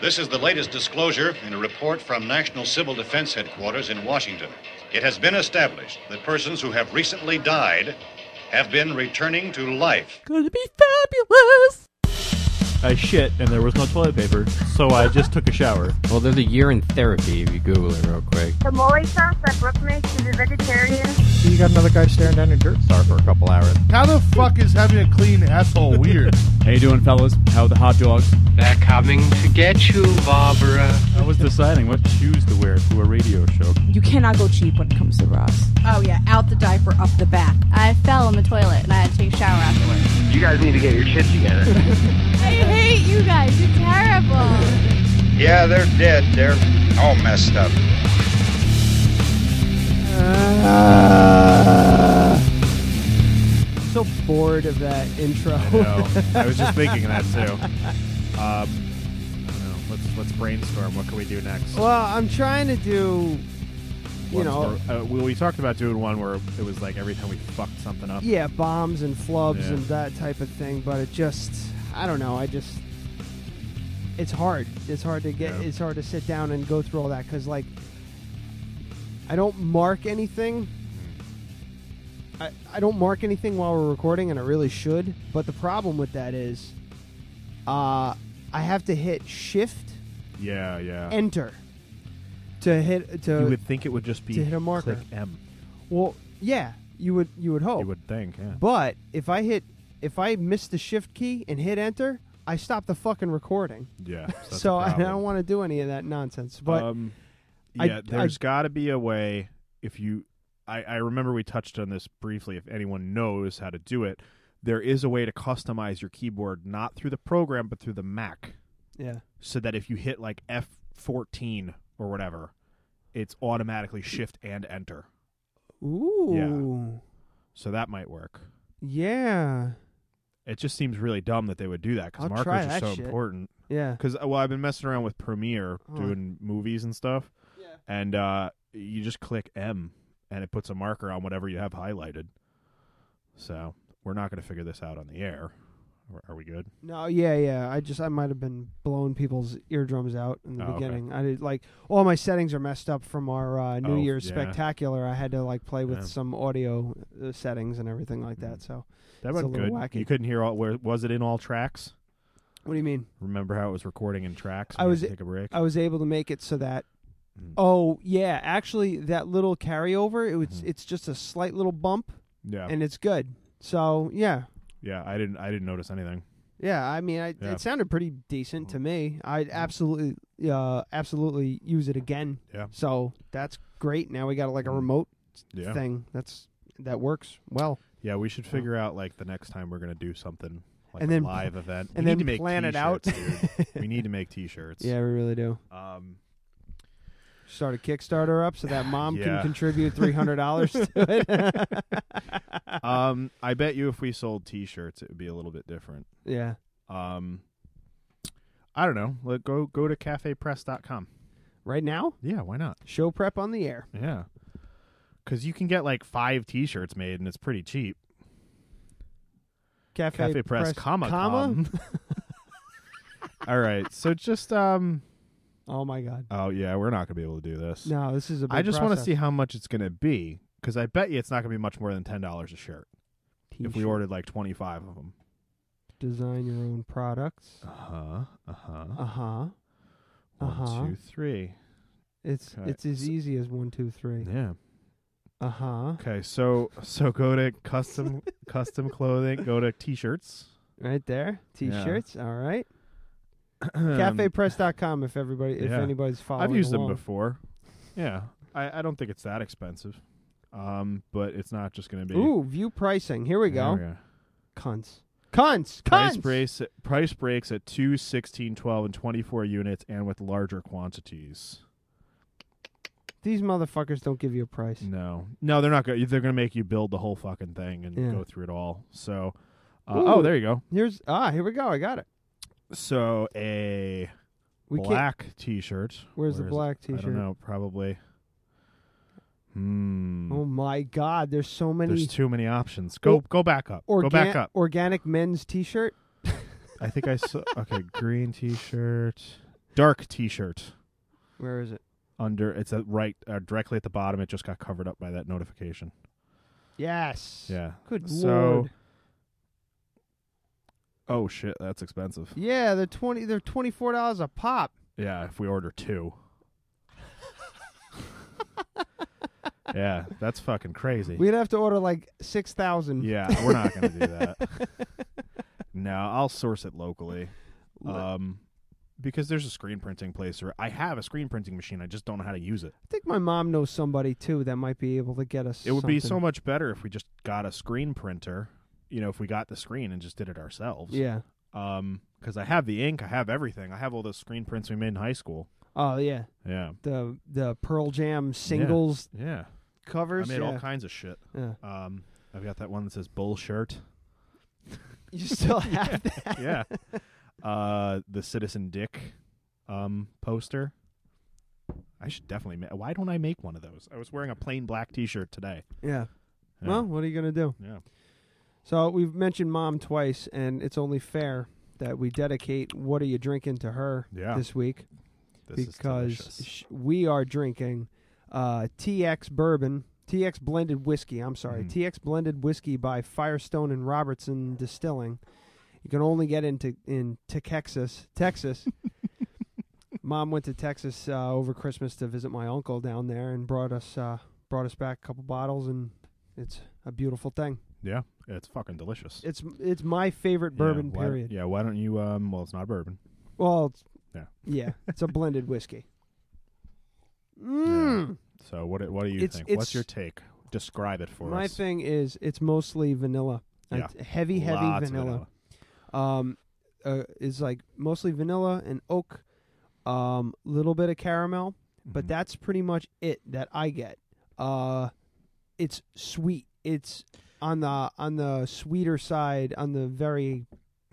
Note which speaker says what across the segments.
Speaker 1: This is the latest disclosure in a report from National Civil Defense Headquarters in Washington. It has been established that persons who have recently died have been returning to life.
Speaker 2: Gonna be fabulous.
Speaker 3: I shit and there was no toilet paper, so I just took a shower.
Speaker 4: Well, there's a year in therapy if you Google it real quick.
Speaker 5: The Molly sauce that Brooke makes is a vegetarian.
Speaker 6: You got another guy staring down your dirt star for a couple hours.
Speaker 7: How the fuck is having a clean asshole weird?
Speaker 3: How you doing, fellas? How are the hot dogs?
Speaker 8: They're coming to get you, Barbara.
Speaker 3: I was deciding what shoes to wear to a radio show.
Speaker 9: You cannot go cheap when it comes to bras.
Speaker 10: Oh yeah, out the diaper, up the back.
Speaker 11: I fell in the toilet and I had to take a shower afterwards.
Speaker 8: You guys need to get your shit together.
Speaker 11: I hate you guys. You're terrible.
Speaker 8: yeah, they're dead. They're all messed up.
Speaker 6: I'm so bored of that intro.
Speaker 7: I was just thinking that too. Um, I don't know. Let's let's brainstorm. What can we do next?
Speaker 6: well, I'm trying to do, you
Speaker 7: Ones
Speaker 6: know,
Speaker 7: where- uh, we, we talked about doing one where it was like every time we fucked something up.
Speaker 6: yeah, bombs and flubs
Speaker 7: Yeah.
Speaker 6: and that type of thing, but it just, I don't know, I just, it's hard. It's hard to get,
Speaker 7: Yeah.
Speaker 6: it's hard to sit down and go through all that because, like, I don't mark
Speaker 7: Mm.
Speaker 6: anything. I, I don't mark anything while we're recording, and I really should, but the problem with that is, uh, I have to hit shift
Speaker 7: yeah, yeah.
Speaker 6: enter to hit to
Speaker 7: you would think it would just be
Speaker 6: uh, to hit a marker.
Speaker 7: click M.
Speaker 6: well yeah you would you would hope
Speaker 7: You would think, yeah.
Speaker 6: but if i hit if i miss the shift key and hit enter i stop the fucking recording
Speaker 7: yeah. that's a
Speaker 6: so i
Speaker 7: problem.
Speaker 6: don't want to do any of that nonsense but
Speaker 7: um,
Speaker 6: I-
Speaker 7: yeah,
Speaker 6: I-
Speaker 7: there's got to be a way. If you, I, I remember we touched on this briefly. If anyone knows how to do it, there is a way to customize your keyboard not through the program but through the Mac,
Speaker 6: yeah
Speaker 7: so that if you hit like F14 or whatever, it's automatically Shift and Enter.
Speaker 6: ooh
Speaker 7: So that might work.
Speaker 6: yeah
Speaker 7: It just seems really dumb that they would do that because
Speaker 6: I'll
Speaker 7: markers
Speaker 6: try
Speaker 7: are
Speaker 6: that
Speaker 7: so
Speaker 6: shit.
Speaker 7: important.
Speaker 6: yeah
Speaker 7: Because uh, well, I've been messing around with Premiere
Speaker 6: Huh.
Speaker 7: doing movies and stuff, and uh, you just click M, and it puts a marker on whatever you have highlighted. So we're not going to figure this out on the air. Are- Are we good?
Speaker 6: no yeah yeah i just i might have been blowing people's eardrums out in the
Speaker 7: Oh, okay.
Speaker 6: beginning i did like all my settings are messed up from our uh, new
Speaker 7: Oh,
Speaker 6: year's
Speaker 7: yeah.
Speaker 6: spectacular i had to like play with
Speaker 7: Yeah.
Speaker 6: some audio uh, settings and everything like that
Speaker 7: Mhm.
Speaker 6: so
Speaker 7: That
Speaker 6: It's
Speaker 7: went
Speaker 6: a little
Speaker 7: good.
Speaker 6: wacky.
Speaker 7: You couldn't hear all. Where was it in all tracks?
Speaker 6: what do you mean
Speaker 7: Remember how it was recording in tracks? We
Speaker 6: I
Speaker 7: had
Speaker 6: was-
Speaker 7: to take a break.
Speaker 6: I was able to make it so that.
Speaker 7: Mm.
Speaker 6: Oh yeah, actually, that little carryover, it was
Speaker 7: Mhm.
Speaker 6: it's just a slight little bump,
Speaker 7: yeah,
Speaker 6: and it's good. So yeah,
Speaker 7: yeah. I didn't. I didn't notice anything.
Speaker 6: yeah. I mean, I,
Speaker 7: Yeah. Mm.
Speaker 6: it sounded pretty decent to me. I'd absolutely, uh, absolutely use it again.
Speaker 7: Yeah.
Speaker 6: So that's great. Now we got like a
Speaker 7: Mm.
Speaker 6: remote
Speaker 7: Yeah,
Speaker 6: thing. That's that works well.
Speaker 7: yeah. We should figure out like the next time we're going to do something like
Speaker 6: uh-huh. And
Speaker 7: a
Speaker 6: then-
Speaker 7: live event.
Speaker 6: and
Speaker 7: we
Speaker 6: then
Speaker 7: need to make
Speaker 6: plan it out.
Speaker 7: t-shirts, dude. we need to make t-shirts.
Speaker 6: Yeah, we really do.
Speaker 7: Um,
Speaker 6: Start a Kickstarter up so that mom
Speaker 7: Yeah.
Speaker 6: can contribute three hundred dollars to it.
Speaker 7: um, I bet you if we sold T-shirts, it would be a little bit different.
Speaker 6: yeah.
Speaker 7: Um, I don't know. Let go go to cafepress.com.
Speaker 6: Right now,
Speaker 7: Yeah, why not?
Speaker 6: show prep on the air.
Speaker 7: Yeah, because you can get like five T-shirts made, and it's pretty cheap.
Speaker 6: Cafe,
Speaker 7: Cafe Press, comma, com. All right, so just um,
Speaker 6: Oh my god.
Speaker 7: oh yeah, we're not gonna be able to do this.
Speaker 6: No, this is a. Big
Speaker 7: I just want to
Speaker 6: process.
Speaker 7: see how much it's gonna be because I bet you it's not gonna be much more than ten dollars a shirt if we
Speaker 6: T-shirt.
Speaker 7: ordered like twenty five of them.
Speaker 6: design your own products.
Speaker 7: Uh huh. Uh huh.
Speaker 6: Uh huh. Uh-huh.
Speaker 7: One, two, three.
Speaker 6: It's
Speaker 7: Okay,
Speaker 6: it's as
Speaker 7: so-
Speaker 6: easy as one, two, three.
Speaker 7: Yeah.
Speaker 6: Uh huh.
Speaker 7: Okay. So so go to custom custom clothing. Go to t-shirts.
Speaker 6: Right there.
Speaker 7: Yeah. Um,
Speaker 6: T-shirts. All right. CafePress.com. If everybody, if
Speaker 7: yeah.
Speaker 6: anybody's following,
Speaker 7: I've used
Speaker 6: along.
Speaker 7: them before. Yeah. I, I don't think it's that expensive. Um, but it's not just going to be.
Speaker 6: Ooh, view pricing. Here we
Speaker 7: There
Speaker 6: go.
Speaker 7: we go.
Speaker 6: Cunts. Cunts.
Speaker 7: Price
Speaker 6: Cunts.
Speaker 7: breaks price breaks at 2, 16, 12, and 24 units and with larger quantities.
Speaker 6: These motherfuckers don't give you a price.
Speaker 7: No. No, they're not going they're going to make you build the whole fucking thing and
Speaker 6: Yeah.
Speaker 7: go through it all. So uh, oh,
Speaker 6: Ooh.
Speaker 7: there you go.
Speaker 6: Here's ah, here we go. I got it.
Speaker 7: So a
Speaker 6: We can't.
Speaker 7: black t-shirt.
Speaker 6: Where's
Speaker 7: Where
Speaker 6: the
Speaker 7: is it?
Speaker 6: black
Speaker 7: I don't
Speaker 6: T-shirt?
Speaker 7: know. Probably. Hmm.
Speaker 6: Oh my God! There's so many.
Speaker 7: There's too many options. Go
Speaker 6: Oh,
Speaker 7: go back up. go
Speaker 6: organ-
Speaker 7: back up.
Speaker 6: Organic men's T-shirt.
Speaker 7: I think I saw. Okay, green T-shirt. dark T-shirt.
Speaker 6: Where is it?
Speaker 7: Under it's at right uh, directly at the bottom. It just got covered up by that notification.
Speaker 6: Yes.
Speaker 7: Yeah.
Speaker 6: Good
Speaker 7: so,
Speaker 6: lord.
Speaker 7: Oh shit, that's expensive.
Speaker 6: Yeah, they're twenty. They're twenty four dollars a pop.
Speaker 7: Yeah, if we order two. yeah, that's fucking crazy.
Speaker 6: We'd have to order like six thousand.
Speaker 7: yeah, we're not gonna do that. no, I'll source it locally.
Speaker 6: Li-
Speaker 7: Um, because there's a screen printing place, or I have a screen printing machine. I just don't know how to use it.
Speaker 6: I think my mom knows somebody too that might be able to get us.
Speaker 7: It would be so
Speaker 6: something.
Speaker 7: much better if we just got a screen printer. You know, if we got the screen and just did it ourselves.
Speaker 6: Yeah.
Speaker 7: Um, because I have the ink, I have everything. I have all those screen prints we made in high school.
Speaker 6: Oh yeah,
Speaker 7: Yeah.
Speaker 6: the the Pearl Jam singles
Speaker 7: Yeah. I
Speaker 6: covers.
Speaker 7: made all
Speaker 6: yeah.
Speaker 7: kinds of shit.
Speaker 6: Yeah.
Speaker 7: Um, I've got that one that says bull shirt.
Speaker 6: You still have that?
Speaker 7: yeah. Uh, the Citizen Dick um, poster. I should definitely. Ma- Why don't I make one of those? I was wearing a plain black T-shirt today.
Speaker 6: Yeah.
Speaker 7: Yeah.
Speaker 6: Well, what are you gonna do?
Speaker 7: Yeah.
Speaker 6: So we've mentioned mom twice, and it's only fair that we dedicate "What Are You Drinking" to her
Speaker 7: Yeah.
Speaker 6: this week
Speaker 7: This is
Speaker 6: because
Speaker 7: delicious.
Speaker 6: sh- we are drinking uh, TX bourbon, TX blended whiskey. I'm sorry,
Speaker 7: Mhm.
Speaker 6: TX blended whiskey by Firestone and Robertson Distilling. You can only get into in Texas, Texas. Mom went to Texas uh, over Christmas to visit my uncle down there, and brought us uh, brought us back a couple bottles, and it's a beautiful thing.
Speaker 7: yeah, it's fucking delicious.
Speaker 6: It's it's my favorite bourbon.
Speaker 7: Yeah, why-
Speaker 6: period.
Speaker 7: Yeah. Why don't you? Um. Well, it's not bourbon.
Speaker 6: Well, it's,
Speaker 7: Yeah.
Speaker 6: yeah, it's a blended whiskey. Mm.
Speaker 7: So what? do- What do you
Speaker 6: It's-
Speaker 7: think?
Speaker 6: it's-
Speaker 7: What's your take? Describe it for
Speaker 6: My
Speaker 7: us.
Speaker 6: thing is, it's mostly vanilla.
Speaker 7: Yeah.
Speaker 6: It's heavy, heavy
Speaker 7: Lots of
Speaker 6: vanilla. Um, uh, is like mostly vanilla and oak, um, little bit of caramel, but
Speaker 7: Mhm.
Speaker 6: that's pretty much it that I get. Uh, it's sweet. It's on the on the sweeter side, on the very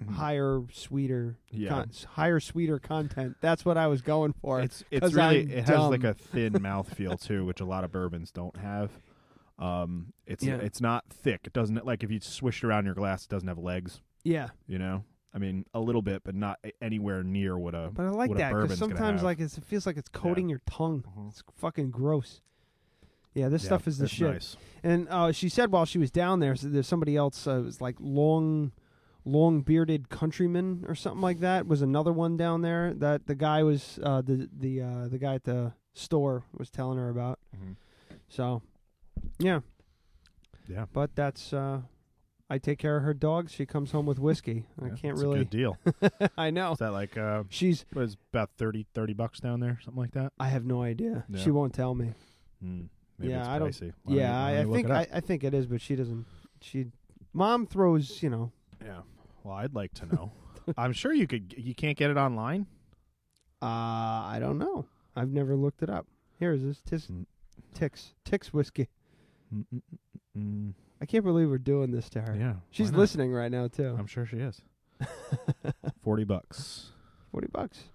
Speaker 7: Mhm.
Speaker 6: higher sweeter,
Speaker 7: Yeah.
Speaker 6: con- higher sweeter content. That's what I was going for.
Speaker 7: It's it's
Speaker 6: 'cause
Speaker 7: really
Speaker 6: I'm
Speaker 7: it has like
Speaker 6: dumb.
Speaker 7: a thin mouthfeel too, which a lot of bourbons don't have. Um, it's
Speaker 6: Yeah.
Speaker 7: it's not thick. It doesn't like if you swish it around your glass, it doesn't have legs.
Speaker 6: yeah.
Speaker 7: You know, I mean, a little bit, but not anywhere near what a.
Speaker 6: But I like
Speaker 7: what
Speaker 6: that
Speaker 7: a
Speaker 6: because
Speaker 7: bourbon's gonna
Speaker 6: sometimes
Speaker 7: have. Mm-hmm.
Speaker 6: like it's, it feels like it's coating your tongue. It's fucking gross. Yeah, this
Speaker 7: Yeah,
Speaker 6: stuff is the
Speaker 7: it's
Speaker 6: shit.
Speaker 7: nice.
Speaker 6: And uh, she said while she was down there, so there's somebody else. Uh, it was like long, long bearded countryman or something like that. Was another one down there that the guy was uh, the the uh, the guy at the store was telling her about.
Speaker 7: Mhm.
Speaker 6: So, yeah,
Speaker 7: Yeah.
Speaker 6: But that's uh, I take care of her dogs. She comes home with whiskey. I
Speaker 7: Yeah,
Speaker 6: can't
Speaker 7: it's a
Speaker 6: really.
Speaker 7: good deal.
Speaker 6: I know
Speaker 7: Is that like uh,
Speaker 6: she's.
Speaker 7: what is it, about 30, 30 bucks down there, something like that?
Speaker 6: I have no idea.
Speaker 7: Yeah.
Speaker 6: She won't tell me.
Speaker 7: Mm, maybe
Speaker 6: Yeah,
Speaker 7: it's
Speaker 6: I don't-
Speaker 7: pricey. Why don't you-
Speaker 6: yeah,
Speaker 7: why
Speaker 6: I, I
Speaker 7: don't you look
Speaker 6: think
Speaker 7: it up?
Speaker 6: I, I think it is, but she doesn't. She, mom throws. You know,
Speaker 7: yeah. Well, I'd like to know. I'm sure you could. You can't get it online.
Speaker 6: uh, I don't know. I've never looked it up. Here is this tis,
Speaker 7: Mm.
Speaker 6: Tix Tix whiskey.
Speaker 7: Mm, mm, mm, mm.
Speaker 6: I can't believe we're doing this to her.
Speaker 7: Yeah, why
Speaker 6: She's
Speaker 7: not?
Speaker 6: listening right now too.
Speaker 7: I'm sure she is. Forty bucks,
Speaker 6: forty bucks.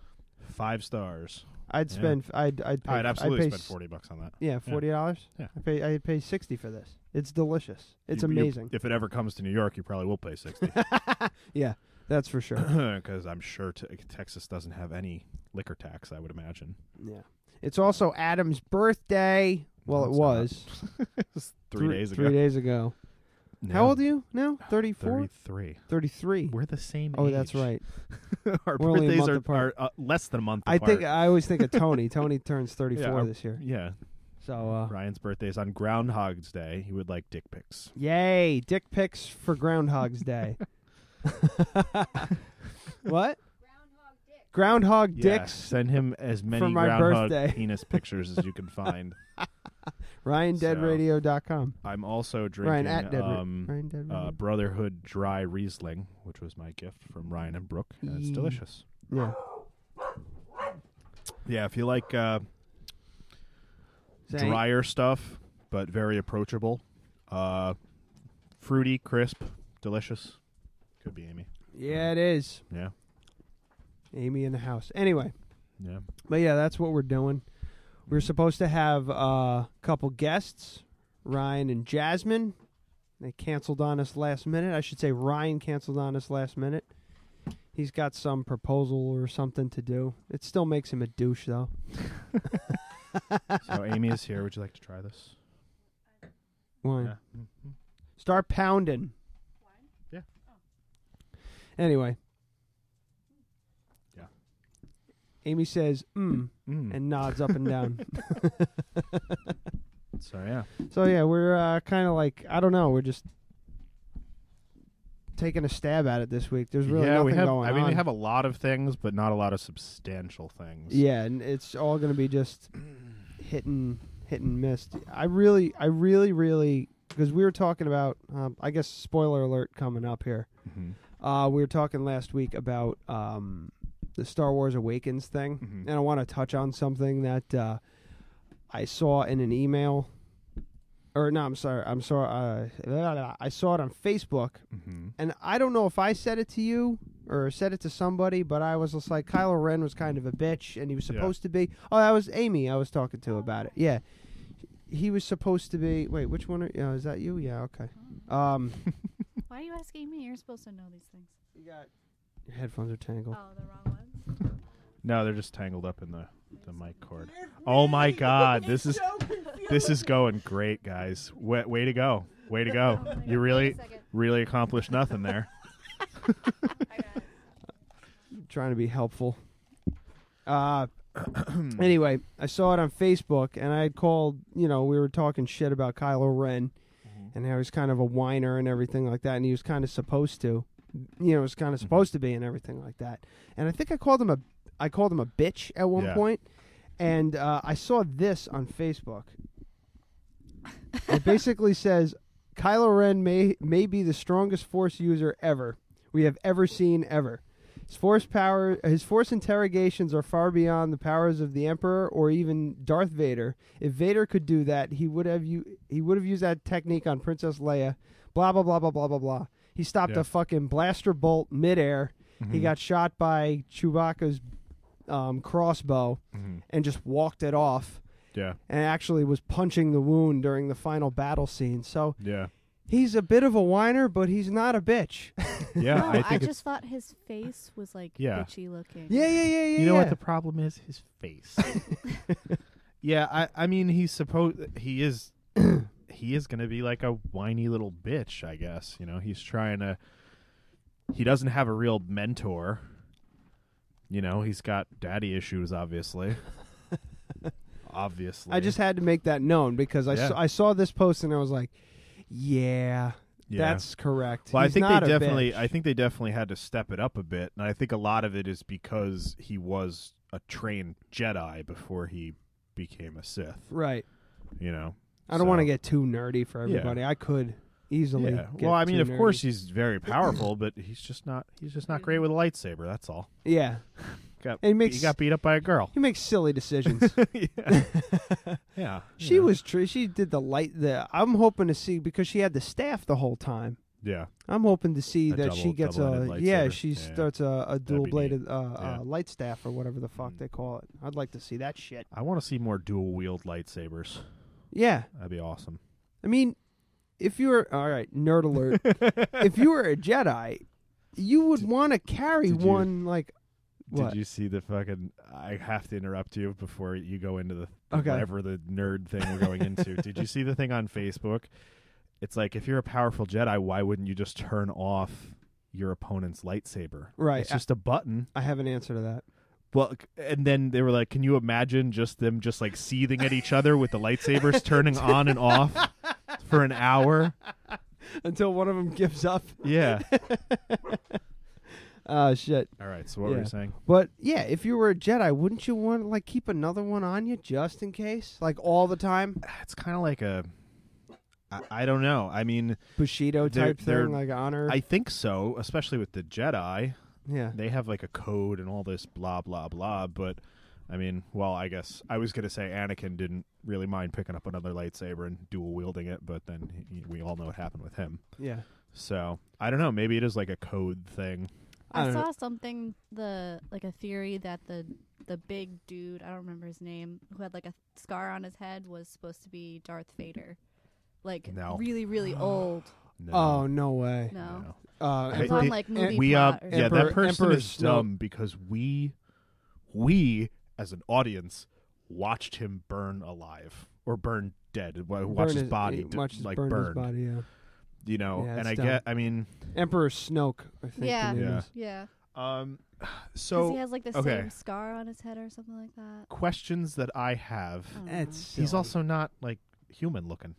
Speaker 7: five stars.
Speaker 6: I'd
Speaker 7: Yeah.
Speaker 6: spend. I'd I'd pay.
Speaker 7: I'd absolutely
Speaker 6: pay
Speaker 7: spend
Speaker 6: s-
Speaker 7: forty bucks on that.
Speaker 6: Yeah, forty dollars.
Speaker 7: Yeah.
Speaker 6: I pay. I'd pay sixty for this. It's delicious. It's
Speaker 7: You- you-
Speaker 6: amazing.
Speaker 7: if it ever comes to New York, you probably will pay sixty
Speaker 6: yeah, that's for sure.
Speaker 7: because I'm sure te- Texas doesn't have any liquor tax. I would imagine.
Speaker 6: yeah. It's also Adam's birthday. Well,
Speaker 7: No,
Speaker 6: it
Speaker 7: it's not.
Speaker 6: was
Speaker 7: It was three days ago.
Speaker 6: Three days ago. How old are you now? 34?
Speaker 7: Thirty-three.
Speaker 6: 33.
Speaker 7: We're the same.
Speaker 6: Oh,
Speaker 7: age.
Speaker 6: that's right.
Speaker 7: Our
Speaker 6: We're only a
Speaker 7: birthdays
Speaker 6: month
Speaker 7: are,
Speaker 6: apart.
Speaker 7: are, uh, less than a month
Speaker 6: I
Speaker 7: apart.
Speaker 6: think uh, I always think of Tony. Tony turns 34
Speaker 7: our-
Speaker 6: this year.
Speaker 7: yeah,
Speaker 6: So, uh,
Speaker 7: Ryan's birthday is on Groundhog's Day. He would like dick pics.
Speaker 6: yay, dick pics for Groundhog's Day. what? Groundhog
Speaker 7: Yeah,
Speaker 6: dicks.
Speaker 7: Send him as many
Speaker 6: my
Speaker 7: groundhog
Speaker 6: birthday.
Speaker 7: penis pictures as you can find.
Speaker 6: RyanDeadRadio.com.
Speaker 7: I'm also drinking
Speaker 6: Ryan at Dead
Speaker 7: um,
Speaker 6: Ryan Dead Radio.
Speaker 7: uh, Brotherhood Dry Riesling, which was my gift from Ryan and Brooke. and it's
Speaker 6: Yee.
Speaker 7: delicious.
Speaker 6: yeah.
Speaker 7: Yeah, if you like uh,
Speaker 6: Say-
Speaker 7: drier stuff, but very approachable, uh, fruity, crisp, delicious. Could be Amy.
Speaker 6: Yeah, it is.
Speaker 7: Yeah,
Speaker 6: Amy in the house. Anyway,
Speaker 7: yeah.
Speaker 6: But yeah, that's what we're doing. We
Speaker 7: Mm-hmm.
Speaker 6: are supposed to have uh, a couple guests, Ryan and Jasmine. They canceled on us last minute. I should say Ryan canceled on us last minute. He's got some proposal or something to do. It still makes him a douche, though.
Speaker 7: so Amy is here. Would you like to try this?
Speaker 6: Wine.
Speaker 7: Yeah. Mm.
Speaker 6: Start pounding. Oh.
Speaker 7: Yeah.
Speaker 6: Anyway.
Speaker 7: Yeah.
Speaker 6: Amy says, mm,
Speaker 7: Mm.
Speaker 6: and nods up and down.
Speaker 7: So yeah,
Speaker 6: so, yeah, we're uh, kind of like, I don't know, we're just taking a stab at it this week. There's really
Speaker 7: yeah,
Speaker 6: nothing
Speaker 7: we have.
Speaker 6: going
Speaker 7: I mean,
Speaker 6: on.
Speaker 7: we have a lot of things, but not a lot of substantial things.
Speaker 6: Yeah, and it's all going to be just hit and hit and missed. I really, I really, really, because we were talking about, um, I guess, spoiler alert coming up here.
Speaker 7: Mhm.
Speaker 6: Uh, we were talking last week about um, the Star Wars Awakens thing,
Speaker 7: Mhm.
Speaker 6: and I want to touch on something that uh, I saw in an email. Or no, I'm sorry. I'm sorry. Uh, blah, blah, blah. I saw it on Facebook,
Speaker 7: Mhm.
Speaker 6: and I don't know if I said it to you or said it to somebody, but I was just like Kylo Ren was kind of a bitch, and he was
Speaker 7: Yeah.
Speaker 6: supposed to be. Oh, that was Amy I was talking to about it. Yeah, he was supposed to be. Wait, which one? Are, oh, is that you? Yeah, okay. Um,
Speaker 11: Why are you asking me? You're supposed to know these things.
Speaker 6: you got your headphones are tangled.
Speaker 11: Oh, the wrong ones.
Speaker 7: No, they're just tangled up in the the mic cord. Oh my God, this is this is going great, guys. Way, way to go, way to go.
Speaker 11: Oh my
Speaker 7: you
Speaker 11: God,
Speaker 7: really
Speaker 11: wait a second.
Speaker 7: really accomplished nothing there.
Speaker 6: trying to be helpful. Uh, anyway, I saw it on Facebook, and I had called. You know, we were talking shit about Kylo Ren, and how he's kind of a whiner and everything like that, and he was kind of supposed to, you know, was kind of supposed to be and everything like that. And I think I called him a, I called him a bitch at one
Speaker 7: Yeah.
Speaker 6: point, and uh, I saw this on Facebook. It basically says Kylo Ren may may be the strongest Force user ever we have ever seen ever. His force power, his force interrogations are far beyond the powers of the Emperor or even Darth Vader. If Vader could do that, he would have you he would have used that technique on Princess Leia. Blah blah blah blah blah blah blah. He stopped
Speaker 7: Yeah.
Speaker 6: a fucking blaster bolt midair. He got shot by Chewbacca's um, crossbow and just walked it off.
Speaker 7: Yeah,
Speaker 6: And actually was punching the wound during the final battle scene. So
Speaker 7: yeah,
Speaker 6: he's a bit of a whiner, but he's not a bitch.
Speaker 7: yeah.
Speaker 11: no,
Speaker 7: I
Speaker 11: I,
Speaker 7: think
Speaker 11: just thought his face was like
Speaker 7: Yeah.
Speaker 11: bitchy looking.
Speaker 6: yeah, yeah, yeah, yeah.
Speaker 7: You know
Speaker 6: yeah.
Speaker 7: what the problem is? His face. yeah, I, I mean, he's supposed he is he is going to be like a whiny little bitch, I guess. You know, he's trying to. He doesn't have a real mentor. You know, he's got daddy issues, obviously. obviously,
Speaker 6: I just had to make that known because I,
Speaker 7: Yeah.
Speaker 6: saw, I saw this post and I was like, yeah,
Speaker 7: Yeah.
Speaker 6: that's correct.
Speaker 7: Well,
Speaker 6: He's
Speaker 7: I think
Speaker 6: not
Speaker 7: they
Speaker 6: a
Speaker 7: definitely,
Speaker 6: bitch.
Speaker 7: I think they definitely had to step it up a bit, and I think a lot of it is because he was a trained Jedi before he became a Sith.
Speaker 6: right.
Speaker 7: You know,
Speaker 6: I don't want to
Speaker 7: So-
Speaker 6: get too nerdy for
Speaker 7: Yeah.
Speaker 6: everybody. I could easily.
Speaker 7: Yeah.
Speaker 6: get
Speaker 7: Well, I mean,
Speaker 6: too
Speaker 7: of course
Speaker 6: nerdy.
Speaker 7: he's very powerful, but he's just not. He's just not great with a lightsaber. That's all.
Speaker 6: yeah,
Speaker 7: Got,
Speaker 6: And he makes-
Speaker 7: he got beat up by a girl.
Speaker 6: he makes silly decisions.
Speaker 7: yeah. yeah.
Speaker 6: she
Speaker 7: yeah.
Speaker 6: was true. She did the light. The I'm hoping to see because she had the staff the whole time.
Speaker 7: Yeah.
Speaker 6: I'm hoping to see
Speaker 7: A
Speaker 6: that she
Speaker 7: double-
Speaker 6: gets a
Speaker 7: double-ended
Speaker 6: yeah
Speaker 7: lightsaber.
Speaker 6: she
Speaker 7: Yeah.
Speaker 6: starts a, a
Speaker 7: be
Speaker 6: dual bladed uh,
Speaker 7: Yeah.
Speaker 6: uh, light staff or whatever the fuck
Speaker 7: Mm.
Speaker 6: they call it. I'd like to see that shit.
Speaker 7: I want to see more dual wield lightsabers.
Speaker 6: Yeah,
Speaker 7: That'd be awesome.
Speaker 6: I mean, if you were all right, nerd alert. if you were a Jedi, you would want to carry
Speaker 7: did you-
Speaker 6: one like what?
Speaker 7: Did you see the fucking? I have to interrupt you before you go into the
Speaker 6: Okay.
Speaker 7: whatever the nerd thing we're going into. Did you see the thing on Facebook? It's like if you're a powerful Jedi, why wouldn't you just turn off your opponent's lightsaber?
Speaker 6: Right.
Speaker 7: It's just a button.
Speaker 6: I have an answer to that.
Speaker 7: Well, c- and then they were like, "Can you imagine just them just like seething at each other with the lightsabers turning on and off for an hour?"
Speaker 6: Until one of them gives up.
Speaker 7: Yeah. Ah,
Speaker 6: Oh shit.
Speaker 7: All right. So what were
Speaker 6: Yeah.
Speaker 7: you saying?
Speaker 6: But yeah, if you were a Jedi, wouldn't you want to like keep another one on you just in case? Like all the time?
Speaker 7: It's kind of like a. I, I don't know. I mean,
Speaker 6: Bushido
Speaker 7: They're-
Speaker 6: type
Speaker 7: they're-
Speaker 6: thing, like honor.
Speaker 7: I think so, especially with the Jedi.
Speaker 6: yeah.
Speaker 7: They have like a code and all this blah blah blah. But I mean, well, I guess I was gonna say Anakin didn't really mind picking up another lightsaber and dual wielding it, but then he, we all know what happened with him.
Speaker 6: Yeah.
Speaker 7: So I don't know. Maybe it is like a code thing.
Speaker 6: I
Speaker 11: I,
Speaker 6: don't
Speaker 11: saw
Speaker 6: know.
Speaker 11: something the like a theory that the the big dude I don't remember his name who had like a scar on his head was supposed to be Darth Vader, like
Speaker 7: No.
Speaker 11: really really old.
Speaker 6: Oh no way!
Speaker 11: No.
Speaker 6: Uh,
Speaker 7: I-
Speaker 11: It's on,
Speaker 7: they-
Speaker 11: like, movie
Speaker 7: we uh,
Speaker 11: plot or
Speaker 7: yeah,
Speaker 6: Emperor-
Speaker 7: that person
Speaker 6: Emperor
Speaker 7: is
Speaker 6: Snow-
Speaker 7: dumb because we, we as an audience, watched him burn alive or burn dead. Wa- Watched
Speaker 6: Burn
Speaker 7: his body, d-
Speaker 6: watch his
Speaker 7: like
Speaker 6: burn,
Speaker 7: burn,
Speaker 6: his body. Yeah.
Speaker 7: you know.
Speaker 6: Yeah,
Speaker 7: and
Speaker 6: it's
Speaker 7: I
Speaker 6: dumb.
Speaker 7: get, I mean,
Speaker 6: Emperor Snoke. I think. the
Speaker 11: Yeah.
Speaker 6: name
Speaker 7: Yeah.
Speaker 6: is.
Speaker 11: Yeah.
Speaker 7: um,
Speaker 11: Because
Speaker 7: so
Speaker 11: he has like the
Speaker 7: okay.
Speaker 11: same scar on his head or something like that.
Speaker 7: questions that I have.
Speaker 11: I don't know.
Speaker 6: That's
Speaker 7: He's
Speaker 6: silly.
Speaker 7: also not like human looking.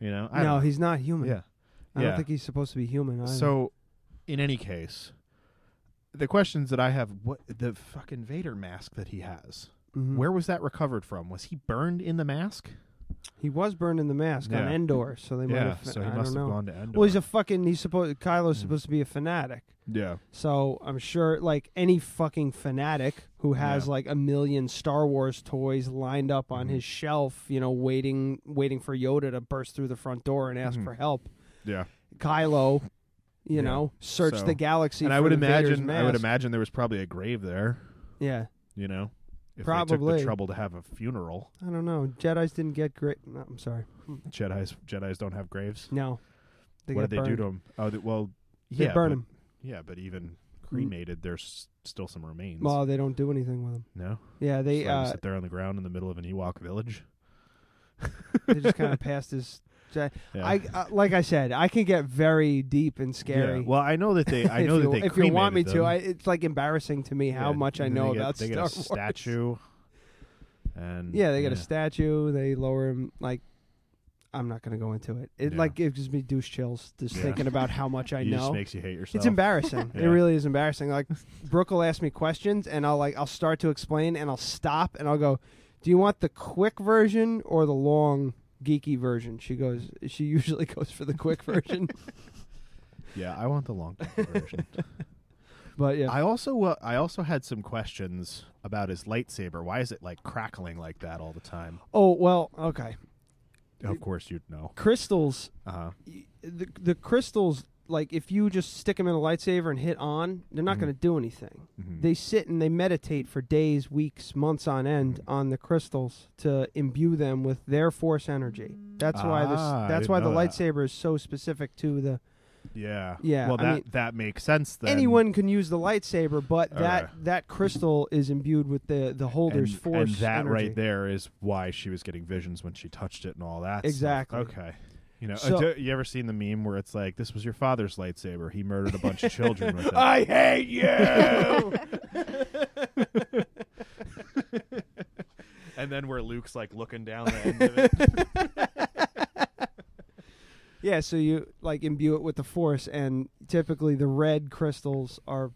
Speaker 7: You know, I
Speaker 6: no,
Speaker 7: don't-
Speaker 6: he's not human.
Speaker 7: yeah,
Speaker 6: I
Speaker 7: yeah.
Speaker 6: don't think he's supposed to be human. Either.
Speaker 7: So, in any case, the questions that I have: what the fucking Vader mask that he has?
Speaker 6: Mhm.
Speaker 7: Where was that recovered from? Was he burned in the mask?
Speaker 6: he was burned in the mask
Speaker 7: Yeah.
Speaker 6: on Endor, so they might
Speaker 7: yeah,
Speaker 6: have.
Speaker 7: so he
Speaker 6: I
Speaker 7: must
Speaker 6: don't
Speaker 7: have
Speaker 6: know.
Speaker 7: gone to Endor.
Speaker 6: Well, he's a fucking. He's supposed. Kylo's
Speaker 7: Mm.
Speaker 6: supposed to be a fanatic.
Speaker 7: yeah,
Speaker 6: So I'm sure, like any fucking fanatic who has
Speaker 7: Yeah.
Speaker 6: like a million Star Wars toys lined up on
Speaker 7: Mhm.
Speaker 6: his shelf, you know, waiting, waiting for Yoda to burst through the front door and ask
Speaker 7: Mhm.
Speaker 6: for help.
Speaker 7: yeah.
Speaker 6: Kylo, you
Speaker 7: Yeah.
Speaker 6: know, searched
Speaker 7: So-
Speaker 6: the galaxy.
Speaker 7: And I
Speaker 6: for
Speaker 7: would
Speaker 6: the Vader's
Speaker 7: imagine, I would
Speaker 6: mask.
Speaker 7: imagine there was probably a grave there.
Speaker 6: Yeah,
Speaker 7: You know, if they took
Speaker 6: Probably.
Speaker 7: the trouble to have a funeral,
Speaker 6: I don't know. Jedi's didn't get great. No, I'm sorry.
Speaker 7: Jedi's Jedi's don't have graves.
Speaker 6: No, they
Speaker 7: what
Speaker 6: got
Speaker 7: did they do
Speaker 6: burned.
Speaker 7: to him? Oh, they, well,
Speaker 6: They
Speaker 7: yeah,
Speaker 6: burn
Speaker 7: but-
Speaker 6: him. Mm.
Speaker 7: Yeah, but even cremated, there's still some remains.
Speaker 6: Well, they don't do anything with him.
Speaker 7: no,
Speaker 6: Yeah, they
Speaker 7: So let him
Speaker 6: uh,
Speaker 7: sit there on the ground in the middle of an Ewok village.
Speaker 6: they just kind of passed his. Je-
Speaker 7: Yeah.
Speaker 6: I uh, like I said, I can get very deep and
Speaker 7: Yeah.
Speaker 6: scary.
Speaker 7: Well, I know that they. I
Speaker 6: if
Speaker 7: know
Speaker 6: you,
Speaker 7: that they.
Speaker 6: if you want me
Speaker 7: cremated
Speaker 6: to,
Speaker 7: them.
Speaker 6: I, it's like embarrassing to me how
Speaker 7: Yeah,
Speaker 6: much I
Speaker 7: and then
Speaker 6: know
Speaker 7: they get-
Speaker 6: about
Speaker 7: they
Speaker 6: Star
Speaker 7: get a
Speaker 6: Wars.
Speaker 7: statue. And
Speaker 6: Yeah, they get a statue. They lower him. Like, I'm not gonna go into it. It
Speaker 7: Yeah.
Speaker 6: like it gives me douche chills just
Speaker 7: Yeah.
Speaker 6: thinking about how much I
Speaker 7: You just
Speaker 6: know.
Speaker 7: makes you hate yourself.
Speaker 6: It's embarrassing. It
Speaker 7: Yeah.
Speaker 6: really is embarrassing. Like, Brooke will ask me questions, and I'll like I'll start to explain, and I'll stop, and I'll go, "Do you want the quick version or the long?" geeky version she goes she usually goes for the quick version
Speaker 7: Yeah, I want the long version.
Speaker 6: but yeah
Speaker 7: I also uh, I also had some questions about his lightsaber. Why is it like crackling like that all the time?
Speaker 6: oh well okay
Speaker 7: Of course you'd know.
Speaker 6: crystals
Speaker 7: Uh-huh.
Speaker 6: y- the the crystals like if you just stick them in a lightsaber and hit on they're not
Speaker 7: Mhm.
Speaker 6: going to do anything
Speaker 7: Mhm.
Speaker 6: they sit and they meditate for days weeks months on end
Speaker 7: Mm-hmm.
Speaker 6: on the crystals to imbue them with their force energy that's why
Speaker 7: Ah, I
Speaker 6: this that's
Speaker 7: didn't
Speaker 6: why the
Speaker 7: know that.
Speaker 6: lightsaber is so specific to the
Speaker 7: yeah.
Speaker 6: Yeah,
Speaker 7: Well,
Speaker 6: I
Speaker 7: that
Speaker 6: mean-
Speaker 7: that makes sense then.
Speaker 6: anyone can use the lightsaber but
Speaker 7: All
Speaker 6: that
Speaker 7: right.
Speaker 6: that crystal is imbued with the the holder's
Speaker 7: and,
Speaker 6: force
Speaker 7: and that
Speaker 6: energy.
Speaker 7: right there is why she was getting visions when she touched it and all that. stuff.
Speaker 6: Exactly.
Speaker 7: Okay. You know, uh,
Speaker 6: So-
Speaker 7: do- you ever seen the meme where it's like, "This was your father's lightsaber. He murdered a bunch of children with it."
Speaker 6: I hate you.
Speaker 7: and then where Luke's like looking down the end of it.
Speaker 6: Yeah, so you like imbue it with the force, and typically the red crystals are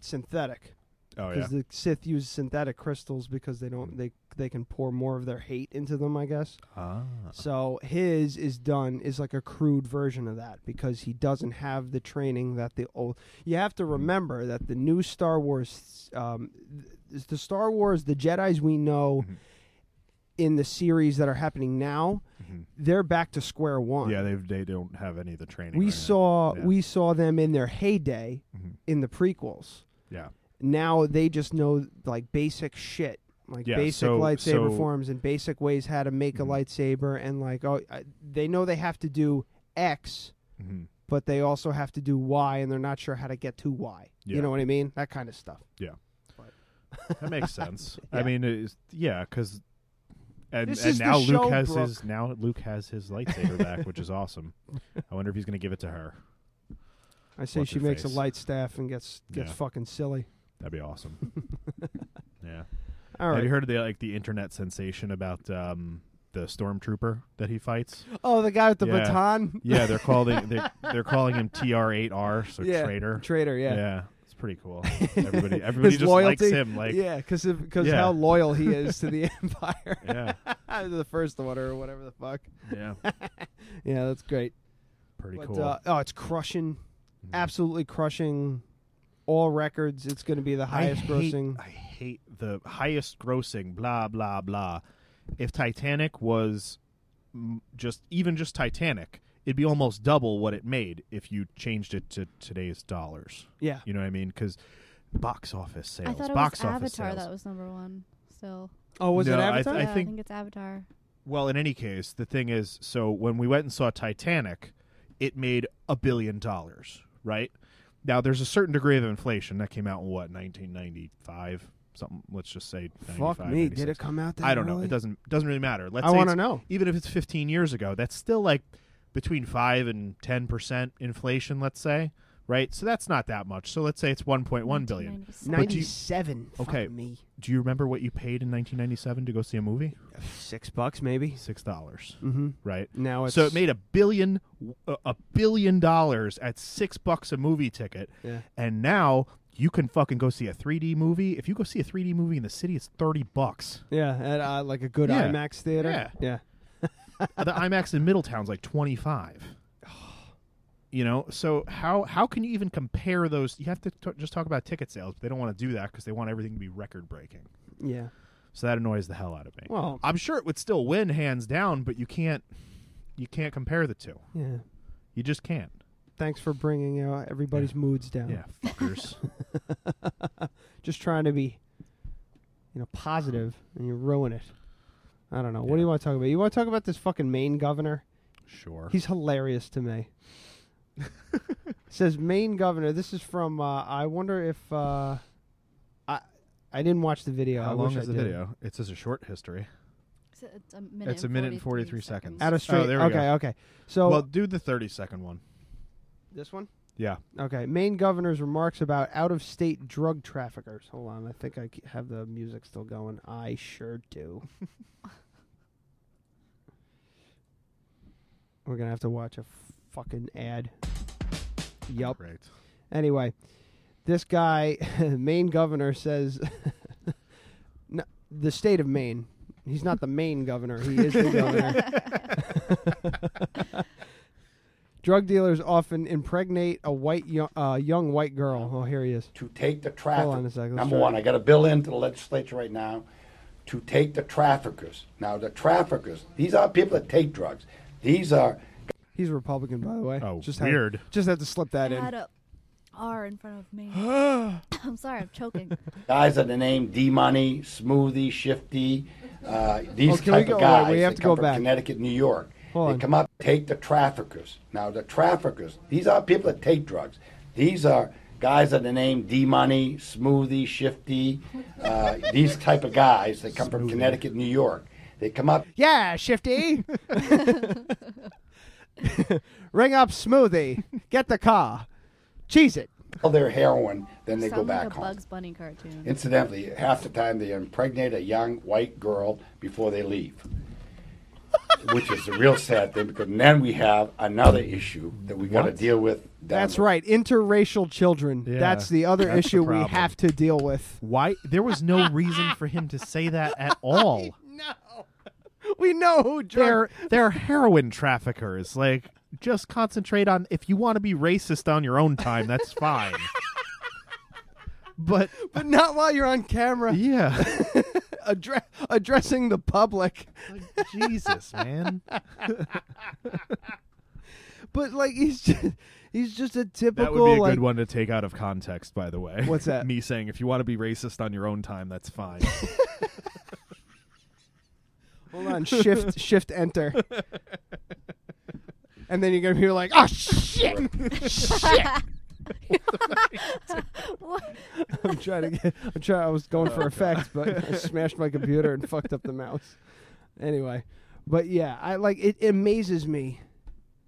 Speaker 6: synthetic
Speaker 7: Oh yeah. Hmm.
Speaker 6: because the Sith use synthetic crystals because they don't they they can pour more of their hate into them, I guess.
Speaker 7: ah.
Speaker 6: So his is done is like a crude version of that because he doesn't have the training that the old. You have
Speaker 7: Hmm.
Speaker 6: to remember that the new Star Wars, um, th- the Star Wars, the Jedi's we know
Speaker 7: Mhm.
Speaker 6: in the series that are happening now,
Speaker 7: Mhm.
Speaker 6: they're back to square one.
Speaker 7: Yeah, they they don't have any of the training.
Speaker 6: We
Speaker 7: right now.
Speaker 6: saw
Speaker 7: Yeah.
Speaker 6: we saw them in their heyday
Speaker 7: Mhm.
Speaker 6: in the prequels.
Speaker 7: Yeah.
Speaker 6: Now they just know like basic shit, like
Speaker 7: Yeah,
Speaker 6: basic
Speaker 7: so-
Speaker 6: lightsaber
Speaker 7: so-
Speaker 6: forms and basic ways how to make
Speaker 7: Mhm.
Speaker 6: a lightsaber, and like oh, I, they know they have to do X,
Speaker 7: Mhm.
Speaker 6: but they also have to do Y, and they're not sure how to get to Y.
Speaker 7: Yeah.
Speaker 6: You know what I mean? That kind of stuff.
Speaker 7: That makes sense. I
Speaker 6: Yeah.
Speaker 7: mean, it's, yeah, because and,
Speaker 6: This
Speaker 7: and
Speaker 6: is the
Speaker 7: now Luke
Speaker 6: show,
Speaker 7: has
Speaker 6: Brooke.
Speaker 7: his now Luke has his lightsaber back, which is awesome. I wonder if he's going to give it to her.
Speaker 6: I say
Speaker 7: What's
Speaker 6: she
Speaker 7: her
Speaker 6: makes a
Speaker 7: face?
Speaker 6: light staff and gets gets
Speaker 7: Yeah.
Speaker 6: fucking silly.
Speaker 7: That'd be awesome. yeah.
Speaker 6: All
Speaker 7: Have
Speaker 6: right.
Speaker 7: you heard of the like the internet sensation about um, the stormtrooper that he fights?
Speaker 6: oh, the guy with the
Speaker 7: Yeah.
Speaker 6: baton,
Speaker 7: Yeah, they're calling they, they're calling him TR8R, so
Speaker 6: Yeah.
Speaker 7: traitor.
Speaker 6: traitor.
Speaker 7: Yeah.
Speaker 6: Yeah.
Speaker 7: it's pretty cool. Everybody everybody
Speaker 6: His
Speaker 7: just
Speaker 6: loyalty.
Speaker 7: likes him. Like, yeah.
Speaker 6: yeah, because because
Speaker 7: Yeah.
Speaker 6: how loyal he is to the Empire.
Speaker 7: yeah,
Speaker 6: the first order or whatever the fuck. Yeah, that's great.
Speaker 7: pretty
Speaker 6: but
Speaker 7: cool.
Speaker 6: uh, oh, it's crushing,
Speaker 7: Mhm.
Speaker 6: absolutely crushing all records. It's going to be the highest
Speaker 7: I hate,
Speaker 6: grossing.
Speaker 7: I hate the highest grossing blah blah blah. If Titanic was mm, just even just Titanic, it'd be almost double what it made if you changed it to today's dollars.
Speaker 6: Yeah,
Speaker 7: You know what I mean? Because box office sales,
Speaker 11: I thought it
Speaker 7: box
Speaker 11: was
Speaker 7: office
Speaker 11: Avatar
Speaker 7: sales.
Speaker 11: that was number one. Still,
Speaker 6: Oh, was it
Speaker 7: No,
Speaker 6: Avatar?
Speaker 7: I
Speaker 11: yeah,
Speaker 7: think-
Speaker 11: it's Avatar.
Speaker 7: Well, in any case, the thing is, so when we went and saw Titanic, it made a billion dollars, right? Now there's a certain degree of inflation that came out in what 1995, something. Let's just say
Speaker 6: Fuck
Speaker 7: 95,
Speaker 6: me, did
Speaker 7: 96.
Speaker 6: it come out that
Speaker 7: I don't know.
Speaker 6: early?
Speaker 7: It doesn't doesn't really matter. Let's
Speaker 6: I
Speaker 7: say
Speaker 6: wanna
Speaker 7: it's-
Speaker 6: know.
Speaker 7: Even if it's 15 years ago, that's still like between five and 10 percent inflation. Let's say, right? So that's not that much. So let's say it's 1.1 billion. But do you-
Speaker 6: 97. Fuck
Speaker 7: Okay.
Speaker 6: me.
Speaker 7: Do you remember what you paid in 1997 to go see a movie?
Speaker 6: Six bucks, maybe.
Speaker 7: Six dollars.
Speaker 6: Mhm.
Speaker 7: Right.
Speaker 6: Now it's
Speaker 7: so it made a billion, a a billion dollars at six bucks a movie ticket,
Speaker 6: Yeah.
Speaker 7: and now you can fucking go see a 3D movie. If you go see a 3D movie in the city, it's 30 bucks.
Speaker 6: Yeah, at uh, like a good
Speaker 7: Yeah.
Speaker 6: IMAX theater.
Speaker 7: Yeah.
Speaker 6: Yeah.
Speaker 7: the IMAX in Middletown's like 25. You know, so how how can you even compare those? You have to t- just talk about ticket sales, but they don't want to do that because they want everything to be record breaking.
Speaker 6: Yeah.
Speaker 7: So that annoys the hell out of me.
Speaker 6: Well-
Speaker 7: I'm sure it would still win hands down, but you can't you can't compare the two.
Speaker 6: Yeah.
Speaker 7: You just can't.
Speaker 6: Thanks for bringing uh, everybody's moods down.
Speaker 7: Yeah, fuckers.
Speaker 6: Just trying to be, you know, positive, and you ruin it. I don't know. What do you want to talk about? You want to talk about this fucking Maine governor?
Speaker 7: sure.
Speaker 6: He's hilarious to me. Says Maine governor. This is from. Uh, I wonder if uh, I I didn't watch the video. I
Speaker 7: How long
Speaker 6: wish
Speaker 7: is
Speaker 6: I
Speaker 7: the
Speaker 6: did.
Speaker 7: video? It's just a short history.
Speaker 11: It's a- It's a minute,
Speaker 7: It's a minute and 43 seconds.
Speaker 6: Out
Speaker 7: Oh,
Speaker 6: of straight.
Speaker 7: there we
Speaker 6: okay.
Speaker 7: go.
Speaker 6: Okay. So
Speaker 7: well, do the 30 second one.
Speaker 6: this one.
Speaker 7: Yeah.
Speaker 6: Okay, Maine governor's remarks about out-of-state drug traffickers. Hold on, I think I c- have the music still going. I sure do. We're gonna have to watch a fucking ad. Yup.
Speaker 7: Great.
Speaker 6: Anyway, this guy, Maine governor, says no, the state of Maine. He's not the Maine governor. He is the governor. Drug dealers often impregnate a white yo- uh, young white girl. Oh, here he is.
Speaker 12: to take the traffic.
Speaker 6: Hold on a second, let's
Speaker 12: Number
Speaker 6: try
Speaker 12: one,
Speaker 6: it.
Speaker 12: I got a bill into the legislature right now to take the traffickers. Now, the traffickers, these are people that take drugs. These are
Speaker 6: He's Republican, by the way.
Speaker 7: Oh,
Speaker 6: just
Speaker 7: weird.
Speaker 6: Had, just had to slip that
Speaker 11: I
Speaker 6: in.
Speaker 11: had a R in front of me. I'm sorry, I'm choking.
Speaker 12: guys that are named D Money, Smoothie, Shifty. Uh, these
Speaker 6: Oh, can we
Speaker 12: type
Speaker 6: go-
Speaker 12: of
Speaker 6: wait,
Speaker 12: guys.
Speaker 6: we have
Speaker 12: that
Speaker 6: to
Speaker 12: come
Speaker 6: go
Speaker 12: from
Speaker 6: back.
Speaker 12: Connecticut, New York.
Speaker 6: Hold
Speaker 12: they
Speaker 6: on.
Speaker 12: come up, take the traffickers. Now, the traffickers, these are people that take drugs. These are guys that are named D Money, Smoothie, Shifty. Uh, these type of guys that come from Connecticut, New York. They come up,
Speaker 6: Yeah, Shifty. Ring up Smoothie. Get the car. Cheese it.
Speaker 12: sell their heroin, then they
Speaker 11: Sound
Speaker 12: go back
Speaker 11: like a
Speaker 12: home.
Speaker 11: Bugs Bunny cartoon.
Speaker 12: Incidentally, half the time they impregnate a young white girl before they leave, which is a real sad thing because then we have another issue that we got to deal with. down
Speaker 6: That's
Speaker 12: the-
Speaker 6: right. Interracial children.
Speaker 7: Yeah,
Speaker 6: that's the other
Speaker 7: that's the
Speaker 6: issue we
Speaker 7: problem.
Speaker 6: have to deal with.
Speaker 7: Why there was no reason for him to say that at all.
Speaker 6: We know who
Speaker 7: they're
Speaker 6: drug.
Speaker 7: they're heroin traffickers. Like, just concentrate on if you want to be racist on your own time, that's fine. but
Speaker 6: But not while you're on camera
Speaker 7: yeah,
Speaker 6: addre- addressing the public.
Speaker 7: Like, Jesus, man,
Speaker 6: But like he's just, he's just a typical
Speaker 7: that would be a
Speaker 6: like
Speaker 7: good one to take out of context. By the way,
Speaker 6: What's that?
Speaker 7: Me saying if you want to be racist on your own time, that's fine.
Speaker 6: hold on shift shift enter. And then you're gonna be like, oh shit!
Speaker 11: What?
Speaker 6: I'm trying to get. I'm trying. I was going for effects, but I smashed my computer and fucked up the mouse. Anyway, but yeah, I like it, it amazes me.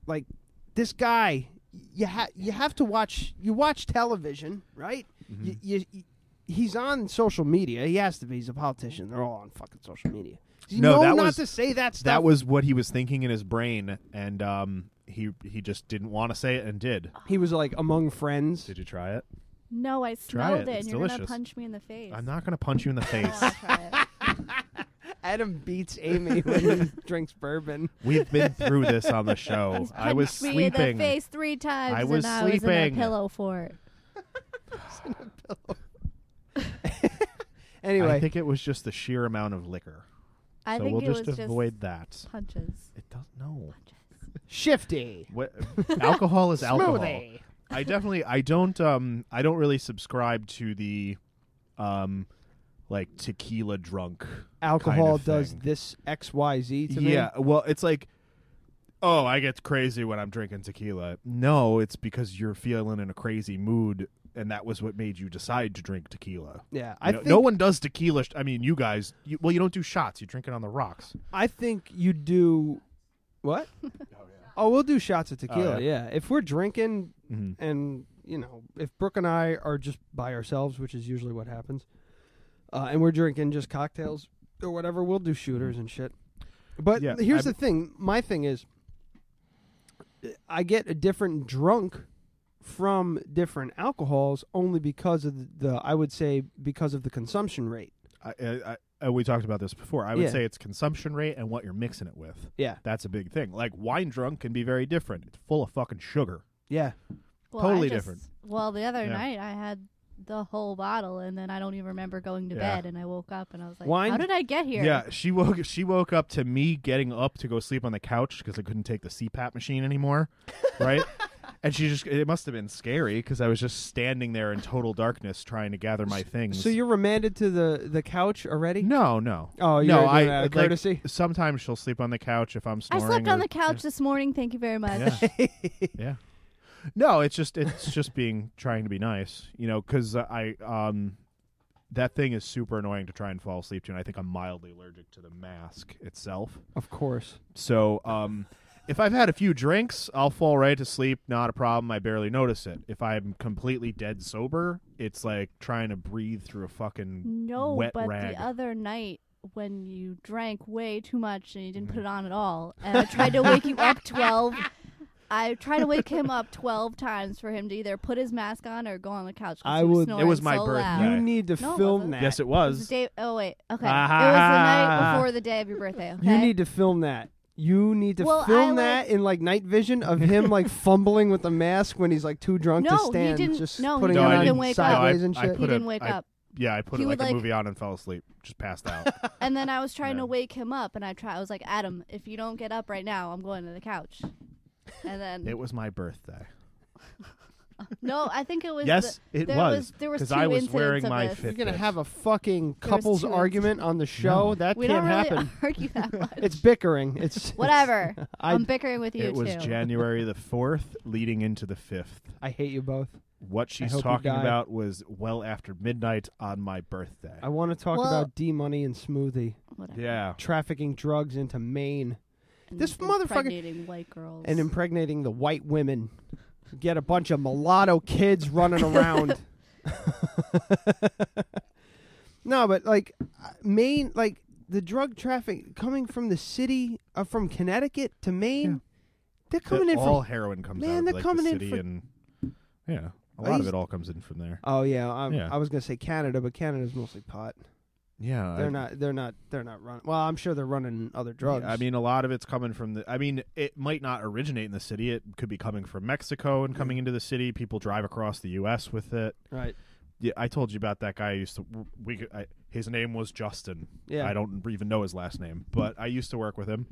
Speaker 6: Like this guy, you ha- you have to watch. You watch television, right?
Speaker 7: Mm-hmm.
Speaker 6: You, you, you- he's on social media. He has to be. He's a politician. They're all on fucking social media. You
Speaker 7: No,
Speaker 6: know
Speaker 7: that
Speaker 6: not
Speaker 7: was-
Speaker 6: to say that stuff.
Speaker 7: that was what he was thinking in his brain, and um, he he just didn't want to say it and did.
Speaker 6: he was like among friends.
Speaker 7: Did you try it?
Speaker 11: No, I
Speaker 7: Try
Speaker 11: smelled it,
Speaker 7: it. It's
Speaker 11: and you're gonna
Speaker 7: delicious.
Speaker 11: punch me in the face.
Speaker 7: I'm not gonna punch you in the
Speaker 11: I
Speaker 7: face.
Speaker 11: wanna try
Speaker 6: Adam beats Amy when he drinks bourbon.
Speaker 7: We've been through this on the
Speaker 11: it.
Speaker 7: show.
Speaker 11: He's
Speaker 7: Oh, I was
Speaker 11: punched me in
Speaker 7: sleeping.
Speaker 11: the face three times.
Speaker 7: I was
Speaker 11: and I was in
Speaker 7: sleeping.
Speaker 11: a pillow for it.
Speaker 6: Anyway,
Speaker 7: I think it was just the sheer amount of liquor.
Speaker 11: I
Speaker 7: so
Speaker 11: think
Speaker 7: we'll
Speaker 11: it
Speaker 7: just
Speaker 11: was
Speaker 7: avoid that.
Speaker 11: just punches.
Speaker 7: It doesn't. No.
Speaker 6: shifty.
Speaker 7: What, alcohol is alcohol.
Speaker 6: Smoothie.
Speaker 7: I definitely. I don't. Um. I don't really subscribe to the, um, like tequila drunk.
Speaker 6: alcohol
Speaker 7: kind of
Speaker 6: does
Speaker 7: thing.
Speaker 6: this X Y Z to me.
Speaker 7: Yeah. Well, it's like oh, I get crazy when I'm drinking tequila. No, it's because you're feeling in a crazy mood, and that was what made you decide to drink tequila.
Speaker 6: Yeah,
Speaker 7: You
Speaker 6: I
Speaker 7: know, no
Speaker 6: think-
Speaker 7: one does tequila. Sh- I mean, you guys. You, well, you don't do shots. You drink it on the rocks.
Speaker 6: I think you do what? oh, we'll do shots of tequila. yeah.
Speaker 7: yeah.
Speaker 6: if we're drinking
Speaker 7: Mhm.
Speaker 6: and you know, if Brooke and I are just by ourselves, which is usually what happens, uh, and we're drinking just cocktails or whatever, we'll do shooters and shit. But
Speaker 7: Yeah,
Speaker 6: here's
Speaker 7: I-
Speaker 6: the thing. My thing is, I get a different drunk from different alcohols only because of the I would say because of the consumption rate.
Speaker 7: I, I, I, uh, we talked about this before. I would
Speaker 6: Yeah.
Speaker 7: say it's consumption rate and what you're mixing it with.
Speaker 6: Yeah.
Speaker 7: that's a big thing. Like wine drunk can be very different. It's full of fucking sugar.
Speaker 6: Yeah,
Speaker 11: Well,
Speaker 7: totally
Speaker 11: I just-
Speaker 7: different.
Speaker 11: Well, the other
Speaker 7: Yeah.
Speaker 11: night I had the whole bottle, and then I don't even remember going to
Speaker 7: Yeah.
Speaker 11: bed. And I woke up and I was like,
Speaker 7: Wine-
Speaker 11: "How did I get here?"
Speaker 7: Yeah, she woke she woke up to me getting up to go sleep on the couch because I couldn't take the CPAP machine anymore, right? and she just it must have been scary because I was just standing there in total darkness trying to gather my things.
Speaker 6: So you're remanded to the the couch already?
Speaker 7: No, no.
Speaker 6: Oh, you
Speaker 7: no,
Speaker 6: were doing
Speaker 7: I
Speaker 6: it out of
Speaker 7: like,
Speaker 6: courtesy.
Speaker 7: sometimes she'll sleep on the couch if I'm
Speaker 11: I
Speaker 7: snoring.
Speaker 11: slept on
Speaker 7: or-
Speaker 11: the couch this morning. Thank you very much.
Speaker 7: Yeah. yeah. No, it's just it's just being trying to be nice, you know, because I um that thing is super annoying to try and fall asleep to, and I think I'm mildly allergic to the mask itself.
Speaker 6: Of course.
Speaker 7: So um, if I've had a few drinks, I'll fall right to sleep, not a problem. I barely notice it. If I'm completely dead sober, it's like trying to breathe through a fucking
Speaker 11: No,
Speaker 7: wet
Speaker 11: but
Speaker 7: rag.
Speaker 11: the other night when you drank way too much and you
Speaker 7: Mm-hmm.
Speaker 11: didn't put it on at all, and I tried to wake you up twelve. I tried to wake him up twelve times for him to either put his mask on or go on the couch. 'cause
Speaker 6: I
Speaker 11: he
Speaker 6: would- It
Speaker 11: snoring
Speaker 7: was my
Speaker 11: so
Speaker 7: birthday.
Speaker 11: loud.
Speaker 6: You need to
Speaker 11: Uh, No, it
Speaker 6: film
Speaker 11: wasn't.
Speaker 6: that.
Speaker 7: yes, it
Speaker 11: It was
Speaker 7: was.
Speaker 11: the day. Oh wait, okay. It was the
Speaker 7: Ah-ha.
Speaker 11: night before the day of your birthday. Okay?
Speaker 6: You need to film that. You need to
Speaker 11: Well,
Speaker 6: film
Speaker 11: I,
Speaker 6: that in like night vision of him like fumbling with the mask when he's like too drunk to
Speaker 11: No, he
Speaker 6: stand.
Speaker 11: didn't-
Speaker 6: Just
Speaker 11: no, he
Speaker 6: putting
Speaker 11: didn't
Speaker 6: it
Speaker 11: even
Speaker 6: on
Speaker 11: wake up.
Speaker 6: sideways
Speaker 11: No, I-
Speaker 6: and
Speaker 11: I
Speaker 6: shit.
Speaker 11: put He a- didn't wake
Speaker 7: I-
Speaker 11: up.
Speaker 7: Yeah, I put
Speaker 11: He
Speaker 7: it
Speaker 11: would,
Speaker 7: like,
Speaker 11: like-
Speaker 7: a movie on and fell asleep. Just passed out.
Speaker 11: And then I was trying to wake him up, and I try. I was like, Adam, if you don't get up right now, I'm going to the couch. And then
Speaker 7: it was my birthday.
Speaker 11: no, I think it was.
Speaker 7: Yes,
Speaker 11: the,
Speaker 7: it
Speaker 11: there
Speaker 7: was,
Speaker 11: There was
Speaker 7: 'cause
Speaker 11: two
Speaker 7: I was
Speaker 11: incidents
Speaker 7: wearing
Speaker 11: of
Speaker 7: my
Speaker 11: this.
Speaker 6: You're
Speaker 7: Fitbit.
Speaker 6: gonna have a fucking couples
Speaker 11: two incidents.
Speaker 6: argument on the show.
Speaker 7: No.
Speaker 6: That
Speaker 11: we
Speaker 6: can't
Speaker 11: don't really
Speaker 6: happen.
Speaker 11: argue that much.
Speaker 6: it's bickering. It's
Speaker 11: Whatever.
Speaker 6: I-
Speaker 11: I'm bickering with you
Speaker 7: it was
Speaker 11: too.
Speaker 7: January the fourth, leading into the fifth.
Speaker 6: I hate you both.
Speaker 7: What she's
Speaker 6: hope you
Speaker 7: talking
Speaker 6: die.
Speaker 7: about was well after midnight on my birthday.
Speaker 6: I want to talk
Speaker 11: Well-
Speaker 6: about D Money and Smoothie
Speaker 11: Whatever.
Speaker 7: yeah.
Speaker 6: trafficking drugs into Maine
Speaker 11: And
Speaker 6: This motherfucker-
Speaker 11: impregnating white girls.
Speaker 6: and impregnating the white women. Get a bunch of mulatto kids running around. no, but like uh, Maine, like the drug traffic coming from the city, uh, from Connecticut to Maine, they're coming
Speaker 7: that
Speaker 6: in
Speaker 7: all
Speaker 6: from.
Speaker 7: heroin comes
Speaker 6: Man,
Speaker 7: out
Speaker 6: they're
Speaker 7: of like,
Speaker 6: coming
Speaker 7: the
Speaker 6: in
Speaker 7: city
Speaker 6: for-
Speaker 7: and yeah, a
Speaker 6: I
Speaker 7: lot of
Speaker 6: used-
Speaker 7: it all comes in from there.
Speaker 6: Oh yeah, i
Speaker 7: Yeah.
Speaker 6: I was gonna say Canada, but Canada's mostly pot.
Speaker 7: Yeah,
Speaker 6: They're
Speaker 7: I-
Speaker 6: not. They're not. They're not running. Well, I'm sure they're running other drugs.
Speaker 7: I mean, a lot of it's coming from the. I mean, it might not originate in the city. It could be coming from Mexico and coming into the city. People drive across the U.S. with it.
Speaker 6: right?
Speaker 7: Yeah, I told you about that guy. I used to. We could- I, his name was Justin.
Speaker 6: Yeah.
Speaker 7: I don't even know his last name, but I used to work with him.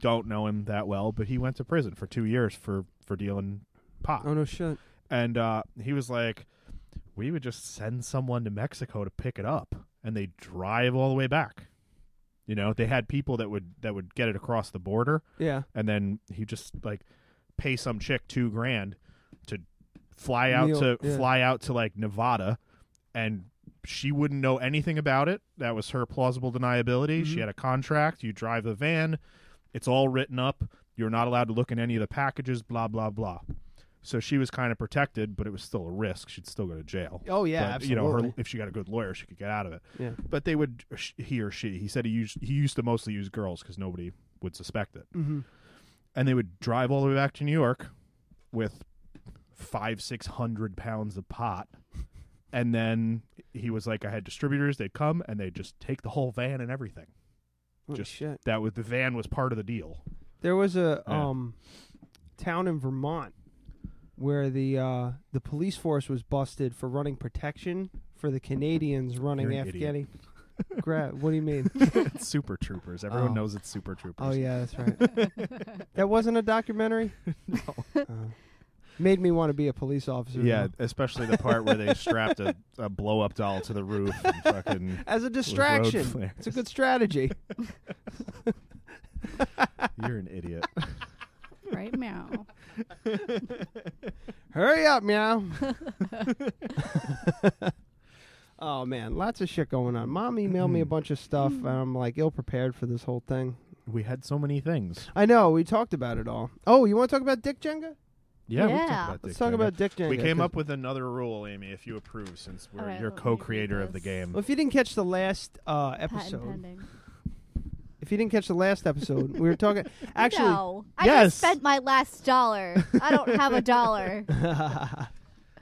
Speaker 7: Don't know him that well, but he went to prison for two years for for dealing pot.
Speaker 6: Oh no shit.
Speaker 7: and uh, he was like, "We would just send someone to Mexico to pick it up, and they drive all the way back." You know, they had people that would that would get it across the border,
Speaker 6: Yeah.
Speaker 7: and then he just like pay some chick two grand to fly out
Speaker 6: Neil-
Speaker 7: to
Speaker 6: yeah.
Speaker 7: fly out to like Nevada, and she wouldn't know anything about it. That was her plausible deniability. She had a contract. You drive the van. It's all written up. You're not allowed to look in any of the packages. Blah blah blah. So she was kind of protected, but it was still a risk. She'd still go to jail.
Speaker 6: Oh, yeah,
Speaker 7: But, you know, her,
Speaker 6: absolutely.
Speaker 7: if she got a good lawyer, she could get out of it.
Speaker 6: Yeah.
Speaker 7: But they would sh- he or she. He said he used he used to mostly use girls because nobody would suspect it
Speaker 6: hmm
Speaker 7: and they would drive all the way back to New York with five, six hundred pounds of pot. And then he was like, I had distributors. They'd come and they'd just take the whole van and everything.
Speaker 6: Holy
Speaker 7: Just-
Speaker 6: shit.
Speaker 7: That was the van was part of the deal.
Speaker 6: There was a
Speaker 7: Yeah.
Speaker 6: um, town in Vermont where the uh, the police force was busted for running protection for the Canadians running
Speaker 7: You're an
Speaker 6: Afghani.
Speaker 7: idiot.
Speaker 6: Gra- what do you mean?
Speaker 7: it's Super Troopers. Everyone
Speaker 6: Oh.
Speaker 7: knows it's Super Troopers.
Speaker 6: oh yeah, that's right. that wasn't a documentary. no. made me want to be a police officer.
Speaker 7: Yeah,
Speaker 6: though.
Speaker 7: especially the part where they strapped a, a blow up doll to the roof and fucking.
Speaker 6: As a distraction,
Speaker 7: flares.
Speaker 6: it's a good strategy.
Speaker 7: You're an idiot.
Speaker 11: right meow.
Speaker 6: Hurry up, meow. oh man, lots of shit going on. Mom emailed
Speaker 7: Mm-hmm.
Speaker 6: me a bunch of stuff, and I'm like ill prepared for this whole thing.
Speaker 7: We had so many things.
Speaker 6: I know. We talked about it all. Oh, you want to talk about Dick Jenga?
Speaker 7: Yeah, we talked about
Speaker 6: Let's
Speaker 7: Dick
Speaker 6: talk
Speaker 7: Jenga.
Speaker 6: about Dick Jenga.
Speaker 7: We came
Speaker 6: 'cause-
Speaker 7: up with another rule, Amy, if you approve, since we're
Speaker 6: Alright,
Speaker 7: your
Speaker 6: let me
Speaker 7: co-creator of the game.
Speaker 6: Well, if you didn't catch the last uh, episode, if you didn't catch the last episode, we were talking. Actually,
Speaker 11: no, I
Speaker 6: yes.
Speaker 11: just spent my last dollar. I don't have a dollar.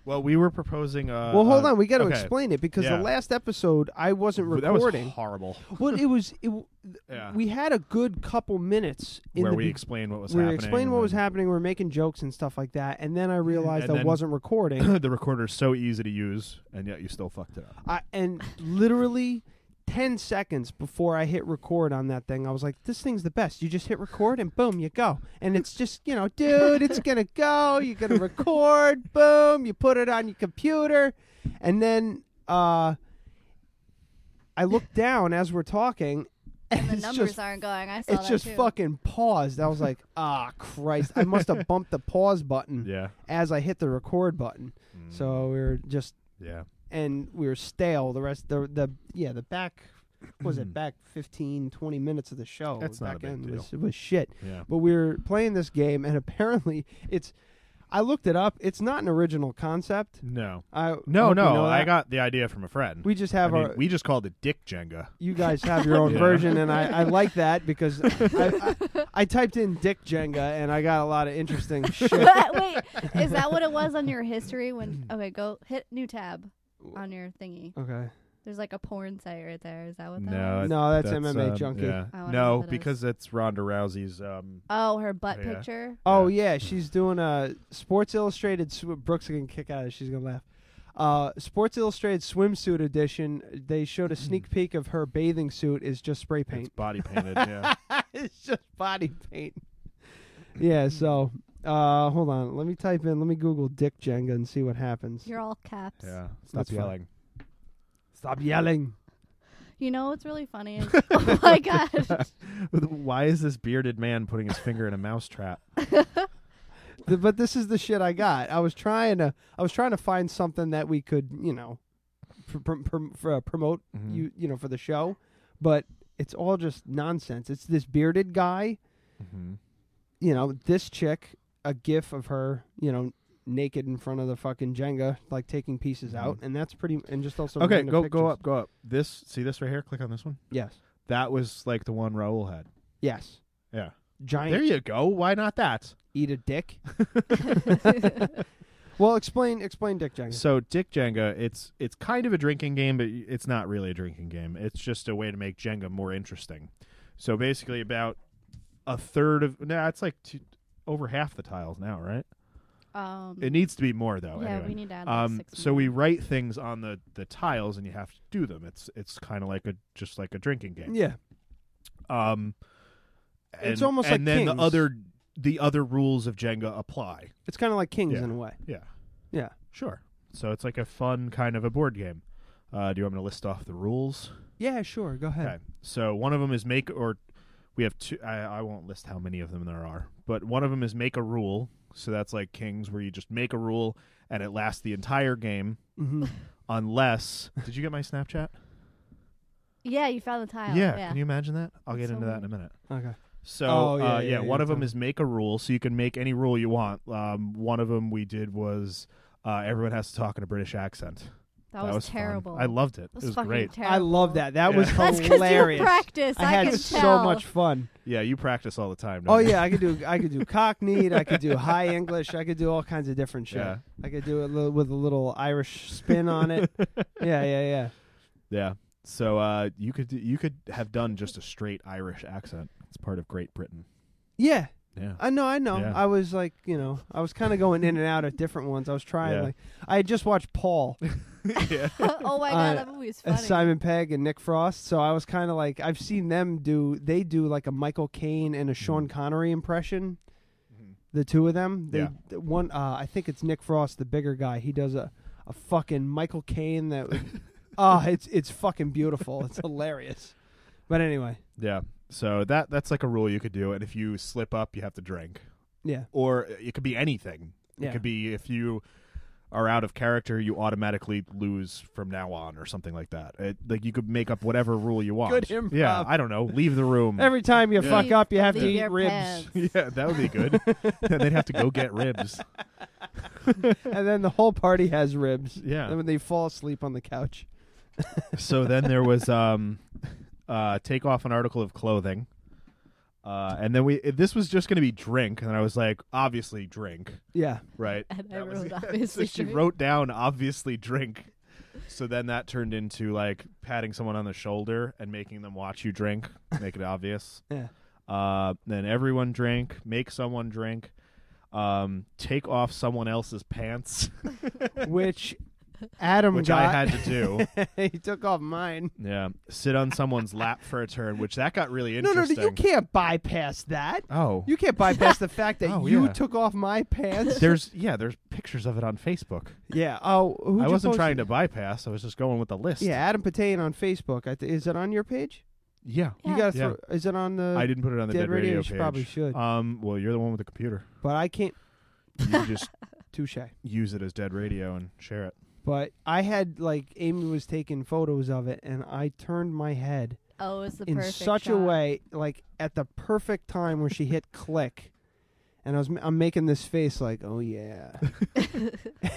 Speaker 7: Well, we were proposing. Uh,
Speaker 6: well, hold
Speaker 7: uh,
Speaker 6: on. We got to
Speaker 7: okay.
Speaker 6: explain it because
Speaker 7: Yeah.
Speaker 6: the last episode I wasn't
Speaker 7: But that was
Speaker 6: recording.
Speaker 7: horrible.
Speaker 6: Well, it was. It, w-
Speaker 7: Yeah.
Speaker 6: We had a good couple minutes in
Speaker 7: Where
Speaker 6: the
Speaker 7: we
Speaker 6: be-
Speaker 7: explained what was
Speaker 6: we
Speaker 7: happening
Speaker 6: explained what was happening. We were making jokes and stuff like that, and then I realized
Speaker 7: And
Speaker 6: I
Speaker 7: then-
Speaker 6: wasn't recording.
Speaker 7: the recorder's so easy to use, and yet you still fucked it up.
Speaker 6: I, and literally 10 seconds before I hit record on that thing, I was like, this thing's the best. You just hit record and boom, you go. And it's just, you know, dude, it's going to go. You're going to record. Boom. You put it on your computer. And then uh, I look down as we're talking. And,
Speaker 11: the
Speaker 6: it's
Speaker 11: numbers
Speaker 6: just-
Speaker 11: aren't going. I saw
Speaker 6: It's
Speaker 11: that
Speaker 6: just
Speaker 11: too.
Speaker 6: fucking paused. I was like, ah, Christ. I must have bumped the pause button
Speaker 7: Yeah.
Speaker 6: as I hit the record button. So
Speaker 7: Mm.
Speaker 6: we were just
Speaker 7: Yeah.
Speaker 6: and we were stale the rest the the yeah the back was it back 15 20 minutes of the show
Speaker 7: That's not
Speaker 6: back
Speaker 7: a big
Speaker 6: end
Speaker 7: deal.
Speaker 6: Was, it was shit
Speaker 7: Yeah.
Speaker 6: but we were playing this game and apparently it's i looked it up it's not an original concept
Speaker 7: No.
Speaker 6: i
Speaker 7: No,
Speaker 6: hope you
Speaker 7: no.
Speaker 6: know
Speaker 7: I
Speaker 6: that.
Speaker 7: got the idea from a friend.
Speaker 6: We just have
Speaker 7: I mean,
Speaker 6: our-
Speaker 7: we just called it Dick Jenga.
Speaker 6: you guys have your own
Speaker 7: Yeah.
Speaker 6: version and I, I like that because I, I, I typed in dick jenga and i got a lot of interesting shit
Speaker 11: Wait, is that what it was on your history? When okay, go hit new tab on your thingy.
Speaker 6: okay
Speaker 11: There's like a porn site right there. Is that what that
Speaker 7: No,
Speaker 11: was?
Speaker 6: No, that's
Speaker 7: that's
Speaker 6: MMA
Speaker 7: um,
Speaker 6: junkie.
Speaker 7: yeah.
Speaker 11: I wanna know
Speaker 7: No,
Speaker 11: what that
Speaker 7: because it's Ronda Rousey's. Um,
Speaker 11: Oh, her butt
Speaker 7: Yeah.
Speaker 11: picture.
Speaker 6: Oh yeah, she's doing a Sports Illustrated. Sw- Brooks can kick out of. it, She's gonna laugh. Uh, Sports Illustrated swimsuit edition. They showed a sneak peek of her bathing suit is just spray
Speaker 7: it's
Speaker 6: paint.
Speaker 7: body painted. Yeah.
Speaker 6: it's just body paint. Yeah. So uh, hold on. Let me type in. Let me Google Dick Jenga and see what happens.
Speaker 11: You're all caps.
Speaker 7: Yeah. Stop
Speaker 6: That's fine.
Speaker 7: yelling.
Speaker 6: Stop yelling.
Speaker 11: You know what's really funny? Is, oh my god.
Speaker 7: Why is this bearded man putting his finger in a mouse trap?
Speaker 6: Th- but this is the shit I got. I was trying to. I was trying to find something that we could, you know, pr- pr- pr- pr- uh, promote
Speaker 7: Mhm.
Speaker 6: you, you know, for the show. But it's all just nonsense. It's this bearded guy,
Speaker 7: Mm-hmm.
Speaker 6: you know, this chick, a gif of her, you know, naked in front of the fucking Jenga, like taking pieces out, and that's pretty. And just also
Speaker 7: Mm-hmm. Okay,
Speaker 6: random
Speaker 7: go
Speaker 6: pictures.
Speaker 7: go up, go up. This see this right here. Click on this one.
Speaker 6: Yes,
Speaker 7: That was like the one Raul had.
Speaker 6: yes,
Speaker 7: Yeah.
Speaker 6: giant.
Speaker 7: There you go. Why not that?
Speaker 6: Eat a dick. well, explain explain Dick Jenga.
Speaker 7: So Dick Jenga, it's it's kind of a drinking game, but y- it's not really a drinking game. It's just a way to make Jenga more interesting. So basically, about a third of no, it's like two, over half the tiles now, right?
Speaker 11: Um,
Speaker 7: It needs to be more though.
Speaker 11: Yeah,
Speaker 7: anyway.
Speaker 11: we need to add, like,
Speaker 7: Um,
Speaker 11: six
Speaker 7: so we write things on the the tiles, and you have to do them. It's it's kind of like a just like a drinking game.
Speaker 6: yeah,
Speaker 7: Um, and,
Speaker 6: It's almost
Speaker 7: and
Speaker 6: like
Speaker 7: then
Speaker 6: Kings.
Speaker 7: the other the other rules of Jenga apply.
Speaker 6: it's kind of like Kings
Speaker 7: Yeah.
Speaker 6: in a way.
Speaker 7: Yeah,
Speaker 6: Yeah.
Speaker 7: sure. So it's like a fun kind of a board game. Uh, do you want me to list off the rules?
Speaker 6: Yeah, sure. Go ahead.
Speaker 7: Okay. So one of them is make or we have two. I, I won't list how many of them there are, but one of them is make a rule. So that's like Kings, where you just make a rule and it lasts the entire game,
Speaker 6: Mm-hmm.
Speaker 7: unless. did you get my Snapchat?
Speaker 11: yeah, you found the tile.
Speaker 7: yeah.
Speaker 11: Yeah.
Speaker 7: Can you imagine that? I'll get
Speaker 11: That's so
Speaker 7: into that
Speaker 11: weird.
Speaker 7: in a minute.
Speaker 6: Okay.
Speaker 7: So
Speaker 6: Oh,
Speaker 7: yeah,
Speaker 6: yeah,
Speaker 7: uh,
Speaker 6: yeah,
Speaker 7: yeah,
Speaker 6: yeah,
Speaker 7: one of
Speaker 6: tell
Speaker 7: them
Speaker 6: me.
Speaker 7: is make a rule, so you can make any rule you want. Um, one of them we did was uh, everyone has to talk in a British accent.
Speaker 11: that, was,
Speaker 7: fun.
Speaker 11: terrible.
Speaker 7: I loved it.
Speaker 11: That was,
Speaker 7: it was
Speaker 11: fucking
Speaker 7: great.
Speaker 11: terrible.
Speaker 6: I love that. That was
Speaker 7: Yeah.
Speaker 11: That's
Speaker 6: hilarious.
Speaker 11: you practice. I,
Speaker 6: I had
Speaker 11: can
Speaker 6: so
Speaker 11: tell.
Speaker 6: much fun.
Speaker 7: Yeah, you practice all the time. don't
Speaker 6: Oh
Speaker 7: you?
Speaker 6: yeah, I could do I could do cockney, I could do high English, I could do all kinds of different shit.
Speaker 7: Yeah.
Speaker 6: I could do it li- with a little Irish spin on it. yeah, yeah, yeah.
Speaker 7: Yeah. So uh, you could you could have done just a straight Irish accent. It's part of Great Britain.
Speaker 6: Yeah.
Speaker 7: Yeah.
Speaker 6: I know, I know.
Speaker 7: Yeah.
Speaker 6: I was like, you know, I was kind of going in and out of different ones. I was trying
Speaker 7: Yeah.
Speaker 6: like I had just watched Paul,
Speaker 7: yeah.
Speaker 11: oh my
Speaker 6: uh,
Speaker 11: god, that movie was funny.
Speaker 6: Simon Pegg and Nick Frost, so I was kind of like I've seen them do they do like a Michael Caine and a
Speaker 7: Mm-hmm.
Speaker 6: Sean Connery impression. The two of them, they
Speaker 7: Yeah.
Speaker 6: th- one uh, I think it's Nick Frost, the bigger guy. He does a a fucking Michael Caine that Ah, it's it's fucking beautiful. It's hilarious. But anyway,
Speaker 7: Yeah. So that that's like a rule you could do, and if you slip up, you have to drink.
Speaker 6: Yeah.
Speaker 7: Or it could be anything.
Speaker 6: Yeah.
Speaker 7: It could be if you are out of character, you automatically lose from now on, or something like that. It, like you could make up whatever rule you want.
Speaker 6: Good improv.
Speaker 7: Yeah, I don't know. Leave the room
Speaker 6: Every time you
Speaker 7: Yeah.
Speaker 6: fuck up, you have to
Speaker 11: Leave
Speaker 6: eat
Speaker 11: your
Speaker 6: ribs,
Speaker 11: pants.
Speaker 7: Yeah, that would be good. They'd have to go get ribs.
Speaker 6: and then the whole party has ribs.
Speaker 7: Yeah.
Speaker 6: and when they fall asleep on the couch.
Speaker 7: so then there was um uh take off an article of clothing uh and then we this was just going to be drink and i was like obviously drink
Speaker 6: Yeah.
Speaker 7: right
Speaker 11: And I
Speaker 7: That was-
Speaker 11: wrote,
Speaker 7: so
Speaker 11: "Obviously
Speaker 7: she
Speaker 11: drink."
Speaker 7: wrote down obviously drink so then that turned into like patting someone on the shoulder and making them watch you drink make it obvious
Speaker 6: Yeah.
Speaker 7: uh then everyone drink make someone drink um take off someone else's pants
Speaker 6: Which Adam
Speaker 7: Which I
Speaker 6: got.
Speaker 7: had to
Speaker 6: he took off mine.
Speaker 7: yeah sit on someone's lap for a turn which that got really
Speaker 6: No, no,
Speaker 7: interesting
Speaker 6: no, you can't bypass that.
Speaker 7: oh
Speaker 6: You can't bypass the fact that
Speaker 7: Oh,
Speaker 6: you
Speaker 7: yeah.
Speaker 6: took off my pants.
Speaker 7: There's yeah, there's pictures of it on Facebook.
Speaker 6: yeah. Oh, who'd
Speaker 7: I
Speaker 6: you
Speaker 7: wasn't
Speaker 6: post
Speaker 7: trying
Speaker 6: it?
Speaker 7: to bypass. I was just going with the list.
Speaker 6: Yeah, Adam Patane on Facebook. I th- is it on your page?
Speaker 7: yeah.
Speaker 6: You
Speaker 11: Yeah.
Speaker 6: got
Speaker 7: Yeah.
Speaker 6: to throw. Is it on the?
Speaker 7: I didn't put it on the
Speaker 6: Dead
Speaker 7: dead,
Speaker 6: Radio,
Speaker 7: radio,
Speaker 6: you should-
Speaker 7: page.
Speaker 6: probably should.
Speaker 7: Um, well, you're the one with the computer.
Speaker 6: But I can't.
Speaker 7: You just
Speaker 6: Touche.
Speaker 7: use it as dead radio and share it.
Speaker 6: But I had like Amy was taking photos of it, and I turned my head
Speaker 11: Oh, it's the
Speaker 6: in
Speaker 11: perfect
Speaker 6: such a
Speaker 11: shot.
Speaker 6: way, like at the perfect time where she hit click, and I was I'm making this face like, oh yeah,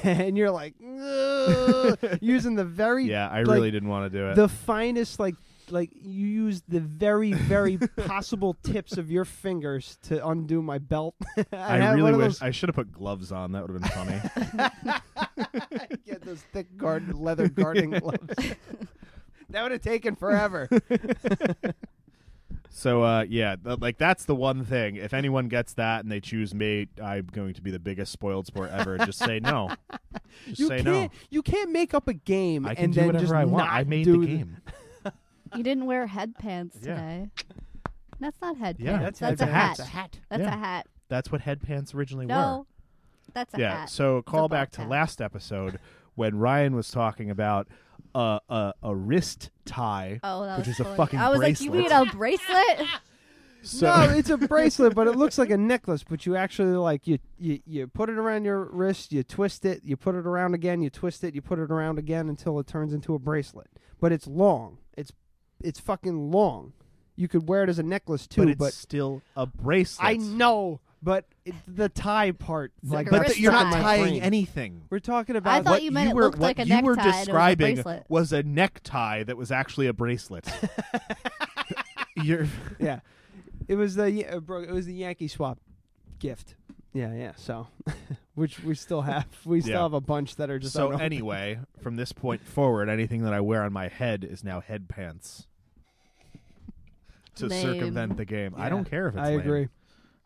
Speaker 6: and you're like "Ugh," using the very
Speaker 7: Yeah, I
Speaker 6: like,
Speaker 7: really didn't want to do it.
Speaker 6: the finest like like you used the very very possible tips of your fingers to undo my belt. I,
Speaker 7: I
Speaker 6: had
Speaker 7: really
Speaker 6: one of
Speaker 7: wish
Speaker 6: those-
Speaker 7: I should have put gloves on. That would have been funny.
Speaker 6: get those thick guard leather guarding gloves. that would have taken forever.
Speaker 7: so uh, yeah, th- like that's the one thing. If anyone gets that and they choose me, I'm going to be the biggest spoiled sport ever. just say no. Just
Speaker 6: you
Speaker 7: say
Speaker 6: can't
Speaker 7: no.
Speaker 6: you can't make up a game
Speaker 7: I can
Speaker 6: and
Speaker 7: do
Speaker 6: then
Speaker 7: whatever
Speaker 6: just
Speaker 7: I want.
Speaker 6: not
Speaker 7: I made
Speaker 6: do
Speaker 7: the game.
Speaker 11: You didn't wear headpants
Speaker 7: Yeah.
Speaker 11: today. That's not headpants.
Speaker 7: Yeah,
Speaker 11: that's,
Speaker 7: that's
Speaker 11: a
Speaker 7: a hat.
Speaker 11: hat.
Speaker 7: That's a
Speaker 6: hat.
Speaker 11: That's
Speaker 7: Yeah.
Speaker 11: a hat.
Speaker 7: That's what headpants originally were.
Speaker 11: No, that's a
Speaker 7: yeah.
Speaker 11: hat.
Speaker 7: So call
Speaker 11: a ball
Speaker 7: back to
Speaker 11: cap.
Speaker 7: last episode when Ryan was talking about a a, a wrist tie,
Speaker 6: Uh,
Speaker 11: Oh, that
Speaker 7: which
Speaker 11: was
Speaker 7: is a
Speaker 11: totally-
Speaker 7: fucking
Speaker 11: I was
Speaker 7: bracelet.
Speaker 11: like, you mean a bracelet?
Speaker 7: so
Speaker 6: no, it's a bracelet, but it looks like a necklace. But you actually like you, you you put it around your wrist, you twist it, you put it around again, you twist it, you put it around again until it turns into a bracelet. But it's long. It's it's fucking long. You could wear it as a necklace too,
Speaker 7: but
Speaker 6: but,
Speaker 7: it's still a bracelet.
Speaker 6: I know. But it, the tie part, like,
Speaker 7: but
Speaker 11: wrist
Speaker 7: you're not
Speaker 11: tie.
Speaker 7: tying
Speaker 6: Brain.
Speaker 7: anything.
Speaker 6: We're talking about
Speaker 11: I thought
Speaker 7: what
Speaker 11: you meant it
Speaker 7: were
Speaker 11: looked
Speaker 7: what
Speaker 11: like a
Speaker 7: you were
Speaker 11: necktie and it was a
Speaker 7: describing
Speaker 11: bracelet.
Speaker 7: was a necktie that was actually a bracelet. you're
Speaker 6: yeah. It was the Ye- uh, bro. It was the Yankee swap gift. Yeah, yeah. So, which we still have. We still
Speaker 7: Yeah.
Speaker 6: have a bunch that are just
Speaker 7: so
Speaker 6: unopened.
Speaker 7: anyway. From this point forward, anything that I wear on my head is now head pants. To
Speaker 11: Lame.
Speaker 7: circumvent the game, I
Speaker 6: Yeah,
Speaker 7: don't care if it's.
Speaker 6: I
Speaker 7: lame.
Speaker 6: agree.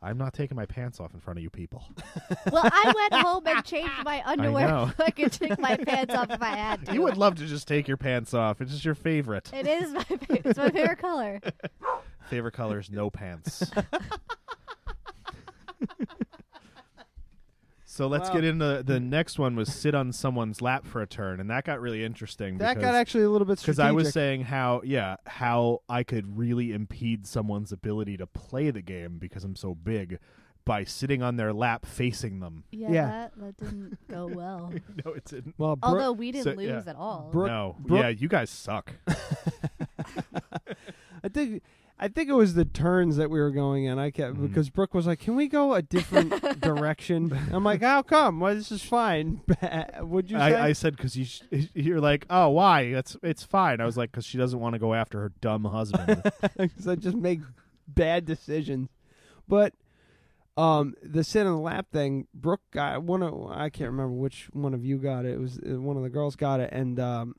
Speaker 7: I'm not taking my pants off in front of you people.
Speaker 11: well, I went home and changed my underwear
Speaker 7: know.
Speaker 11: so I could take my pants off if I had to.
Speaker 7: you would love to just take your pants off. It's just your favorite.
Speaker 11: It is my fa- it's my favorite color.
Speaker 7: Favorite color is no pants. so let's
Speaker 6: Wow.
Speaker 7: get into the next one was sit on someone's lap for a turn, and that got really interesting.
Speaker 6: That
Speaker 7: because-
Speaker 6: got actually a little bit
Speaker 7: because
Speaker 6: strategic.
Speaker 7: I was saying how yeah how I could really impede someone's ability to play the game because I'm so big by sitting on their lap facing them.
Speaker 11: Yeah,
Speaker 6: Yeah.
Speaker 11: That, that didn't go well.
Speaker 7: No, it didn't.
Speaker 6: well, Brooke,
Speaker 11: Although we didn't
Speaker 7: So, yeah.
Speaker 11: lose at all.
Speaker 6: Brooke-
Speaker 7: no,
Speaker 6: Brooke-
Speaker 7: yeah, you guys suck.
Speaker 6: I think I think it was the turns that we were going in. I kept
Speaker 7: Mhm.
Speaker 6: because Brooke was like, "Can we go a different direction?" I'm like, "How come? Well, this is fine." Would you say?
Speaker 7: I, I said because you sh- you're like oh why that's it's fine. I was like because she doesn't want to go after her dumb husband.
Speaker 6: 'Cause I just make bad decisions. But um, the sit on the lap thing, Brooke got one of I can't remember which one of you got it. It was uh, one of the girls got it, and um,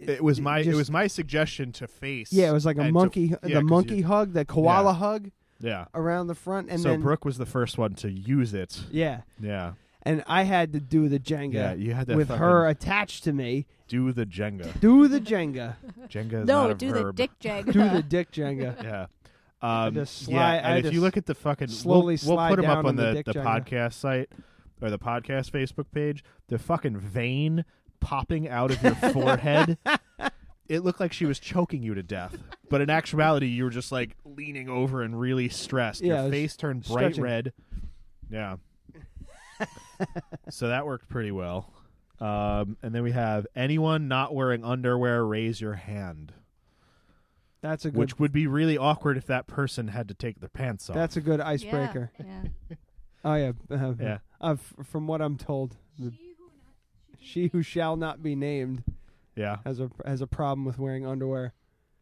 Speaker 7: it was my it
Speaker 6: just-
Speaker 7: was my suggestion to face.
Speaker 6: yeah, it was like a
Speaker 7: and to-
Speaker 6: monkey,
Speaker 7: yeah, 'cause
Speaker 6: the
Speaker 7: you-
Speaker 6: monkey hug, the koala
Speaker 7: Yeah.
Speaker 6: hug
Speaker 7: yeah.
Speaker 6: around the front, and
Speaker 7: so
Speaker 6: then
Speaker 7: Brooke was the first one to use it.
Speaker 6: yeah,
Speaker 7: Yeah,
Speaker 6: and I had to do the Jenga
Speaker 7: yeah. You had to
Speaker 6: with
Speaker 7: fucking
Speaker 6: her attached to me.
Speaker 7: do the Jenga.
Speaker 6: Do the Jenga,
Speaker 7: Jenga is not
Speaker 11: no,
Speaker 7: a
Speaker 11: do the
Speaker 7: verb.
Speaker 11: dick jag.
Speaker 6: do the dick Jenga.
Speaker 7: Yeah. Um,
Speaker 6: just
Speaker 7: yeah,
Speaker 6: slide- I
Speaker 7: and if you
Speaker 6: just
Speaker 7: look at the fucking we'll-
Speaker 6: slowly
Speaker 7: we'll,
Speaker 6: slide
Speaker 7: put them
Speaker 6: down
Speaker 7: up
Speaker 6: on
Speaker 7: on
Speaker 6: the
Speaker 7: the,
Speaker 6: dick
Speaker 7: the,
Speaker 6: jogger.
Speaker 7: podcast site or the podcast Facebook page. The fucking vein popping out of your forehead. It looked like she was choking you to death, but in actuality, you were just like leaning over and really stressed.
Speaker 6: Yeah, I
Speaker 7: your
Speaker 6: was
Speaker 7: face turned bright
Speaker 6: stretching.
Speaker 7: red. Yeah. so that worked pretty well. Um, and then we have anyone not wearing underwear, raise your hand.
Speaker 6: That's a good.
Speaker 7: Which would be really awkward if that person had to take their pants off.
Speaker 6: That's a good icebreaker.
Speaker 11: Yeah.
Speaker 6: oh yeah. Uh,
Speaker 7: Yeah.
Speaker 6: uh, f- from what I'm told, the, she who shall not be named.
Speaker 7: Yeah.
Speaker 6: Has a has a problem with wearing underwear.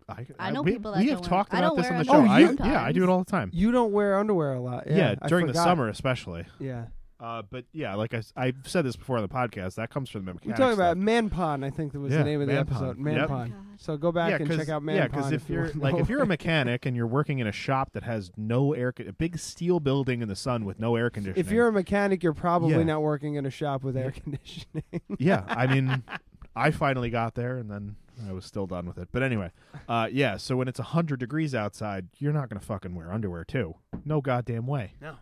Speaker 7: I,
Speaker 11: I know we- people that we have don't wear talked underwear. I
Speaker 7: about this on the show. I, yeah, I do it all the time.
Speaker 6: You don't wear underwear a lot. Yeah, I
Speaker 7: during the
Speaker 6: forgot.
Speaker 7: summer especially.
Speaker 6: Yeah.
Speaker 7: Uh, but yeah, like I, have said this before on the podcast, that comes from the mechanics.
Speaker 6: We're talking about Man Pond, I think that was
Speaker 7: Yeah,
Speaker 6: the name of the
Speaker 7: Man
Speaker 6: episode.
Speaker 7: Pond.
Speaker 6: Man
Speaker 7: Yep.
Speaker 6: Pond. So go back and check out Man
Speaker 7: yeah,
Speaker 6: Pond.
Speaker 7: if you're
Speaker 6: you
Speaker 7: like if you're a
Speaker 6: wanna know.
Speaker 7: mechanic and you're working in a shop that has no air, con- a big steel building in the sun with no air conditioning.
Speaker 6: if you're a mechanic, you're probably
Speaker 7: Yeah.
Speaker 6: not working in a shop with air conditioning.
Speaker 7: yeah, I mean, I finally got there, and then I was still done with it. But anyway, uh, yeah. So when it's hundred degrees outside, you're not gonna fucking wear underwear too. No goddamn way.
Speaker 6: No.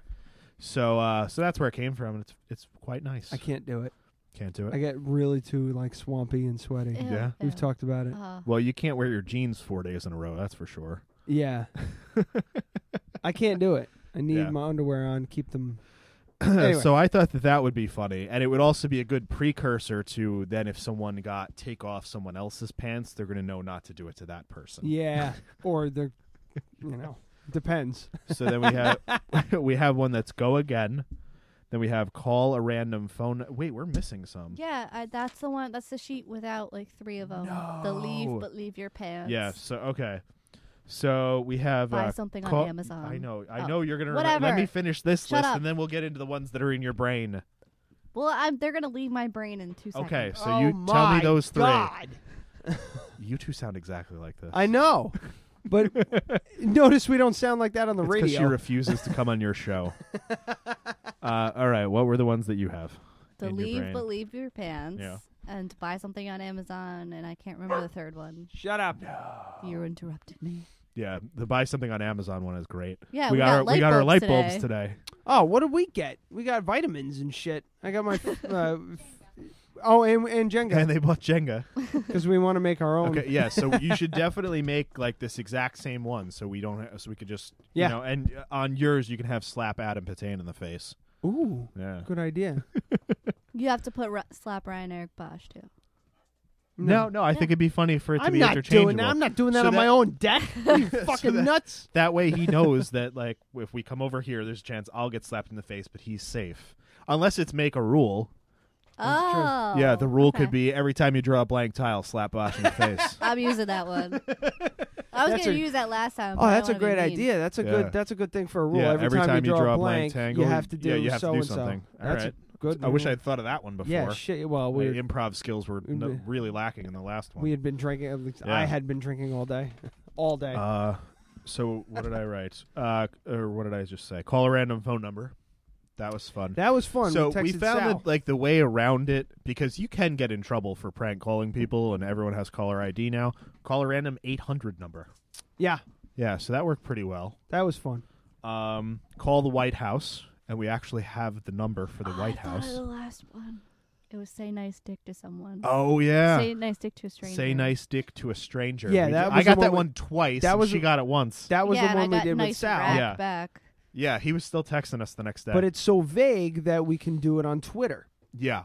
Speaker 7: So uh, so that's where it came from, and it's it's quite nice.
Speaker 6: I can't do it.
Speaker 7: Can't do it.
Speaker 6: I get really too like swampy and sweaty.
Speaker 7: Ew, Yeah.
Speaker 6: we've
Speaker 7: ew.
Speaker 6: talked about
Speaker 11: Uh,
Speaker 6: it.
Speaker 7: Well, you can't wear your jeans four days in a row. That's for sure.
Speaker 6: yeah, I can't do it. I need
Speaker 7: Yeah.
Speaker 6: my underwear on. Keep them. Anyway.
Speaker 7: so I thought that that would be funny, and it would also be a good precursor to then if someone got take off someone else's pants, they're going to know not to do it to that person.
Speaker 6: yeah, or they're, you know, depends.
Speaker 7: So then we have we have one that's go again. Then we have call a random phone. Wait, we're missing some.
Speaker 11: Yeah, I, that's the one. That's the sheet without like three of them. The
Speaker 7: No.
Speaker 11: leave but leave your pants.
Speaker 7: Yeah. So okay. So we have
Speaker 11: Buy
Speaker 7: uh,
Speaker 11: something on
Speaker 7: call-
Speaker 11: Amazon.
Speaker 7: I know. I
Speaker 11: Oh.
Speaker 7: know you're gonna. remem- Let
Speaker 11: Whatever.
Speaker 7: me finish this
Speaker 11: Shut
Speaker 7: list,
Speaker 11: up.
Speaker 7: and then we'll get into the ones that are in your brain.
Speaker 11: Well, I'm, they're gonna leave my brain in two seconds.
Speaker 7: Okay. So you tell me those three. You two sound exactly like this.
Speaker 6: I know, but notice we don't sound like that on the
Speaker 7: It's 'cause
Speaker 6: radio.
Speaker 7: she refuses to come on your show. uh, all right, what were the ones that you have?
Speaker 11: The
Speaker 7: in your
Speaker 11: leave
Speaker 7: brain?
Speaker 11: but leave your pants.
Speaker 7: Yeah.
Speaker 11: And buy something on Amazon, and I can't remember the third one.
Speaker 6: Shut up!
Speaker 11: You interrupted me.
Speaker 7: Yeah, the buy something on Amazon one is great.
Speaker 11: Yeah, we
Speaker 7: we, got,
Speaker 11: got
Speaker 7: our we
Speaker 11: light
Speaker 7: got our
Speaker 11: bulbs
Speaker 7: light bulbs
Speaker 11: today.
Speaker 7: today.
Speaker 6: Oh, what did we get? We got vitamins and shit. I got my. Uh, oh, and and Jenga.
Speaker 7: And they bought Jenga.
Speaker 6: because we want to make our own.
Speaker 7: Okay, yeah. So you should definitely make like this exact same one, so we don't. ha- So we could just,
Speaker 6: Yeah.
Speaker 7: you know, and uh, on yours you can have slap Adam Patain in the face.
Speaker 6: Ooh,
Speaker 7: Yeah.
Speaker 6: good idea.
Speaker 11: You have to put Ra- slap Ryan Eric Bosch too.
Speaker 7: No, no, I think it'd be funny for it to
Speaker 6: I'm
Speaker 7: be
Speaker 6: not
Speaker 7: interchangeable.
Speaker 6: doing that. I'm not doing that
Speaker 7: So
Speaker 6: on my own deck. Are you fucking
Speaker 7: that-
Speaker 6: nuts.
Speaker 7: That way he knows that like if we come over here, there's a chance I'll get slapped in the face, but he's safe. Unless it's make a rule.
Speaker 11: Oh,
Speaker 7: yeah, the rule
Speaker 11: okay.
Speaker 7: could be every time you draw a blank tile, slap Bosh in the face.
Speaker 11: I'm using that one. I was
Speaker 6: That's
Speaker 11: gonna
Speaker 6: a-
Speaker 11: use that last time. but
Speaker 6: Oh,
Speaker 11: I
Speaker 6: that's a
Speaker 11: don't wanna
Speaker 6: great
Speaker 11: be mean.
Speaker 6: idea. That's a
Speaker 7: Yeah.
Speaker 6: good. That's a good thing for a rule.
Speaker 7: Yeah,
Speaker 6: every, time, you draw, a blank,
Speaker 7: tangle,
Speaker 6: you have to do
Speaker 7: yeah, you have to
Speaker 6: so
Speaker 7: do
Speaker 6: and so.
Speaker 7: something. All
Speaker 6: That's
Speaker 7: right.
Speaker 6: a good.
Speaker 7: I wish I
Speaker 6: rule.
Speaker 7: had thought of that one before.
Speaker 6: Yeah, Mm, shit, well,
Speaker 7: My
Speaker 6: we're-
Speaker 7: improv skills were
Speaker 6: we'd
Speaker 7: no-
Speaker 6: be-
Speaker 7: really lacking in the last one.
Speaker 6: We had been drinking. At least I
Speaker 7: Yeah.
Speaker 6: had been drinking all day, all day.
Speaker 7: Uh, so what did I write? Uh, or what did I just say? Call a random phone number. That was fun.
Speaker 6: That was fun.
Speaker 7: So
Speaker 6: We
Speaker 7: we
Speaker 6: texted
Speaker 7: found
Speaker 6: Sal.
Speaker 7: that, like the way around it because you can get in trouble for prank calling people, and everyone has caller ID now. Call a random eight hundred number.
Speaker 6: yeah,
Speaker 7: Yeah, so that worked pretty well.
Speaker 6: that was fun.
Speaker 7: Um, call the White House, and we actually have the number for the White
Speaker 11: I thought of
Speaker 7: House.
Speaker 11: the last one. It was say nice dick to someone.
Speaker 7: Oh yeah.
Speaker 11: Say nice dick to a stranger.
Speaker 7: Say nice dick to a stranger.
Speaker 6: Yeah,
Speaker 7: We-
Speaker 6: that
Speaker 7: I
Speaker 6: was the
Speaker 7: got
Speaker 6: one
Speaker 7: that
Speaker 6: we-
Speaker 7: one twice.
Speaker 6: that
Speaker 7: and
Speaker 6: was
Speaker 7: she
Speaker 6: the-
Speaker 7: got it once.
Speaker 6: That was
Speaker 11: yeah,
Speaker 6: the
Speaker 11: and
Speaker 6: one
Speaker 11: I
Speaker 6: we
Speaker 11: got
Speaker 6: did
Speaker 11: nice
Speaker 6: with Sal.
Speaker 11: rack
Speaker 7: Yeah.
Speaker 11: back.
Speaker 7: Yeah, he was still texting us the next day.
Speaker 6: But it's so vague that we can do it on Twitter.
Speaker 7: yeah,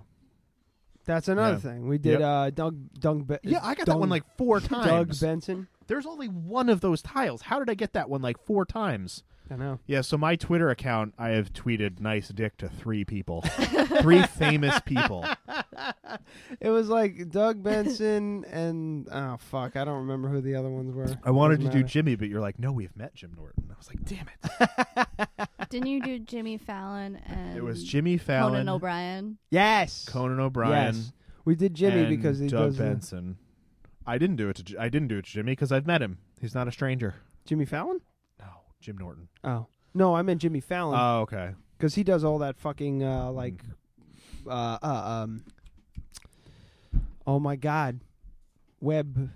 Speaker 6: That's another
Speaker 7: Yeah.
Speaker 6: thing. We did
Speaker 7: Yep.
Speaker 6: uh Doug Doug Be-
Speaker 7: Yeah, I got that
Speaker 6: Doug-
Speaker 7: one, like, four
Speaker 6: Doug
Speaker 7: times.
Speaker 6: Benson.
Speaker 7: There's only one of those tiles. How did I get that one like four times?
Speaker 6: I know.
Speaker 7: Yeah, so my Twitter account, I have tweeted nice dick to three people. three famous people.
Speaker 6: It was like Doug Benson and oh fuck, I don't remember who the other ones were.
Speaker 7: I wanted to
Speaker 6: Doesn't
Speaker 7: do
Speaker 6: matter.
Speaker 7: Jimmy, but you're like, no, we've met Jim Norton. I was like, damn it.
Speaker 11: Didn't you do Jimmy Fallon and
Speaker 7: It was Jimmy Fallon,
Speaker 11: Um, Conan O'Brien?
Speaker 6: Yes.
Speaker 7: Conan O'Brien,
Speaker 6: Yes. We did Jimmy
Speaker 7: and
Speaker 6: because he
Speaker 7: Doug
Speaker 6: does the-
Speaker 7: Benson. I didn't do it to J- I didn't do it to Jimmy because I've met him. He's not a stranger.
Speaker 6: Jimmy Fallon?
Speaker 7: No, Jim Norton.
Speaker 6: Oh. No, I meant Jimmy Fallon
Speaker 7: Oh, okay.
Speaker 6: because he does all that fucking uh like uh, uh um Oh my god. Web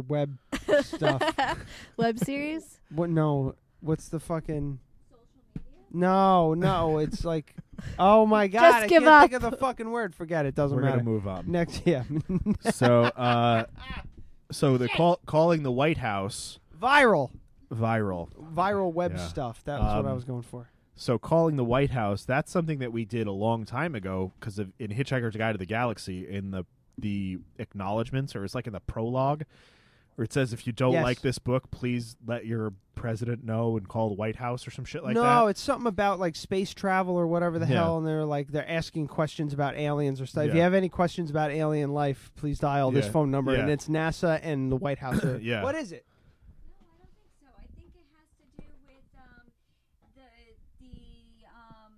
Speaker 6: web stuff.
Speaker 11: Web series?
Speaker 6: What? No. What's the fucking? No, no. It's like, oh my god! I
Speaker 11: give
Speaker 6: can't think
Speaker 11: up.
Speaker 6: of the fucking word. Forget it. Doesn't
Speaker 7: We're
Speaker 6: matter.
Speaker 7: gonna move on.
Speaker 6: Next, yeah.
Speaker 7: so uh so the call calling the White House
Speaker 6: viral,
Speaker 7: viral.
Speaker 6: viral web
Speaker 7: Yeah.
Speaker 6: stuff. That was what I
Speaker 7: Um,
Speaker 6: was going for.
Speaker 7: So calling the White House, that's something that we did a long time ago because in Hitchhiker's Guide to the Galaxy, in the the acknowledgments or it's like in the prologue, where it says if you don't
Speaker 6: Yes.
Speaker 7: like this book, please let your president know and call the White House or some shit like
Speaker 6: no,
Speaker 7: that.
Speaker 6: it's something about like space travel or whatever the
Speaker 7: Yeah.
Speaker 6: hell, and they're like they're asking questions about aliens or stuff. If
Speaker 7: Yeah.
Speaker 6: you have any questions about alien life, please dial this
Speaker 7: Yeah.
Speaker 6: phone number, and
Speaker 7: Yeah.
Speaker 6: it's NASA and the White House. are-
Speaker 7: Yeah.
Speaker 6: What is it?
Speaker 13: um,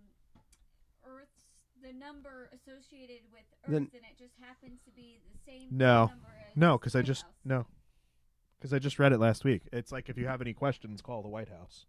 Speaker 13: Earth's the number associated with Earth,
Speaker 7: The-
Speaker 13: and it just happens to be the same.
Speaker 7: No,
Speaker 13: number as
Speaker 7: no, because I just
Speaker 13: House.
Speaker 7: no, because I just read it last week. It's like if you have any questions, call the White House.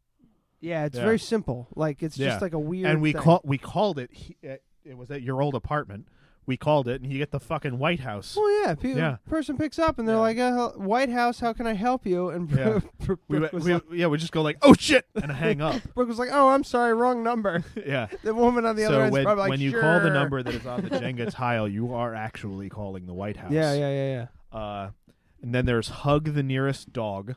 Speaker 6: Yeah, it's
Speaker 7: Yeah.
Speaker 6: very simple. Like it's
Speaker 7: Yeah.
Speaker 6: just like a weird.
Speaker 7: And we
Speaker 6: thing.
Speaker 7: call we called it. He, uh, it was at your old apartment. We called it, and you get the fucking White House.
Speaker 6: Oh yeah, people,
Speaker 7: Yeah.
Speaker 6: person picks up and they're like, uh, "White House, how can I help you?" And
Speaker 7: Yeah.
Speaker 6: Brooke
Speaker 7: we, went-
Speaker 6: was
Speaker 7: we-
Speaker 6: like,
Speaker 7: yeah, we just go like, oh shit, and hang up.
Speaker 6: Brooke was like, "Oh, I'm sorry, wrong number."
Speaker 7: Yeah.
Speaker 6: The woman on the
Speaker 7: so
Speaker 6: other end's
Speaker 7: when,
Speaker 6: probably like,
Speaker 7: when you call the
Speaker 6: "Sure."
Speaker 7: number that is on the Jenga tile, you are actually calling the White House.
Speaker 6: Yeah, yeah, yeah,
Speaker 7: yeah. Uh, and then there's hug the nearest dog,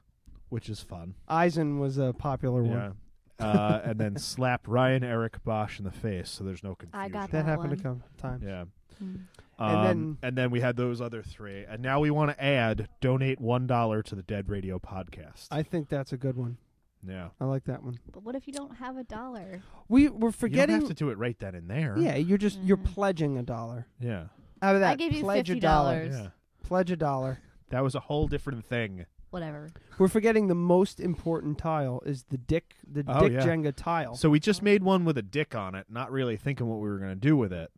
Speaker 7: which is fun.
Speaker 6: Eisen was a popular one.
Speaker 7: Yeah. uh, and then slap Ryan Eric Bosch in the face, so there's no confusion.
Speaker 11: I got that,
Speaker 6: That happened
Speaker 11: one.
Speaker 6: a couple times.
Speaker 7: Yeah.
Speaker 11: Mm.
Speaker 7: Um,
Speaker 6: And then-
Speaker 7: and then we had those other three, and now we want to add donate one dollar to the Dead Radio podcast.
Speaker 6: I think that's a good one.
Speaker 7: Yeah,
Speaker 6: I like that one.
Speaker 11: But what if you don't have a dollar?
Speaker 6: We we're forgetting.
Speaker 7: You don't have to do it right then and there.
Speaker 6: yeah, you're just you're pledging a dollar.
Speaker 7: yeah.
Speaker 6: Out of that,
Speaker 11: Mm-hmm. I gave you
Speaker 6: pledge a
Speaker 11: $50.
Speaker 6: dollar.
Speaker 7: Yeah.
Speaker 6: Pledge a dollar.
Speaker 7: That was a whole different thing.
Speaker 11: Whatever.
Speaker 6: We're forgetting the most important tile is the dick the
Speaker 7: Oh,
Speaker 6: dick
Speaker 7: yeah.
Speaker 6: Jenga tile.
Speaker 7: So we just made one with a dick on it, not really thinking what we were going to do with it.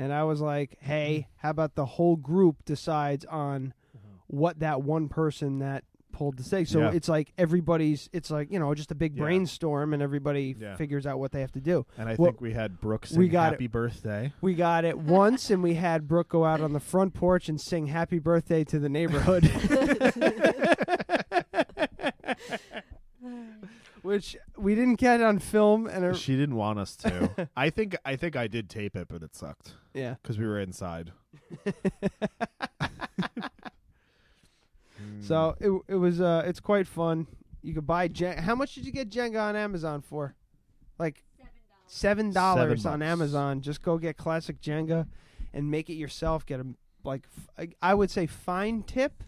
Speaker 6: and I was like, "Hey, how about the whole group decides on what that one person that pulled the stake?" So
Speaker 7: Yeah.
Speaker 6: it's like everybody's. It's like you know, just a big
Speaker 7: Yeah.
Speaker 6: brainstorm, and everybody
Speaker 7: Yeah.
Speaker 6: figures out what they have to do.
Speaker 7: And I
Speaker 6: Well,
Speaker 7: think we had Brooks
Speaker 6: we
Speaker 7: sing
Speaker 6: got
Speaker 7: happy
Speaker 6: it.
Speaker 7: birthday.
Speaker 6: we got it once, and we had Brooke go out on the front porch and sing "Happy Birthday" to the neighborhood. Which we didn't get on film, and it-
Speaker 7: She didn't want us to. I think I think I did tape it, but it sucked.
Speaker 6: Yeah.
Speaker 7: Cuz we were inside.
Speaker 6: so it, it was uh, it's quite fun. You could buy Jenga. How much did you get Jenga on Amazon for? Like seven dollars
Speaker 7: Seven
Speaker 6: on
Speaker 7: bucks.
Speaker 6: Amazon. Just go get classic Jenga and make it yourself. Get a like f- I would say fine tip.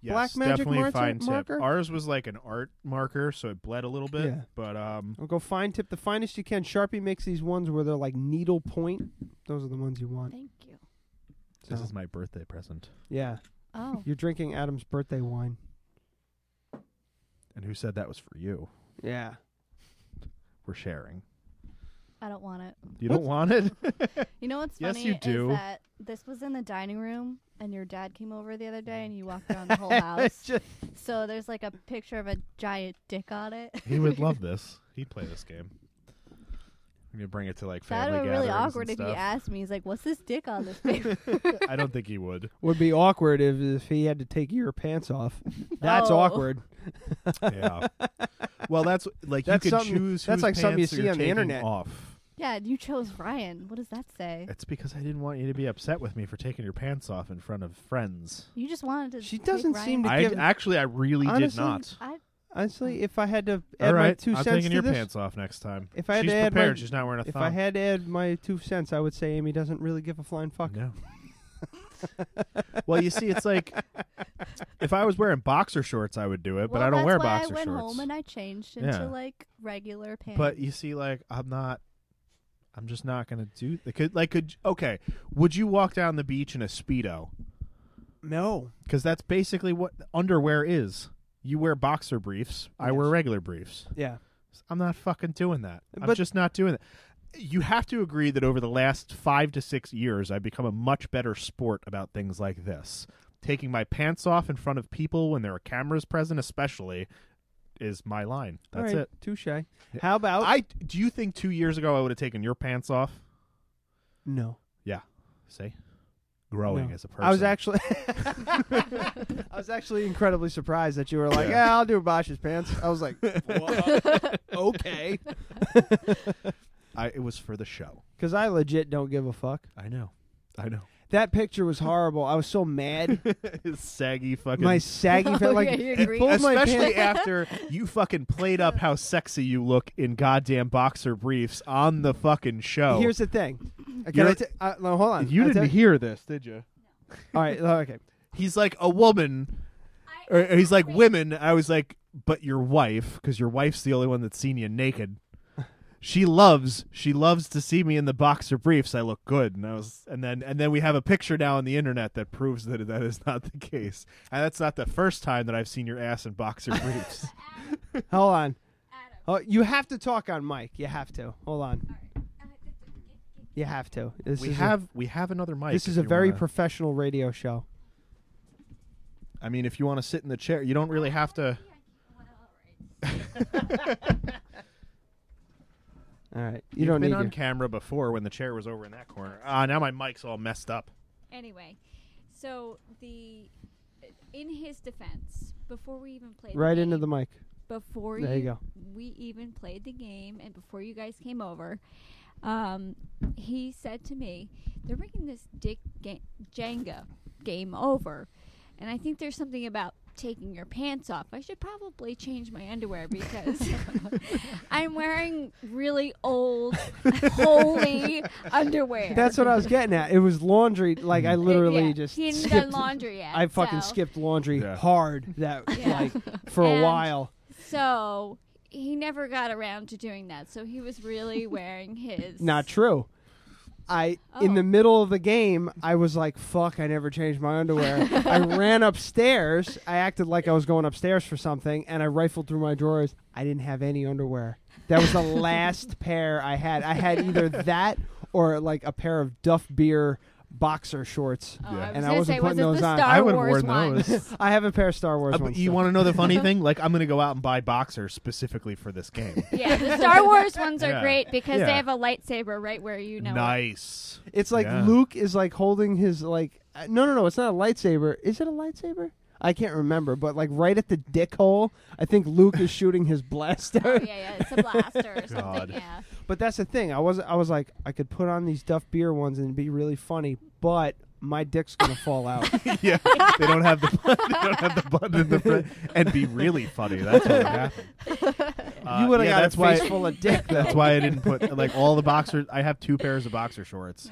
Speaker 7: Yes,
Speaker 6: Black magic
Speaker 7: definitely
Speaker 6: march-
Speaker 7: fine tip.
Speaker 6: marker?
Speaker 7: Ours was like an art marker, so it bled a little bit,
Speaker 6: Yeah.
Speaker 7: but um
Speaker 6: Or go fine tip the finest you can. Sharpie makes these ones where they're like needle point. Those are the ones you want.
Speaker 11: Thank you.
Speaker 7: this
Speaker 6: So-
Speaker 7: is my birthday present.
Speaker 6: Yeah.
Speaker 11: Oh.
Speaker 6: You're drinking Adam's birthday wine.
Speaker 7: And who said that was for you?
Speaker 6: Yeah.
Speaker 7: We're sharing.
Speaker 11: I don't want it.
Speaker 7: You don't want it?
Speaker 11: You know what's
Speaker 7: Yes,
Speaker 11: funny
Speaker 7: you do.
Speaker 11: is that this was in the dining room, and your dad came over the other day, and you walked around the whole house.
Speaker 6: Just-
Speaker 11: so there's like a picture of a giant dick on it.
Speaker 7: He would love this. He'd play this game. I'm gonna bring it to like
Speaker 11: That would
Speaker 7: family
Speaker 11: be really
Speaker 7: gatherings
Speaker 11: awkward
Speaker 7: and
Speaker 11: if he
Speaker 7: stuff.
Speaker 11: asked me. He's like, "What's this dick on this paper?"
Speaker 7: I don't think he would.
Speaker 6: Would be awkward if, if he had to take your pants off. That's
Speaker 11: Oh.
Speaker 6: awkward.
Speaker 7: Yeah. Well, that's like
Speaker 6: That's
Speaker 7: you could
Speaker 6: something-
Speaker 7: choose.
Speaker 6: that's
Speaker 7: whose
Speaker 6: like something you
Speaker 7: pants
Speaker 6: see
Speaker 7: you're
Speaker 6: on the
Speaker 7: taking
Speaker 6: internet.
Speaker 7: Off.
Speaker 11: yeah, you chose Ryan. What does that say?
Speaker 7: It's because I didn't want you to be upset with me for taking your pants off in front of friends.
Speaker 11: You just wanted to.
Speaker 6: She
Speaker 11: take
Speaker 6: doesn't
Speaker 11: Ryan.
Speaker 6: seem to
Speaker 7: I
Speaker 6: give.
Speaker 7: actually, I really did
Speaker 6: Honestly,
Speaker 7: not.
Speaker 11: I
Speaker 6: honestly, if I had to add
Speaker 7: All
Speaker 6: my
Speaker 7: right,
Speaker 6: 2
Speaker 7: I'm
Speaker 6: cents
Speaker 7: taking
Speaker 6: to
Speaker 7: your
Speaker 6: this,
Speaker 7: pants off next time.
Speaker 6: if I had
Speaker 7: she's
Speaker 6: to add
Speaker 7: prepared,
Speaker 6: my,
Speaker 7: she's not wearing a
Speaker 6: if
Speaker 7: thumb.
Speaker 6: I had to add my two cents, I would say Amy doesn't really give a flying fuck.
Speaker 7: no. well, you see, it's like if I was wearing boxer shorts, I would do it, but
Speaker 11: well,
Speaker 7: I don't
Speaker 11: that's
Speaker 7: wear
Speaker 11: why
Speaker 7: boxer
Speaker 11: I went
Speaker 7: shorts.
Speaker 11: home and I changed
Speaker 7: Yeah.
Speaker 11: into like regular pants.
Speaker 7: But you see, like I'm not. I'm just not gonna do. They could like could okay. Would you walk down the beach in a speedo?
Speaker 6: No.
Speaker 7: Because that's basically what underwear is. You wear boxer briefs. I wear regular briefs.
Speaker 6: Yeah.
Speaker 7: I'm not fucking doing that. I'm
Speaker 6: But-
Speaker 7: just not doing that. You have to agree that over the last five to six years, I've become a much better sport about things like this. Taking my pants off in front of people when there are cameras present, especially, is my line. That's
Speaker 6: All right,
Speaker 7: it.
Speaker 6: Touche. How about
Speaker 7: I do you think two years ago I would have taken your pants off?
Speaker 6: no?
Speaker 7: Yeah. See, growing
Speaker 6: No.
Speaker 7: as a person.
Speaker 6: I was actually, I was actually incredibly surprised that you were like, "Yeah, I'll do Bosch's pants." I was like, "What? "Okay,"
Speaker 7: I, it was for the show.
Speaker 6: because I legit don't give a fuck.
Speaker 7: I know. I know.
Speaker 6: That picture was horrible. I was so mad.
Speaker 7: His saggy fucking
Speaker 6: My saggy Oh, fa- like, yeah, you're it green. pulled my
Speaker 7: especially
Speaker 6: pants-
Speaker 7: after you fucking played up how sexy you look in goddamn boxer briefs on the fucking show.
Speaker 6: Here's the thing. Uh, Can
Speaker 7: Oh. You're-
Speaker 6: I t- uh, no, hold on.
Speaker 7: You
Speaker 6: I'll
Speaker 7: didn't
Speaker 6: tell-
Speaker 7: hear this, did you?
Speaker 6: All right. oh, Okay.
Speaker 7: He's like a woman, or or he's like women. I was like, but your wife, because your wife's the only one that's seen you naked. She loves, she loves to see me in the boxer briefs. I look good, and I was, and then, and then we have a picture now on the internet that proves that that is not the case, and that's not the first time that I've seen your ass in boxer briefs.
Speaker 6: Hold on. Oh, you have to talk on mic. You have to. Hold on.
Speaker 13: Uh,
Speaker 6: You have to. This
Speaker 7: we
Speaker 6: is a-
Speaker 7: have, we have another mic.
Speaker 6: This is
Speaker 7: if
Speaker 6: a
Speaker 7: you
Speaker 6: very
Speaker 7: wanna-
Speaker 6: professional radio show.
Speaker 7: I mean, if you want to sit in the chair, you don't really have to.
Speaker 6: all right,
Speaker 7: you
Speaker 6: don't
Speaker 7: been
Speaker 6: need
Speaker 7: on
Speaker 6: your-
Speaker 7: camera before when the chair was over in that corner. Ah, now my mic's all messed up.
Speaker 13: Anyway, so the in his defense, before we even played the
Speaker 6: Right into
Speaker 13: game-
Speaker 6: the mic.
Speaker 13: Before
Speaker 6: There you go.
Speaker 13: we even played the game, and before you guys came over, um, he said to me, "They're making this Dick ga- Jenga game over, and I think there's something about." Taking your pants off. I should probably change my underwear because I'm wearing really old, holy underwear.
Speaker 6: That's what I was getting at. It was laundry. Like I literally
Speaker 13: Yeah,
Speaker 6: just
Speaker 13: he hadn't done
Speaker 6: skipped,
Speaker 13: laundry yet,
Speaker 6: I fucking
Speaker 13: so-
Speaker 6: skipped laundry
Speaker 7: Yeah.
Speaker 6: hard that like for a
Speaker 13: And
Speaker 6: while.
Speaker 13: So he never got around to doing that. So he was really wearing his.
Speaker 6: Not true. I in the
Speaker 13: Oh.
Speaker 6: middle of the game, I was like, "Fuck! I never changed my underwear." I ran upstairs. I acted like I was going upstairs for something, and I rifled through my drawers. I didn't have any underwear. That was the last pair I had. I had either that or like a pair of Duff Beer boxer shorts,
Speaker 13: Oh, I was
Speaker 6: and I
Speaker 13: gonna
Speaker 6: wasn't
Speaker 13: say, was
Speaker 6: putting
Speaker 13: it
Speaker 6: those
Speaker 13: the
Speaker 6: on.
Speaker 13: Star I would've Wars worn ones? those.
Speaker 6: I have a pair of Star Wars
Speaker 7: Uh, but
Speaker 6: ones.
Speaker 7: you
Speaker 6: still.
Speaker 7: want to know the funny thing? Like, I'm going to go out and buy boxers specifically for this game.
Speaker 13: Yeah, the Star Wars ones are
Speaker 7: Yeah.
Speaker 13: great because they
Speaker 7: Yeah.
Speaker 13: have a lightsaber right where you know. it.
Speaker 7: nice.
Speaker 6: It's like
Speaker 7: Yeah.
Speaker 6: Luke is like holding his like uh, no no no it's not a lightsaber is it a lightsaber I can't remember but like right at the dick hole I think Luke is shooting his blaster
Speaker 13: Oh, yeah, yeah, it's a blaster or something, God. yeah.
Speaker 6: but that's the thing I was I was like I could put on these Duff beer ones and be really funny but my dick's gonna fall out
Speaker 7: yeah they don't have the they don't have the button in the front and be really funny. That's what would happen. Uh,
Speaker 6: You would've got a
Speaker 7: that's why-
Speaker 6: face full of dick, though.
Speaker 7: That's why I didn't put like all the boxers. I have two pairs of boxer shorts.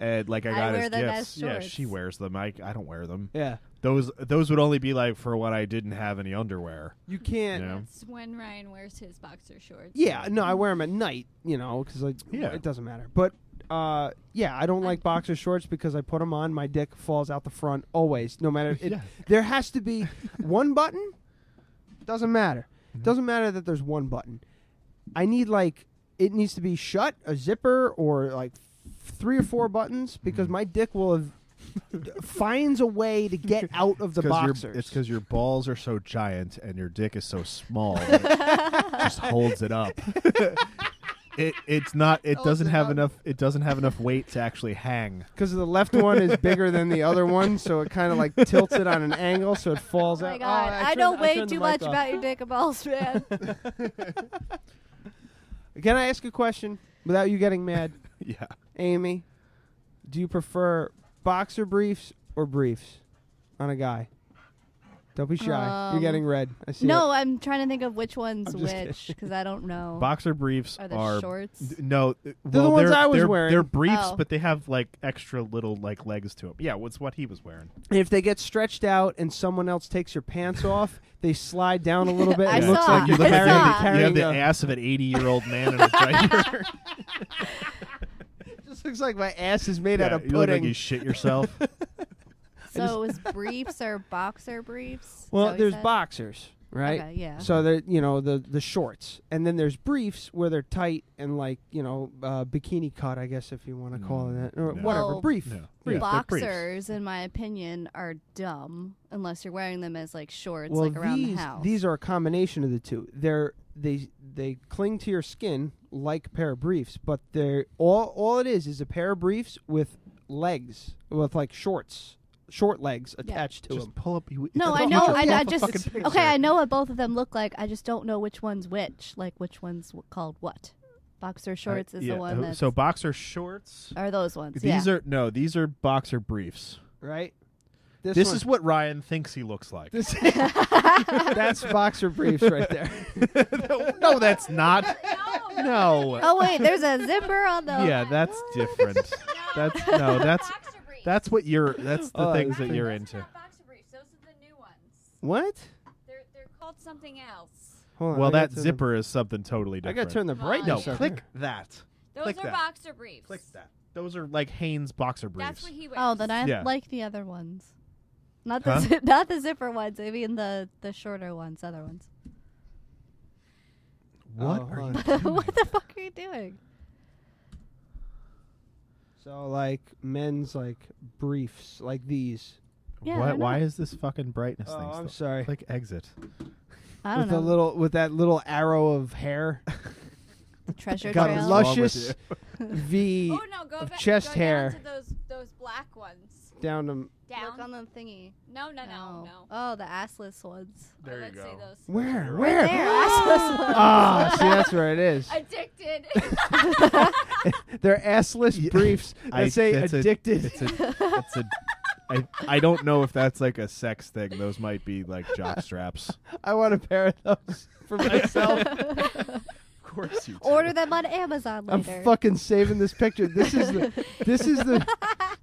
Speaker 7: And like I
Speaker 14: I
Speaker 7: got
Speaker 14: wear
Speaker 7: as
Speaker 14: them
Speaker 7: gifts.
Speaker 14: as
Speaker 7: yeah,
Speaker 14: shorts.
Speaker 7: she wears them. I I don't wear them.
Speaker 6: Yeah.
Speaker 7: Those those would only be like for when I didn't have any underwear.
Speaker 6: You can't-
Speaker 7: know?
Speaker 13: It's when Ryan wears his boxer shorts.
Speaker 6: yeah no I wear them at night you know because like it doesn't matter but uh yeah I don't like boxer shorts because I put them on my dick falls out the front always no matter it,
Speaker 7: Yeah.
Speaker 6: there has to be one button Doesn't matter.
Speaker 7: Mm-hmm.
Speaker 6: Doesn't matter that there's one button. I need like it needs to be shut, a zipper, or like three or four buttons because
Speaker 7: Mm-hmm.
Speaker 6: my dick will have finds a way to get out of the
Speaker 7: 'Cause your-
Speaker 6: boxer.
Speaker 7: It's because your balls are so giant and your dick is so small. that it just holds it up. it it's not. It doesn't have enough. It doesn't have enough weight to actually hang.
Speaker 6: Because the left one is bigger than the other one, so it kind of like tilts it on an angle, so it falls
Speaker 11: Oh my
Speaker 6: out.
Speaker 11: god,
Speaker 6: Oh,
Speaker 11: I,
Speaker 6: turned-
Speaker 11: know
Speaker 6: I
Speaker 11: way
Speaker 6: turned the
Speaker 11: too
Speaker 6: mic
Speaker 11: much
Speaker 6: off.
Speaker 11: about your dick and balls, man.
Speaker 6: Can I ask a question without you getting mad?
Speaker 7: yeah.
Speaker 6: Amy, do you prefer boxer briefs or briefs on a guy? Don't be shy. You're
Speaker 11: Um,
Speaker 6: getting red. I see.
Speaker 11: no,
Speaker 6: it.
Speaker 11: I'm trying to think of which one's
Speaker 6: I'm just kidding.
Speaker 11: which because I don't know.
Speaker 7: Boxer briefs
Speaker 11: Oh. are,
Speaker 7: are,
Speaker 11: there shorts.
Speaker 7: d- no, th-
Speaker 6: They're the
Speaker 7: well,
Speaker 6: ones
Speaker 7: they're,
Speaker 6: I was
Speaker 7: they're,
Speaker 6: wearing.
Speaker 7: They're briefs,
Speaker 11: Oh.
Speaker 7: but they have like extra little like legs to them. Yeah, what's what he was wearing.
Speaker 6: And if they get stretched out and someone else takes your pants off, they slide down a little bit.
Speaker 7: It
Speaker 6: and it
Speaker 7: looks
Speaker 6: looks
Speaker 7: like
Speaker 6: like
Speaker 7: you
Speaker 6: you're
Speaker 7: look like you
Speaker 6: carrying,
Speaker 7: have the- you have
Speaker 6: carrying
Speaker 7: the
Speaker 6: a-
Speaker 7: ass of an eighty-year-old man in a diaper.
Speaker 6: Just looks like my ass is made out
Speaker 7: Yeah,
Speaker 6: of
Speaker 7: you look like
Speaker 6: pudding.
Speaker 7: you shit yourself.
Speaker 11: So it was briefs or boxer briefs? Is that
Speaker 6: Well,
Speaker 11: what you
Speaker 6: there's
Speaker 11: said?
Speaker 6: boxers, right?
Speaker 11: Okay, yeah.
Speaker 6: So they're you know the the shorts, and then there's briefs where they're tight and like you know uh, bikini cut, I guess if you want
Speaker 7: Mm.
Speaker 6: to call it that, or whatever.
Speaker 11: Well,
Speaker 6: brief, brief.
Speaker 11: Boxers, in my opinion, are dumb unless you're wearing them as like shorts,
Speaker 6: well,
Speaker 11: like around
Speaker 6: these
Speaker 11: the house.
Speaker 6: these are a combination of the two. They're they they cling to your skin like a pair of briefs, but they're all all it is is a pair of briefs with legs with like shorts, short legs attached to
Speaker 7: Just
Speaker 6: them.
Speaker 7: pull up. You,
Speaker 11: no, I know. I, I just okay. I know what both of them look like. I just don't know which one's which. Like which one's w- called what. Boxer shorts is
Speaker 7: Yeah,
Speaker 11: the
Speaker 7: uh,
Speaker 11: one that's
Speaker 7: So boxer shorts
Speaker 11: Are those ones,
Speaker 7: These
Speaker 11: yeah.
Speaker 7: are no, these are boxer briefs.
Speaker 6: right?
Speaker 7: This,
Speaker 6: one-
Speaker 7: is what Ryan thinks he looks like.
Speaker 6: This- that's boxer briefs right there.
Speaker 7: no, that's not. No.
Speaker 11: Oh wait, there's a zipper on the
Speaker 7: Yeah, that's different. that's no, Oh, that's that's what you're. That's the
Speaker 6: Oh,
Speaker 7: things
Speaker 6: that's
Speaker 7: that you're
Speaker 6: different.
Speaker 7: into.
Speaker 6: What?
Speaker 13: Called something else.
Speaker 6: Hold on,
Speaker 7: well,
Speaker 6: I gotta
Speaker 7: that
Speaker 6: turn the-
Speaker 7: zipper is something totally
Speaker 6: I
Speaker 7: different.
Speaker 6: gotta turn the brightness
Speaker 7: No,
Speaker 6: up.
Speaker 7: click that.
Speaker 13: Those
Speaker 7: click
Speaker 13: are
Speaker 7: that.
Speaker 13: boxer briefs.
Speaker 7: Click that. Those are like Hanes boxer briefs.
Speaker 13: That's what he wears.
Speaker 11: Oh, then I
Speaker 7: Yeah.
Speaker 11: like the other ones. Not the
Speaker 7: Huh?
Speaker 11: zi- not the zipper ones. I mean the the shorter ones, other ones.
Speaker 7: What
Speaker 6: Oh,
Speaker 7: are
Speaker 6: hold
Speaker 7: you
Speaker 6: on.
Speaker 11: what the fuck are you doing?
Speaker 6: So like men's like briefs like these.
Speaker 11: Yeah,
Speaker 7: why,
Speaker 11: I know.
Speaker 7: why is this fucking brightness
Speaker 6: Oh,
Speaker 7: thing?
Speaker 6: I'm
Speaker 7: still-
Speaker 6: sorry.
Speaker 7: Click exit.
Speaker 11: I don't
Speaker 6: with
Speaker 11: know.
Speaker 6: a little with that little arrow of hair.
Speaker 11: the treasure
Speaker 6: got
Speaker 11: trail.
Speaker 6: luscious V
Speaker 13: Oh no, go
Speaker 6: of
Speaker 13: back.
Speaker 6: chest
Speaker 13: go
Speaker 6: hair
Speaker 13: down to those those black ones.
Speaker 6: down to
Speaker 13: Down.
Speaker 11: Look on the thingy.
Speaker 13: No, no, no,
Speaker 11: Oh.
Speaker 13: no.
Speaker 11: Oh, the assless ones.
Speaker 13: There you go. Those.
Speaker 6: where
Speaker 13: Right
Speaker 6: where
Speaker 13: there, assless ones.
Speaker 6: ah see that's where it is.
Speaker 13: Addicted.
Speaker 6: They're assless briefs that
Speaker 7: I-
Speaker 6: say
Speaker 7: that's a-
Speaker 6: addicted.
Speaker 7: it's a- it's a- I, I don't know if that's like a sex thing. Those might be like jock straps.
Speaker 6: I want a pair of those for myself.
Speaker 7: Of course you
Speaker 11: Order them on Amazon
Speaker 6: I'm
Speaker 11: later.
Speaker 6: fucking saving this picture. This is the this is the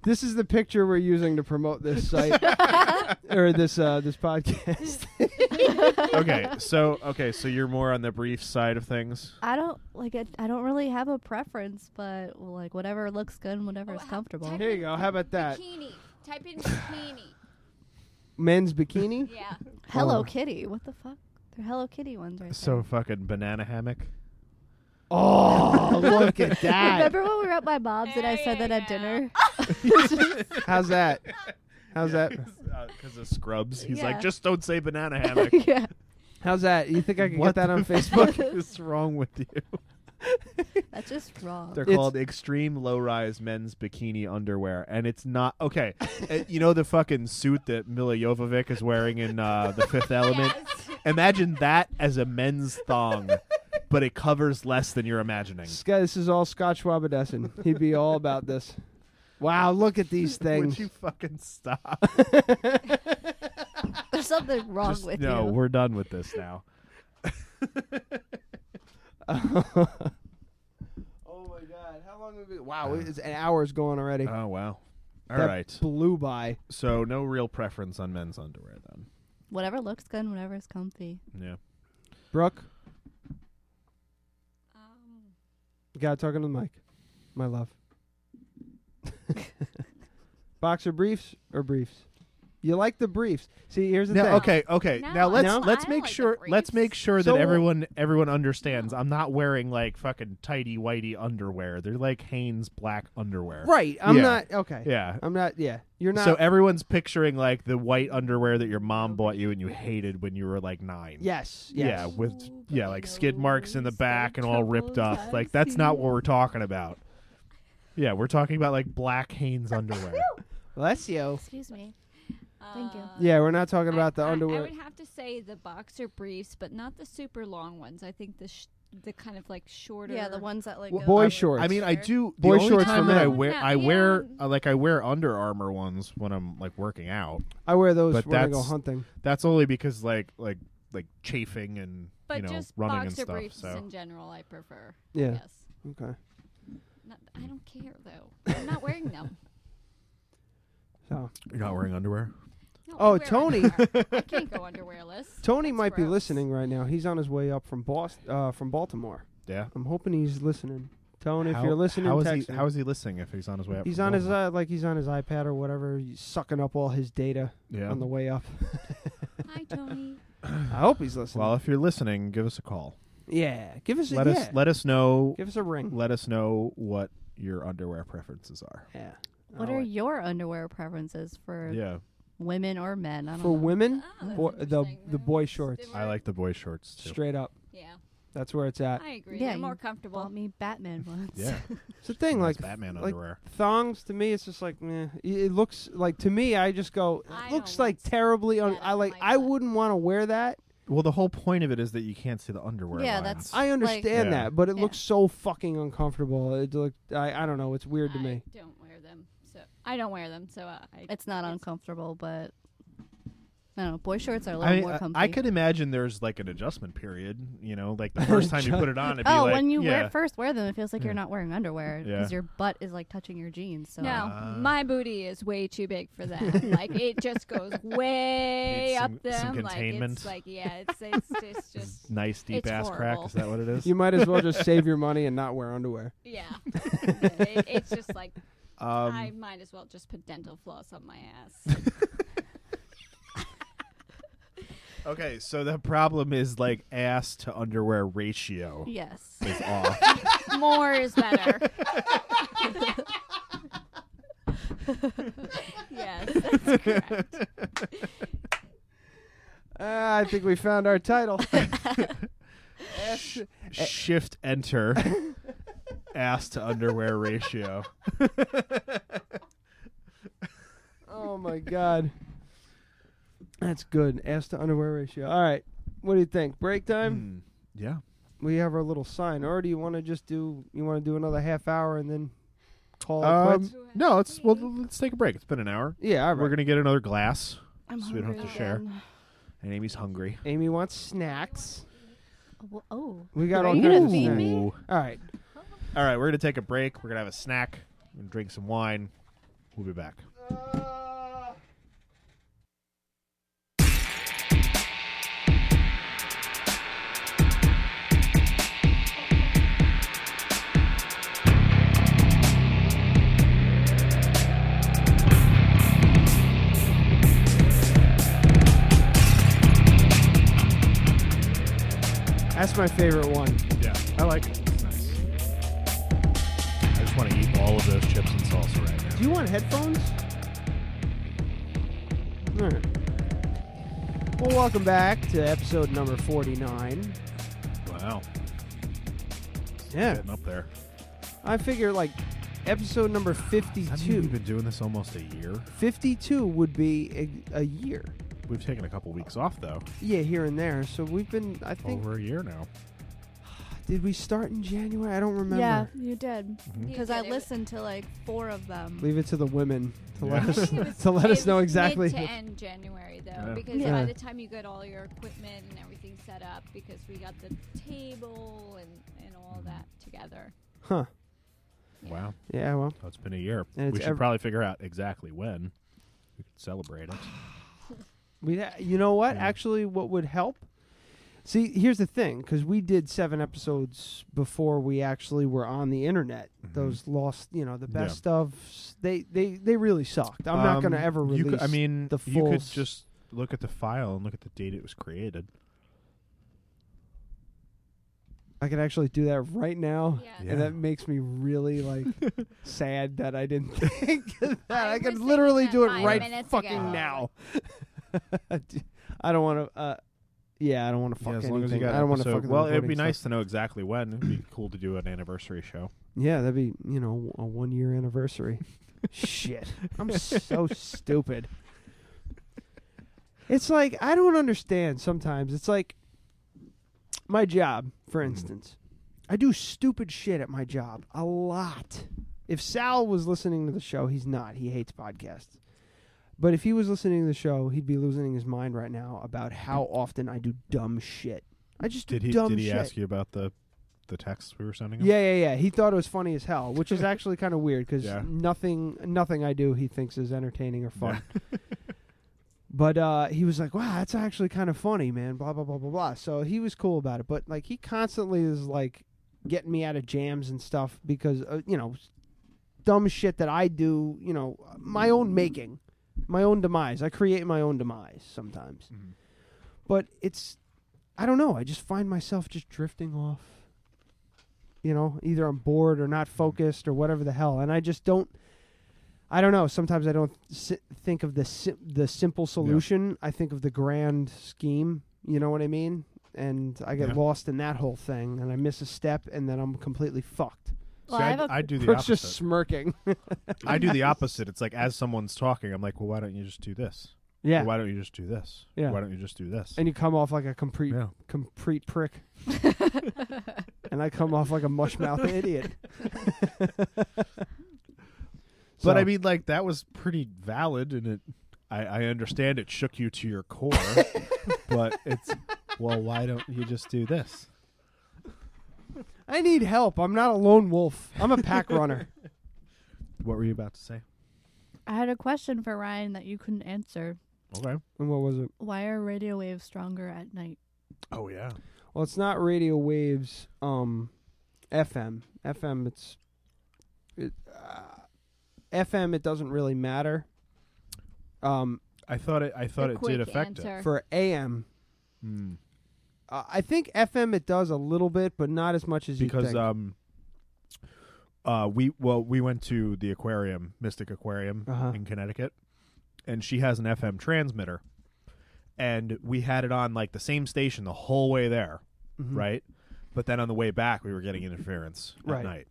Speaker 6: this is the picture we're using to promote this site or this uh this podcast.
Speaker 7: okay, so okay, so you're more on the brief side of things.
Speaker 11: I don't like. I, I don't really have a preference, but like whatever looks good and whatever is comfortable.
Speaker 6: Here you go. How about that?
Speaker 13: bikini. Type in bikini.
Speaker 6: Men's bikini.
Speaker 13: Yeah.
Speaker 11: Hello
Speaker 6: Oh.
Speaker 11: Kitty. What the fuck? They're Hello Kitty ones right
Speaker 7: So fucking banana hammock.
Speaker 6: Oh, look at
Speaker 11: there.
Speaker 6: that.
Speaker 11: Remember when we were at my mom's and I said that at dinner?
Speaker 6: How's that? How's that?
Speaker 7: Because Uh, of scrubs, he's
Speaker 11: Yeah.
Speaker 7: like, just don't say banana hammock.
Speaker 11: yeah.
Speaker 6: How's that? You think I can
Speaker 7: what
Speaker 6: get that
Speaker 7: the
Speaker 6: on
Speaker 7: fuck
Speaker 6: Facebook?
Speaker 7: is wrong with you?
Speaker 11: That's just wrong.
Speaker 7: They're
Speaker 6: It's-
Speaker 7: called extreme low-rise men's bikini underwear, and it's not okay. uh, you know the fucking suit that Mila Jovovich is wearing in uh, The Fifth Element. Imagine that as a men's thong, but it covers less than you're imagining.
Speaker 6: This guy, this is all Scotch Wabadessen. He'd be all about this. Wow, look at these things.
Speaker 7: Would you fucking stop?
Speaker 11: There's something wrong
Speaker 7: Just-
Speaker 11: with
Speaker 7: no,
Speaker 11: you.
Speaker 7: we're done with this now.
Speaker 6: oh my god, how long have we? Wow, it's an hour's going already.
Speaker 7: Oh wow. All right.
Speaker 6: That blew by.
Speaker 7: So no real preference on men's underwear then.
Speaker 11: Whatever looks good, and whatever is comfy.
Speaker 7: Yeah.
Speaker 6: Brooke,
Speaker 13: Um,
Speaker 6: you gotta talk into the mic, my love. Boxer briefs or briefs? You like the briefs? See, here's the
Speaker 7: Now,
Speaker 6: thing.
Speaker 7: okay, okay.
Speaker 13: No,
Speaker 7: now let's
Speaker 6: No?
Speaker 7: let's
Speaker 13: I
Speaker 7: make
Speaker 13: like the
Speaker 7: sure let's
Speaker 13: briefs.
Speaker 7: make sure
Speaker 6: So-
Speaker 7: that everyone everyone understands. I'm not wearing like fucking tidy whitey underwear. They're like Hanes black underwear.
Speaker 6: Right, I'm
Speaker 7: Yeah.
Speaker 6: not okay.
Speaker 7: Yeah.
Speaker 6: I'm not. Yeah, you're not.
Speaker 7: So everyone's picturing like the white underwear that your mom bought you and you hated when you were like nine.
Speaker 6: yes, yes.
Speaker 7: e-, Yeah, with yeah, like skid marks in the back and all ripped up. Like that's not what we're talking about. Yeah, we're talking about like black Hanes underwear.
Speaker 6: Bless you.
Speaker 11: Excuse me. Thank you.
Speaker 13: uh,
Speaker 6: Yeah, we're not talking
Speaker 13: I-
Speaker 6: about the
Speaker 13: I, I
Speaker 6: underwear.
Speaker 13: would have to say the boxer briefs, but not the super long ones. I think the sh- the kind of like shorter.
Speaker 11: Yeah, the ones that like uh, go
Speaker 6: Well, boy
Speaker 11: over-
Speaker 6: shorts.
Speaker 7: I mean, I do the
Speaker 6: Boy
Speaker 7: only
Speaker 6: shorts
Speaker 7: time
Speaker 6: for
Speaker 7: that I
Speaker 6: men.
Speaker 7: wear
Speaker 13: No,
Speaker 7: I
Speaker 13: yeah.
Speaker 7: wear uh, like I wear Under Armour ones when I'm like working out.
Speaker 6: I wear those
Speaker 7: but
Speaker 6: when I go
Speaker 7: that's-
Speaker 6: hunting.
Speaker 7: That's only because like like like chafing and
Speaker 13: But
Speaker 7: you know
Speaker 13: just
Speaker 7: running and
Speaker 13: boxer
Speaker 7: stuff.
Speaker 13: briefs
Speaker 7: so
Speaker 13: in general, I prefer.
Speaker 6: Yeah.
Speaker 13: Yes.
Speaker 6: Okay.
Speaker 13: Not, I don't care though. I'm not wearing them.
Speaker 6: So
Speaker 7: you're not wearing underwear.
Speaker 13: No, I
Speaker 6: Oh,
Speaker 13: wear
Speaker 6: Tony.
Speaker 13: underwear. I can't go underwearless.
Speaker 6: Tony
Speaker 13: That's
Speaker 6: might be
Speaker 13: gross.
Speaker 6: listening right now. He's on his way up from Boston, uh, from Baltimore.
Speaker 7: Yeah.
Speaker 6: I'm hoping he's listening. Tony,
Speaker 7: How-
Speaker 6: if you're listening,
Speaker 7: how is
Speaker 6: text
Speaker 7: he?
Speaker 6: him.
Speaker 7: How is he listening if he's on his way up?
Speaker 6: he's
Speaker 7: from
Speaker 6: on his
Speaker 7: Walmart?
Speaker 6: uh, like he's on his iPad or whatever, he's sucking up all his data
Speaker 7: yeah.
Speaker 6: on the way up.
Speaker 13: Hi, Tony.
Speaker 6: I hope he's listening.
Speaker 7: Well, if you're listening, give us a call.
Speaker 6: yeah, give us a,
Speaker 7: Let us
Speaker 6: yeah.
Speaker 7: let us know
Speaker 6: give us a ring.
Speaker 7: let us know what your underwear preferences are.
Speaker 6: Yeah.
Speaker 11: What
Speaker 6: I
Speaker 11: are
Speaker 6: like-
Speaker 11: your underwear preferences for
Speaker 7: Yeah,
Speaker 11: women or men? I don't
Speaker 6: for
Speaker 11: know.
Speaker 6: women?
Speaker 13: Oh, that's
Speaker 6: boy, the
Speaker 13: interesting.
Speaker 6: the boy shorts,
Speaker 13: Different.
Speaker 7: I like the boy shorts too.
Speaker 6: straight up.
Speaker 13: Yeah,
Speaker 6: That's where it's at.
Speaker 13: I agree.
Speaker 11: Yeah,
Speaker 13: They're more
Speaker 11: you
Speaker 13: comfortable.
Speaker 11: Bought me Batman once.
Speaker 7: Yeah,
Speaker 6: It's a thing,
Speaker 7: Nice
Speaker 6: like
Speaker 7: Batman
Speaker 6: like
Speaker 7: underwear.
Speaker 6: thongs to me it's just like meh. It- it looks like to me i just go it
Speaker 13: I
Speaker 6: looks
Speaker 13: don't
Speaker 6: like
Speaker 13: want
Speaker 6: terribly un-
Speaker 13: that. I
Speaker 6: i
Speaker 13: don't
Speaker 6: like
Speaker 13: like
Speaker 6: i
Speaker 13: that.
Speaker 6: wouldn't want to wear that
Speaker 7: Well, the whole point of it is that you can't see the underwear.
Speaker 11: Yeah,
Speaker 7: lines.
Speaker 11: that's
Speaker 6: I understand that, but it looks so fucking uncomfortable. It looked, I, I don't know. It's weird to me.
Speaker 13: I don't wear them, so I don't wear them. So uh, I,
Speaker 11: It's not uncomfortable, but I don't know. Boy shorts are a little
Speaker 7: I, mean,
Speaker 11: more
Speaker 7: I-
Speaker 11: comfy.
Speaker 7: I could imagine there's like an adjustment period. You know, like the first time you put it on, it'd be
Speaker 11: oh,
Speaker 7: like,
Speaker 11: when you wear
Speaker 7: yeah.
Speaker 11: first wear them, it feels like
Speaker 7: Yeah.
Speaker 11: you're not wearing underwear because
Speaker 7: Yeah.
Speaker 11: your butt is like touching your jeans. So
Speaker 13: no, my booty is way too big for that. like it just goes way
Speaker 7: Needs
Speaker 13: up
Speaker 7: some-
Speaker 13: them.
Speaker 7: some
Speaker 13: Like
Speaker 7: containment.
Speaker 13: it's like yeah, it's it's, it's just
Speaker 7: nice deep
Speaker 13: it's
Speaker 7: ass
Speaker 13: horrible.
Speaker 7: crack. Is that what it is?
Speaker 6: You might as well just save your money and not wear underwear.
Speaker 13: Yeah, it, it's just like
Speaker 7: Um,
Speaker 13: I might as well just put dental floss on my ass.
Speaker 7: Okay, so the problem is like ass to underwear ratio.
Speaker 11: Yes.
Speaker 7: Is off.
Speaker 13: More is better. yes, that's correct.
Speaker 6: Ah, I think we found our title.
Speaker 7: Sh-
Speaker 11: Eh.
Speaker 7: shift enter ass to underwear ratio.
Speaker 6: oh my god, that's good. Ass to underwear ratio. All right, what do you think? Break time.
Speaker 7: Hmm. yeah.
Speaker 6: We have our little sign, or do you want to just do? You want to do another half hour and then call it
Speaker 7: Um,
Speaker 6: quits?
Speaker 7: no, let's well let's take a break. It's been an hour.
Speaker 6: Yeah, all
Speaker 7: we're
Speaker 6: right.
Speaker 7: gonna get another glass.
Speaker 11: I'm
Speaker 7: so we don't have to
Speaker 11: hungry
Speaker 7: share.
Speaker 11: again.
Speaker 7: And Amy's hungry.
Speaker 6: Amy wants snacks.
Speaker 11: Well, oh,
Speaker 6: We got
Speaker 11: Are
Speaker 6: all
Speaker 11: you
Speaker 6: kinds
Speaker 11: gonna
Speaker 6: of
Speaker 11: feed
Speaker 6: snacks.
Speaker 11: me?
Speaker 6: All right.
Speaker 7: All right, we're gonna take a break. We're gonna have a snack and drink some wine. We'll be back.
Speaker 6: That's my favorite one.
Speaker 7: Yeah, I like it. It's nice. I just want to eat all of those chips and salsa right now.
Speaker 6: Do you want headphones? All right. Well, welcome back to episode number 49.
Speaker 7: Wow.
Speaker 6: Yeah.
Speaker 7: Getting up there.
Speaker 6: I figure, like, episode number
Speaker 7: I mean, We've
Speaker 6: 52.
Speaker 7: been doing this almost a year.
Speaker 6: 52 would be a, a year.
Speaker 7: We've taken a couple weeks off though.
Speaker 6: Yeah, here and there. So we've been, I think,
Speaker 7: Over a year now.
Speaker 6: did we start in January? I don't remember.
Speaker 11: Yeah, you did
Speaker 7: Mhm.
Speaker 11: because I listened to like four of them.
Speaker 6: Leave it to the women to
Speaker 7: Yeah.
Speaker 6: let
Speaker 7: I
Speaker 6: us
Speaker 7: think
Speaker 13: It was-
Speaker 6: to let
Speaker 13: it
Speaker 6: us know
Speaker 13: was
Speaker 6: exactly.
Speaker 13: Mid to end January though,
Speaker 7: Yeah.
Speaker 13: because
Speaker 6: Yeah.
Speaker 13: by the time you got all your equipment and everything set up, because we got the table and and all that together.
Speaker 6: Huh.
Speaker 7: Wow.
Speaker 6: Yeah, well,
Speaker 7: So it's been a year.
Speaker 6: And it's
Speaker 7: we should
Speaker 6: ev-
Speaker 7: probably figure out exactly when we could celebrate it.
Speaker 6: We, you know what? Actually, what would help? See, here's the thing, because we did seven episodes before we actually were on the internet. Those lost, you know, the
Speaker 7: Mm-hmm. Yeah.
Speaker 6: best of. They, they, they really sucked. I'm not going to
Speaker 7: Um,
Speaker 6: ever release.
Speaker 7: You could, I mean,
Speaker 6: the
Speaker 7: you
Speaker 6: full.
Speaker 7: could
Speaker 6: s-
Speaker 7: just look at the file and look at the date it was created.
Speaker 6: I could actually do that right now,
Speaker 13: Yeah.
Speaker 6: and
Speaker 7: Yeah.
Speaker 6: that makes me really like sad that I didn't think of that. I,
Speaker 13: I was
Speaker 6: could
Speaker 13: thinking
Speaker 6: literally
Speaker 13: that
Speaker 6: do it
Speaker 13: five
Speaker 6: right
Speaker 13: minutes
Speaker 6: fucking
Speaker 13: ago.
Speaker 6: now. I don't want to. Uh, yeah, I don't want to fuck
Speaker 7: as
Speaker 6: anything.
Speaker 7: long as you got
Speaker 6: I don't want to
Speaker 7: episode-
Speaker 6: fuck. the
Speaker 7: Well, it'd
Speaker 6: recording
Speaker 7: be
Speaker 6: stuff.
Speaker 7: nice to know exactly when. It'd be cool to do an anniversary show.
Speaker 6: Yeah, that'd be you know a one year anniversary. Shit, I'm so stupid. It's like I don't understand. Sometimes it's like my job, for
Speaker 7: Mm-hmm.
Speaker 6: instance. I do stupid shit at my job a lot. If Sal was listening to the show, he's not. He hates podcasts. But if he was listening to the show, he'd be losing his mind right now about how often I do dumb shit. I just do
Speaker 7: Did he?
Speaker 6: dumb
Speaker 7: did he
Speaker 6: shit.
Speaker 7: ask you about the the texts we were sending him?
Speaker 6: Yeah, yeah, yeah. He thought it was funny as hell, which is actually kind of weird because
Speaker 7: Yeah.
Speaker 6: nothing, nothing I do he thinks is entertaining or fun. but uh, he was like, "Wow, that's actually kind of funny, man." Blah blah blah blah blah. So he was cool about it, but like he constantly is like getting me out of jams and stuff because uh, you know dumb shit that I do, you know, my own making, my own demise. I create my own demise sometimes. But it's I don't know, I just find myself just drifting off. You know, either I'm bored or not focused or whatever the hell, and I just don't I don't know. Sometimes I don't si- think of the sim- the simple solution. I think of the grand scheme. You know what I mean? And I get
Speaker 7: Yeah.
Speaker 6: lost in that whole thing, and I miss a step, and then I'm completely fucked.
Speaker 11: Well,
Speaker 7: See,
Speaker 11: I
Speaker 7: I,
Speaker 11: have
Speaker 7: d-
Speaker 11: a-
Speaker 7: I do the
Speaker 6: Kurt's
Speaker 7: opposite.
Speaker 6: just smirking.
Speaker 7: I do the opposite. It's like as someone's talking, I'm like, well, why don't you just do this?
Speaker 6: Yeah.
Speaker 7: Why don't you just do this?
Speaker 6: Yeah.
Speaker 7: Why don't you just do this?
Speaker 6: And you come off like a complete complete prick. and I come off like a mushmouth idiot.
Speaker 7: But I mean, like that was pretty valid, and it. I, I understand it shook you to your core, but it's well. Why don't you just do this?
Speaker 6: I need help. I'm not a lone wolf. I'm a pack runner.
Speaker 7: What were you about to say?
Speaker 11: I had a question for Ryan that you couldn't answer.
Speaker 7: Okay.
Speaker 6: And what was it?
Speaker 11: Why are radio waves stronger at night?
Speaker 7: Oh yeah.
Speaker 6: Well, it's not radio waves. Um, FM. FM. It's. It, uh, FM. It doesn't really matter. Um,
Speaker 7: I thought it. I thought The it did quick affect it. Hmm. answer.
Speaker 6: for AM. Uh, I think FM it does a little bit, but not as much as you
Speaker 7: because
Speaker 6: think.
Speaker 7: um uh we well we went to the aquarium mystic aquarium
Speaker 6: Uh-huh.
Speaker 7: in connecticut and she has an fm transmitter and we had it on like the same station the whole way there
Speaker 6: Mhm.
Speaker 7: right but then on the way back we were getting interference
Speaker 6: Right.
Speaker 7: at night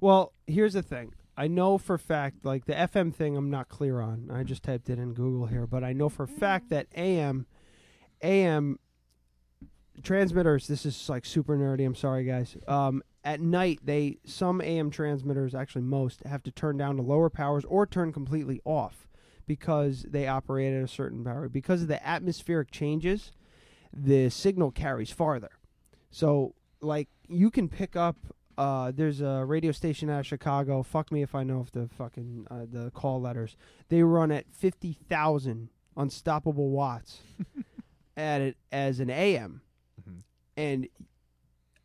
Speaker 6: Well, here's the thing. I know for a fact, like the FM thing, I'm not clear on. I just typed it in Google here, but I know for a fact that AM, AM transmitters. This is like super nerdy. I'm sorry, guys. Um, at night, they some AM transmitters, actually most, have to turn down to lower powers or turn completely off because they operate at a certain power. Because of the atmospheric changes, the signal carries farther. So, like, you can pick up. Uh, there's a radio station out of Chicago. Fuck me if I know if the fucking uh, the call letters. They run at fifty thousand unstoppable watts at it as an AM, and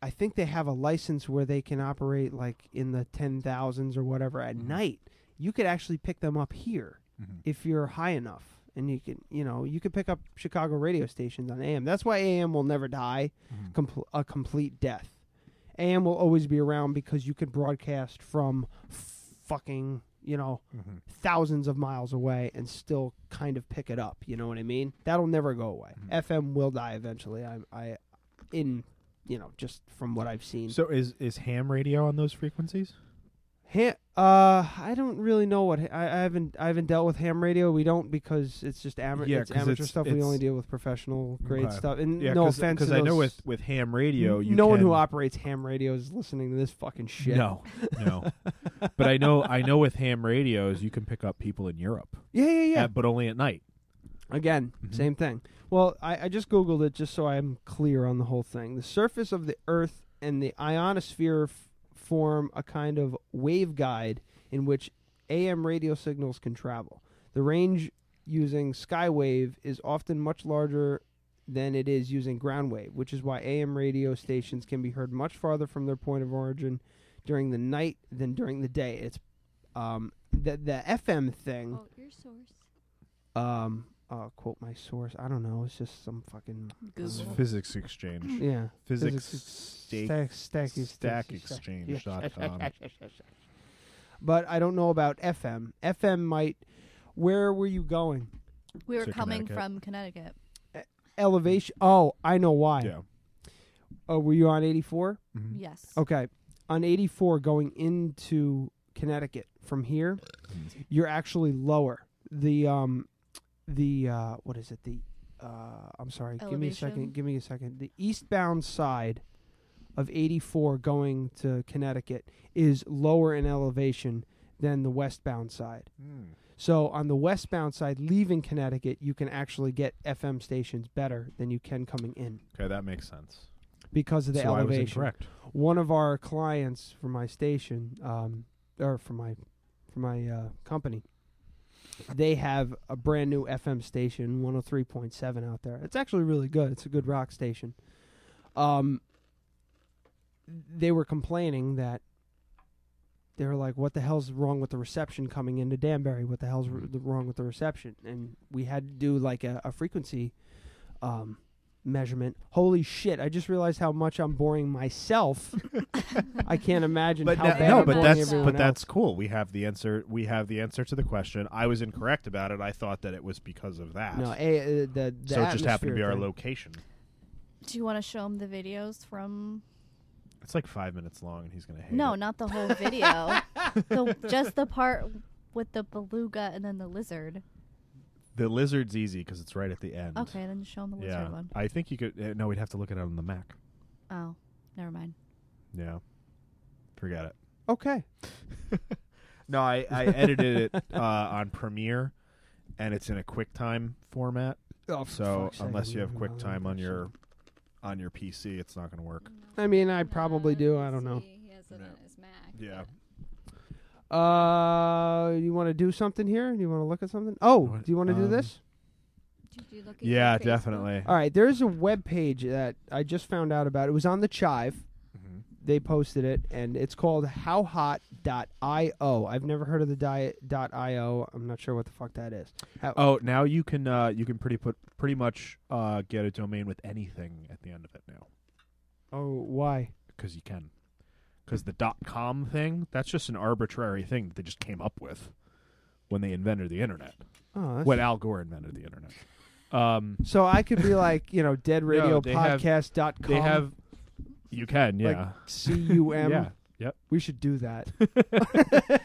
Speaker 6: I think they have a license where they can operate like in the ten thousands or whatever at night. You could actually pick them up here if you're high enough, and you can you know you could pick up Chicago radio stations on AM. That's why AM will never die, compl- a complete death. AM will always be around because you could broadcast from fucking you know thousands of miles away and still kind of pick it up. You know what I mean? That'll never go away. FM will die eventually. I, I, in you know just from what I've seen.
Speaker 7: so is is ham radio on those frequencies
Speaker 6: Ha- uh, I don't really know what ha- I, I haven't. I haven't dealt with ham radio. We don't because it's just amateur.
Speaker 7: Yeah,
Speaker 6: it's
Speaker 7: 'cause
Speaker 6: amateur
Speaker 7: it's-
Speaker 6: stuff. we
Speaker 7: it's-
Speaker 6: only deal with professional grade
Speaker 7: Okay.
Speaker 6: stuff. And
Speaker 7: Yeah,
Speaker 6: no
Speaker 7: 'cause-
Speaker 6: offense,
Speaker 7: 'cause
Speaker 6: to
Speaker 7: I know
Speaker 6: those-
Speaker 7: with- with ham radio, you
Speaker 6: no one who
Speaker 7: can-
Speaker 6: operates ham radio is listening to this fucking shit.
Speaker 7: no no but i know i know with ham radios you can pick up people in europe
Speaker 6: Yeah, yeah, yeah.
Speaker 7: Uh, but only at night
Speaker 6: Again, same thing. Well, I, I just Googled it just so I'm clear on the whole thing. The surface of the Earth and the ionosphere f- form a kind of waveguide in which AM radio signals can travel. The range using Skywave is often much larger than it is using ground wave, which is why AM radio stations can be heard much farther from their point of origin during the night than during the day. It's um, the, the FM thing
Speaker 13: Your source.
Speaker 6: um uh quote my source i don't know it's just some fucking
Speaker 13: Google.
Speaker 7: Physics Exchange.
Speaker 6: yeah
Speaker 7: Physics
Speaker 6: ex-
Speaker 7: Stake-
Speaker 6: stack stack
Speaker 7: Stack Exchange dot com.
Speaker 6: but i don't know about fm fm might where were you going
Speaker 11: We were
Speaker 6: To
Speaker 11: coming
Speaker 6: Connecticut.
Speaker 11: from Connecticut.
Speaker 6: elevation oh i know why yeah oh were you on 84
Speaker 11: Mhm. Yes.
Speaker 6: okay on 84 going into connecticut from here
Speaker 7: Mm-hmm.
Speaker 6: you're actually lower the um the uh what is it the uh i'm sorry give me a
Speaker 14: Elevation?
Speaker 6: second give me a second the eastbound side of 84 going to connecticut is lower in elevation than the westbound side so on the westbound side leaving connecticut you can actually get fm stations better than you can coming in
Speaker 7: Okay, that makes sense.
Speaker 6: because of the
Speaker 7: So I was
Speaker 6: elevation.
Speaker 7: incorrect.
Speaker 6: One of our clients from my station, um, or from my from my uh, company, they have a brand new FM station, one hundred three point seven out there. It's actually really good. It's a good rock station. Um, they were complaining that they were like, "What the hell's wrong with the reception coming into Danbury? What the hell's r-
Speaker 7: Mm-hmm.
Speaker 6: the- wrong with the reception?" And we had to do like a, a frequency um, measurement. Holy shit! I just realized how much I'm boring myself. I can't imagine
Speaker 7: But
Speaker 6: how
Speaker 7: no,
Speaker 6: bad
Speaker 7: no,
Speaker 6: I'm
Speaker 7: but
Speaker 6: boring
Speaker 7: that's
Speaker 6: everyone
Speaker 7: but that's
Speaker 6: else.
Speaker 7: cool. We have the answer. We have the answer to the question. I was incorrect about it. I thought that it was because of that.
Speaker 6: No, a- uh, the- the
Speaker 7: so it just happened to
Speaker 6: atmosphere
Speaker 7: be our
Speaker 6: thing.
Speaker 7: location.
Speaker 11: Do you want to show him the videos from?
Speaker 7: It's like five minutes long, and he's gonna hate
Speaker 11: no,
Speaker 7: it.
Speaker 11: not the whole video. the, just the part with the beluga and then the lizard.
Speaker 7: The lizard's easy because it's right at the end.
Speaker 11: Okay, then show 'em the lizard
Speaker 7: yeah.
Speaker 11: one.
Speaker 7: I think you could. Uh, no, we'd have to look it out on the Mac.
Speaker 11: Oh, never mind.
Speaker 7: Yeah, forget it.
Speaker 6: Okay.
Speaker 7: No, I, I edited it uh, on Premiere, and it's in a QuickTime format.
Speaker 6: Oh, for
Speaker 7: so
Speaker 6: fuck's sake,
Speaker 7: unless
Speaker 6: I'm
Speaker 7: you have
Speaker 6: not gonna
Speaker 7: QuickTime on your on your PC, it's not going to work.
Speaker 6: I mean, I
Speaker 13: Uh,
Speaker 6: probably do. I don't know.
Speaker 7: Yeah.
Speaker 6: Uh, you want to do something here? Do you want to look at something? Oh, do you want to do
Speaker 7: um,
Speaker 6: this?
Speaker 7: Yeah, definitely.
Speaker 6: All right, there's a web page that I just found out about. It was on the Chive.
Speaker 7: Mm-hmm.
Speaker 6: They posted it, and it's called howhot.io. I've never heard of the diet .io. I'm not sure what the fuck that is. How-
Speaker 7: Oh, now you can uh, you can pretty put pretty much uh, get a domain with anything at the end of it now
Speaker 6: oh, why?
Speaker 7: because you can because the dot com thing that's just an arbitrary thing that they just came up with when they invented the internet
Speaker 6: Oh, that's-
Speaker 7: when Al Gore invented the internet. Um,
Speaker 6: So I could be like, you know,
Speaker 7: No, they have-
Speaker 6: deadradiopodcast.com.
Speaker 7: They have. You can, yeah.
Speaker 6: Like C-U-M.
Speaker 7: yeah. Yep.
Speaker 6: We should do that.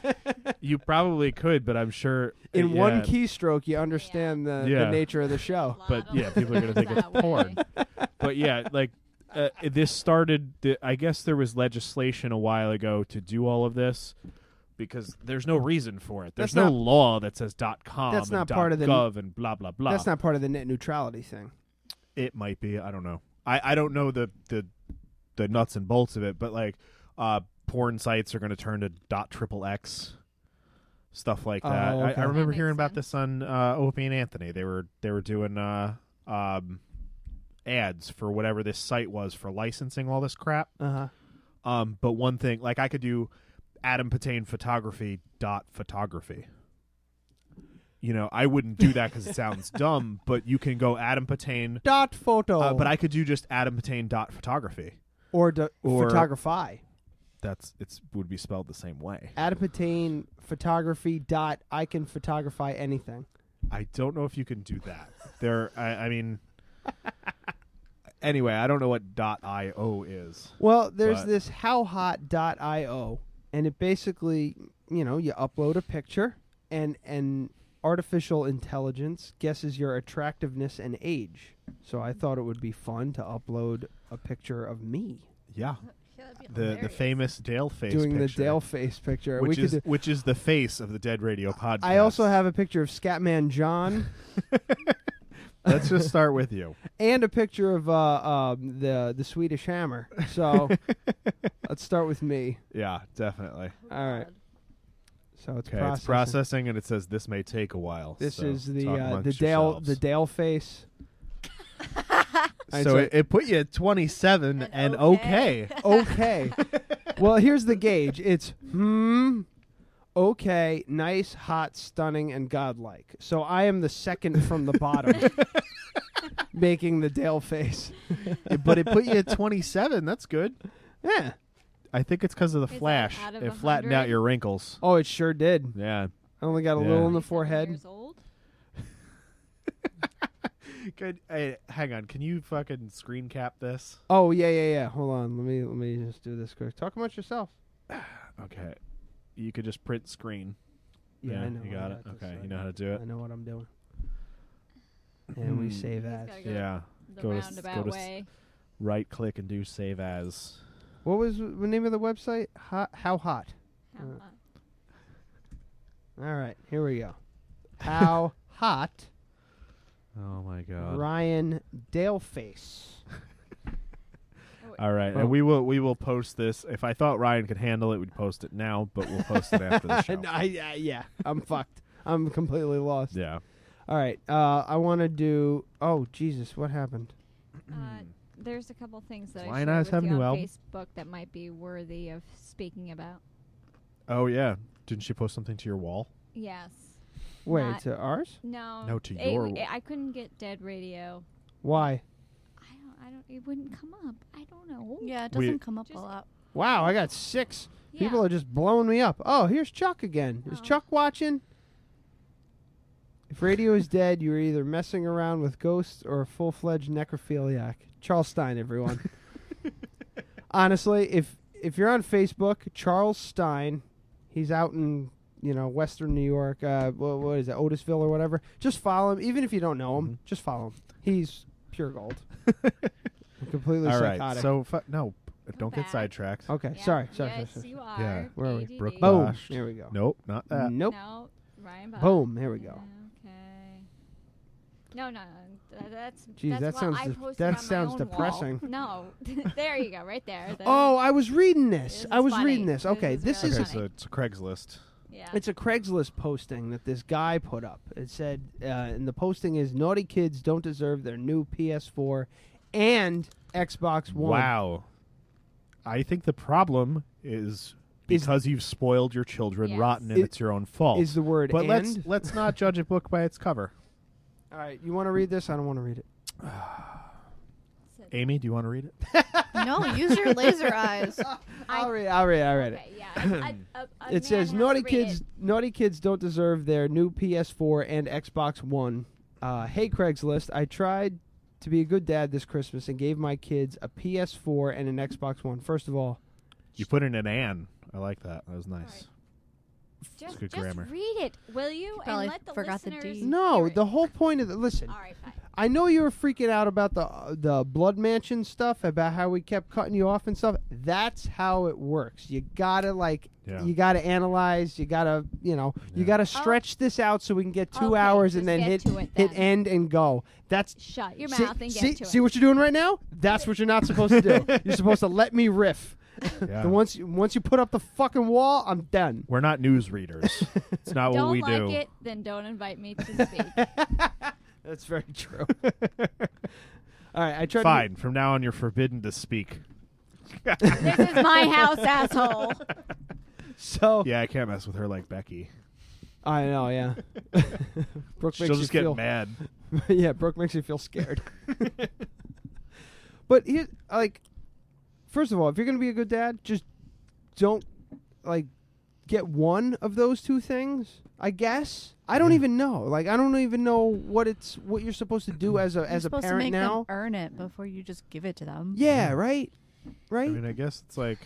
Speaker 7: You probably could, but I'm sure
Speaker 6: In
Speaker 7: yeah,
Speaker 6: one keystroke, you understand the,
Speaker 7: Yeah.
Speaker 6: the nature of the show.
Speaker 7: But yeah, people are gonna think it's porn. But yeah, like uh, this started. The, I guess there was legislation a while ago to do all of this because there's no reason for it. There's
Speaker 6: That's
Speaker 7: no
Speaker 6: not-
Speaker 7: law that says dot com.
Speaker 6: That's
Speaker 7: and
Speaker 6: not
Speaker 7: dot
Speaker 6: part of the-
Speaker 7: gov and blah blah blah.
Speaker 6: That's not part of the net neutrality thing.
Speaker 7: It might be. I don't know. I, I don't know the, the the nuts and bolts of it, but like uh porn sites are going to turn to dot triple X stuff like
Speaker 3: Oh,
Speaker 7: that.
Speaker 3: okay.
Speaker 7: I, I remember
Speaker 3: That
Speaker 7: hearing about this on uh, Opie and Anthony. They were they were doing uh, um, ads for whatever this site was for licensing all this crap.
Speaker 6: Uh-huh.
Speaker 7: Um, but one thing, like I could do Adam Patane photography dot photography. You know, I wouldn't do that because it sounds dumb, but you can go Adam Patane
Speaker 6: Dot photo.
Speaker 7: uh, but I could do just Adam Patane dot photography.
Speaker 6: Or, do,
Speaker 7: Or-
Speaker 6: photography.
Speaker 7: That's it's would be spelled the same way.
Speaker 6: Adipatane photography dot I can photography anything.
Speaker 7: I don't know if you can do that. there, I, I mean. Anyway, I don't know what dot io is.
Speaker 6: Well, there's
Speaker 7: but-
Speaker 6: this howhot.io, and it basically, you know, you upload a picture, and and artificial intelligence guesses your attractiveness and age. So I thought it would be fun to upload a picture of me
Speaker 7: Yeah, the the famous Dale face
Speaker 6: doing
Speaker 7: picture,
Speaker 6: the Dale face picture.
Speaker 7: which
Speaker 6: we
Speaker 7: is
Speaker 6: could do,
Speaker 7: which is the face of the Dead Radio podcast.
Speaker 6: I also have a picture of Scatman John.
Speaker 7: Let's just start with you.
Speaker 6: and a picture of uh, um, the the Swedish Hammer. So let's start with me.
Speaker 7: Yeah, definitely.
Speaker 6: All right. So it's
Speaker 7: okay,
Speaker 6: processing.
Speaker 7: it's processing, and it says this may take a while.
Speaker 6: This
Speaker 7: so
Speaker 6: is the
Speaker 7: talk
Speaker 6: uh, the
Speaker 7: amongst
Speaker 6: Dale
Speaker 7: yourselves.
Speaker 6: the Dale face. I'd
Speaker 7: So
Speaker 6: say-
Speaker 7: it, it put you at twenty seven, and, okay.
Speaker 6: okay. well, here's the gauge. It's hmm, okay, nice, hot, stunning, and godlike. So I am the second from the bottom, making the Dale face.
Speaker 7: but it put you at 27. That's good.
Speaker 6: Yeah.
Speaker 7: I think it's because of the
Speaker 6: Is that
Speaker 7: flash.
Speaker 6: out of
Speaker 7: It flattened
Speaker 6: 100?
Speaker 7: out your wrinkles.
Speaker 6: Oh, it sure did.
Speaker 7: Yeah.
Speaker 6: I only got a
Speaker 7: Yeah.
Speaker 6: little in the forehead.
Speaker 7: Good. Hey, uh, hang on. Can you fucking screen cap this?
Speaker 6: Oh yeah, yeah, yeah. Hold on. Let me let me just do this quick. Talk amongst yourself.
Speaker 7: Okay. You could just print screen.
Speaker 6: Yeah, I know.
Speaker 7: You
Speaker 6: I
Speaker 7: got,
Speaker 6: got
Speaker 7: it.
Speaker 6: this.
Speaker 7: Okay.
Speaker 6: I
Speaker 7: You know how to do it. Hmm.
Speaker 6: I know what I'm doing. And we save as.
Speaker 7: go Yeah.
Speaker 13: the
Speaker 7: Go to s-
Speaker 13: roundabout
Speaker 7: go to s-
Speaker 13: way.
Speaker 7: Right click and do save as.
Speaker 6: What was the name of the website? Hot, how hot? Uh, all right, here we go. How hot?
Speaker 7: Oh my god.
Speaker 6: Ryan Daleface.
Speaker 7: All right,
Speaker 6: Oh.
Speaker 7: and we will we will post this. If I thought Ryan could handle it, we'd post it now, but we'll post it after the show.
Speaker 6: No, I- I- yeah, I'm fucked. I'm completely lost.
Speaker 7: Yeah.
Speaker 6: All right. Uh, I want to do. Oh Jesus, what happened?
Speaker 13: Uh, there's a couple things that
Speaker 7: Why
Speaker 13: I
Speaker 7: not
Speaker 13: shared
Speaker 7: hmm. have
Speaker 13: with you
Speaker 7: new
Speaker 13: on
Speaker 7: album?
Speaker 13: Facebook that might be worthy of speaking about.
Speaker 7: Oh yeah. Didn't she post something to your wall?
Speaker 13: Yes.
Speaker 6: Wait,
Speaker 13: Not-
Speaker 6: to ours?
Speaker 13: No.
Speaker 7: No, to
Speaker 13: it-
Speaker 7: your-
Speaker 13: it- I couldn't get Dead Radio.
Speaker 6: Why?
Speaker 13: I don't. I don't. It wouldn't come up. I don't know.
Speaker 11: Yeah, it
Speaker 6: We-
Speaker 11: doesn't come up a lot.
Speaker 6: Wow, I got six. People
Speaker 13: Yeah. Oh.
Speaker 6: are just blowing me up. Oh, here's Chuck again. Is Chuck watching? If radio is dead, you're either messing around with ghosts or a full fledged necrophiliac. Charles Stein, everyone. Honestly, if if you're on Facebook, Charles Stein, he's out in you know, Western New York. Uh, what, what is it, Otisville or whatever? Just follow him, even if you don't know him.
Speaker 7: Mm-hmm.
Speaker 6: Just follow him. He's pure gold. Completely
Speaker 7: All right,
Speaker 6: psychotic.
Speaker 7: so fu- no, don't get sidetracked.
Speaker 6: Okay, sorry, sorry, sorry, sorry.
Speaker 13: you
Speaker 6: sorry.
Speaker 7: Yeah,
Speaker 6: Where are we?
Speaker 7: Brooke
Speaker 6: Boom.
Speaker 7: Bosch.
Speaker 6: Here we go.
Speaker 7: Nope, not that.
Speaker 6: Nope.
Speaker 13: No, Ryan Bosch.
Speaker 6: Boom. Here we go.
Speaker 13: Okay. No, no, no. th- That's
Speaker 6: Jeez,
Speaker 13: that's
Speaker 6: that
Speaker 13: what
Speaker 6: sounds
Speaker 13: I
Speaker 6: de-
Speaker 13: posted
Speaker 6: that
Speaker 13: on my
Speaker 6: sounds
Speaker 13: own
Speaker 6: depressing.
Speaker 13: Wall. No, there you go, right there. That-
Speaker 6: Oh, I was reading this.
Speaker 13: This
Speaker 6: I
Speaker 13: is
Speaker 6: was
Speaker 13: funny.
Speaker 6: reading this.
Speaker 13: This
Speaker 6: Okay,
Speaker 13: is
Speaker 6: this
Speaker 13: really
Speaker 6: is,
Speaker 13: funny.
Speaker 7: So it's a Craigslist.
Speaker 13: Yeah.
Speaker 6: It's a Craigslist posting that this guy put up. It said, uh, and the posting is naughty kids don't deserve their new PS4 and Xbox One.
Speaker 7: Wow. I think the problem is because you've spoiled your children rotten and
Speaker 6: It-
Speaker 7: it's your own fault.
Speaker 6: is the word
Speaker 7: But
Speaker 6: and?
Speaker 7: let's let's not judge a book by its cover.
Speaker 6: All right, you want to read this? I don't want to read it.
Speaker 7: Amy, do you want to read it?
Speaker 11: No, use your laser eyes.
Speaker 6: I'll read. I'll read. I'll read it.
Speaker 13: yeah, a- a- a
Speaker 6: it says
Speaker 13: man has
Speaker 6: naughty
Speaker 13: to read
Speaker 6: kids. Naughty kids don't deserve their new PS4 and Xbox One. Uh, hey Craigslist, I tried to be a good dad this Christmas and gave my kids a PS4 and an Xbox One. First of all,
Speaker 7: You put in an an. I like that. That was nice. It's
Speaker 13: Just,
Speaker 7: good
Speaker 13: just
Speaker 7: grammar.
Speaker 13: read it, will you? And
Speaker 11: probably
Speaker 13: let the
Speaker 11: forgot the
Speaker 13: listeners.
Speaker 11: D.
Speaker 6: no. The whole point of the listen.
Speaker 13: All right, fine.
Speaker 6: I know you were freaking out about the the blood mansion stuff about how we kept cutting you off and stuff. That's how it works. You gotta like,
Speaker 7: Yeah.
Speaker 6: you gotta analyze. You gotta, you know, you gotta stretch this out so we can get two
Speaker 13: Okay,
Speaker 6: hours and
Speaker 13: just
Speaker 6: then
Speaker 13: get
Speaker 6: hit
Speaker 13: to it
Speaker 6: hit
Speaker 13: then.
Speaker 6: end and go. That's
Speaker 13: Shut your
Speaker 6: see,
Speaker 13: mouth and get
Speaker 6: see,
Speaker 13: to it.
Speaker 6: see what you're doing right now. That's what you're not supposed to do. You're supposed to let me riff.
Speaker 7: Yeah.
Speaker 6: And once once you put up the fucking wall, I'm done.
Speaker 7: We're not news readers. it's not
Speaker 13: don't
Speaker 7: what we
Speaker 13: like
Speaker 7: do.
Speaker 13: it, then don't invite me to speak.
Speaker 6: That's very true. All right, I tried. to-
Speaker 7: Fine. From now on, you're forbidden to speak.
Speaker 13: this is my house, asshole.
Speaker 6: so
Speaker 7: Yeah, I can't mess with her like Becky.
Speaker 6: I know, yeah. Brooke
Speaker 7: She'll
Speaker 6: makes
Speaker 7: just
Speaker 6: you
Speaker 7: get
Speaker 6: feel,
Speaker 7: mad.
Speaker 6: yeah, Brooke makes you feel scared. but here, like, first of all, if you're gonna be a good dad, just don't like get one of those two things. I guess I don't even know. Like, I don't even know what it's what you're supposed to do as a
Speaker 11: You're
Speaker 6: as a
Speaker 11: supposed
Speaker 6: parent
Speaker 11: to make
Speaker 6: now.
Speaker 11: them earn it before you just give it to them.
Speaker 6: Yeah, right,
Speaker 7: I
Speaker 6: right.
Speaker 7: mean, I guess it's like.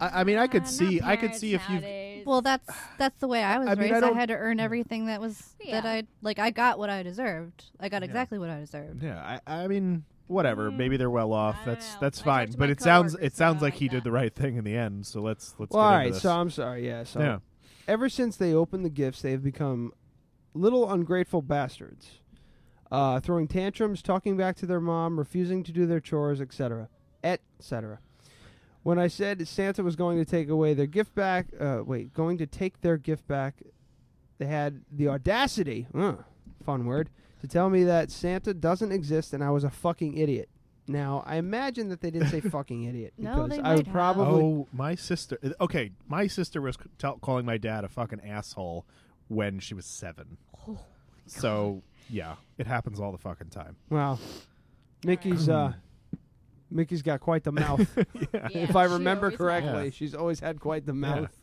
Speaker 13: Uh,
Speaker 7: I, I mean, I could see. I could see if you.
Speaker 11: Well, that's that's the way I was
Speaker 7: I mean,
Speaker 11: raised.
Speaker 7: I
Speaker 11: I,
Speaker 7: don't-
Speaker 11: had to earn everything that was that
Speaker 13: Yeah.
Speaker 11: I like. I got what I deserved. I got exactly what I deserved.
Speaker 7: Yeah, I, I mean, whatever. Maybe they're well off. That's
Speaker 13: know.
Speaker 7: that's
Speaker 13: Hmm. I
Speaker 7: fine.
Speaker 13: talked to
Speaker 7: But
Speaker 13: my
Speaker 7: it sounds
Speaker 13: coworkers
Speaker 7: it sounds
Speaker 13: about
Speaker 7: like he
Speaker 13: that.
Speaker 7: did the right thing in the end. So let's let's.
Speaker 6: Well,
Speaker 7: get
Speaker 6: all
Speaker 7: into
Speaker 6: right.
Speaker 7: this.
Speaker 6: So I'm sorry. Yeah. So
Speaker 7: Yeah.
Speaker 6: ever since they opened the gifts, they have become little ungrateful bastards, uh, throwing tantrums, talking back to their mom, refusing to do their chores, etc., etc. When I said Santa was going to take away their gift back, uh, wait, going to take their gift back, they had the audacity, uh, fun word, to tell me that Santa doesn't exist and I was a fucking idiot. Now I imagine that they didn't say fucking idiot
Speaker 11: No,
Speaker 6: because
Speaker 11: they
Speaker 6: I would
Speaker 11: might have.
Speaker 6: probably
Speaker 7: Oh, my sister. Okay, my sister was c- tell, calling my dad a fucking asshole when she was seven.
Speaker 13: Oh
Speaker 7: so yeah, it happens all the fucking time.
Speaker 6: Wow. Mickey's uh Mickey's got quite the mouth. if I
Speaker 13: she
Speaker 6: remember
Speaker 13: always has.
Speaker 6: correctly,
Speaker 7: Yeah.
Speaker 6: she's always had quite the mouth.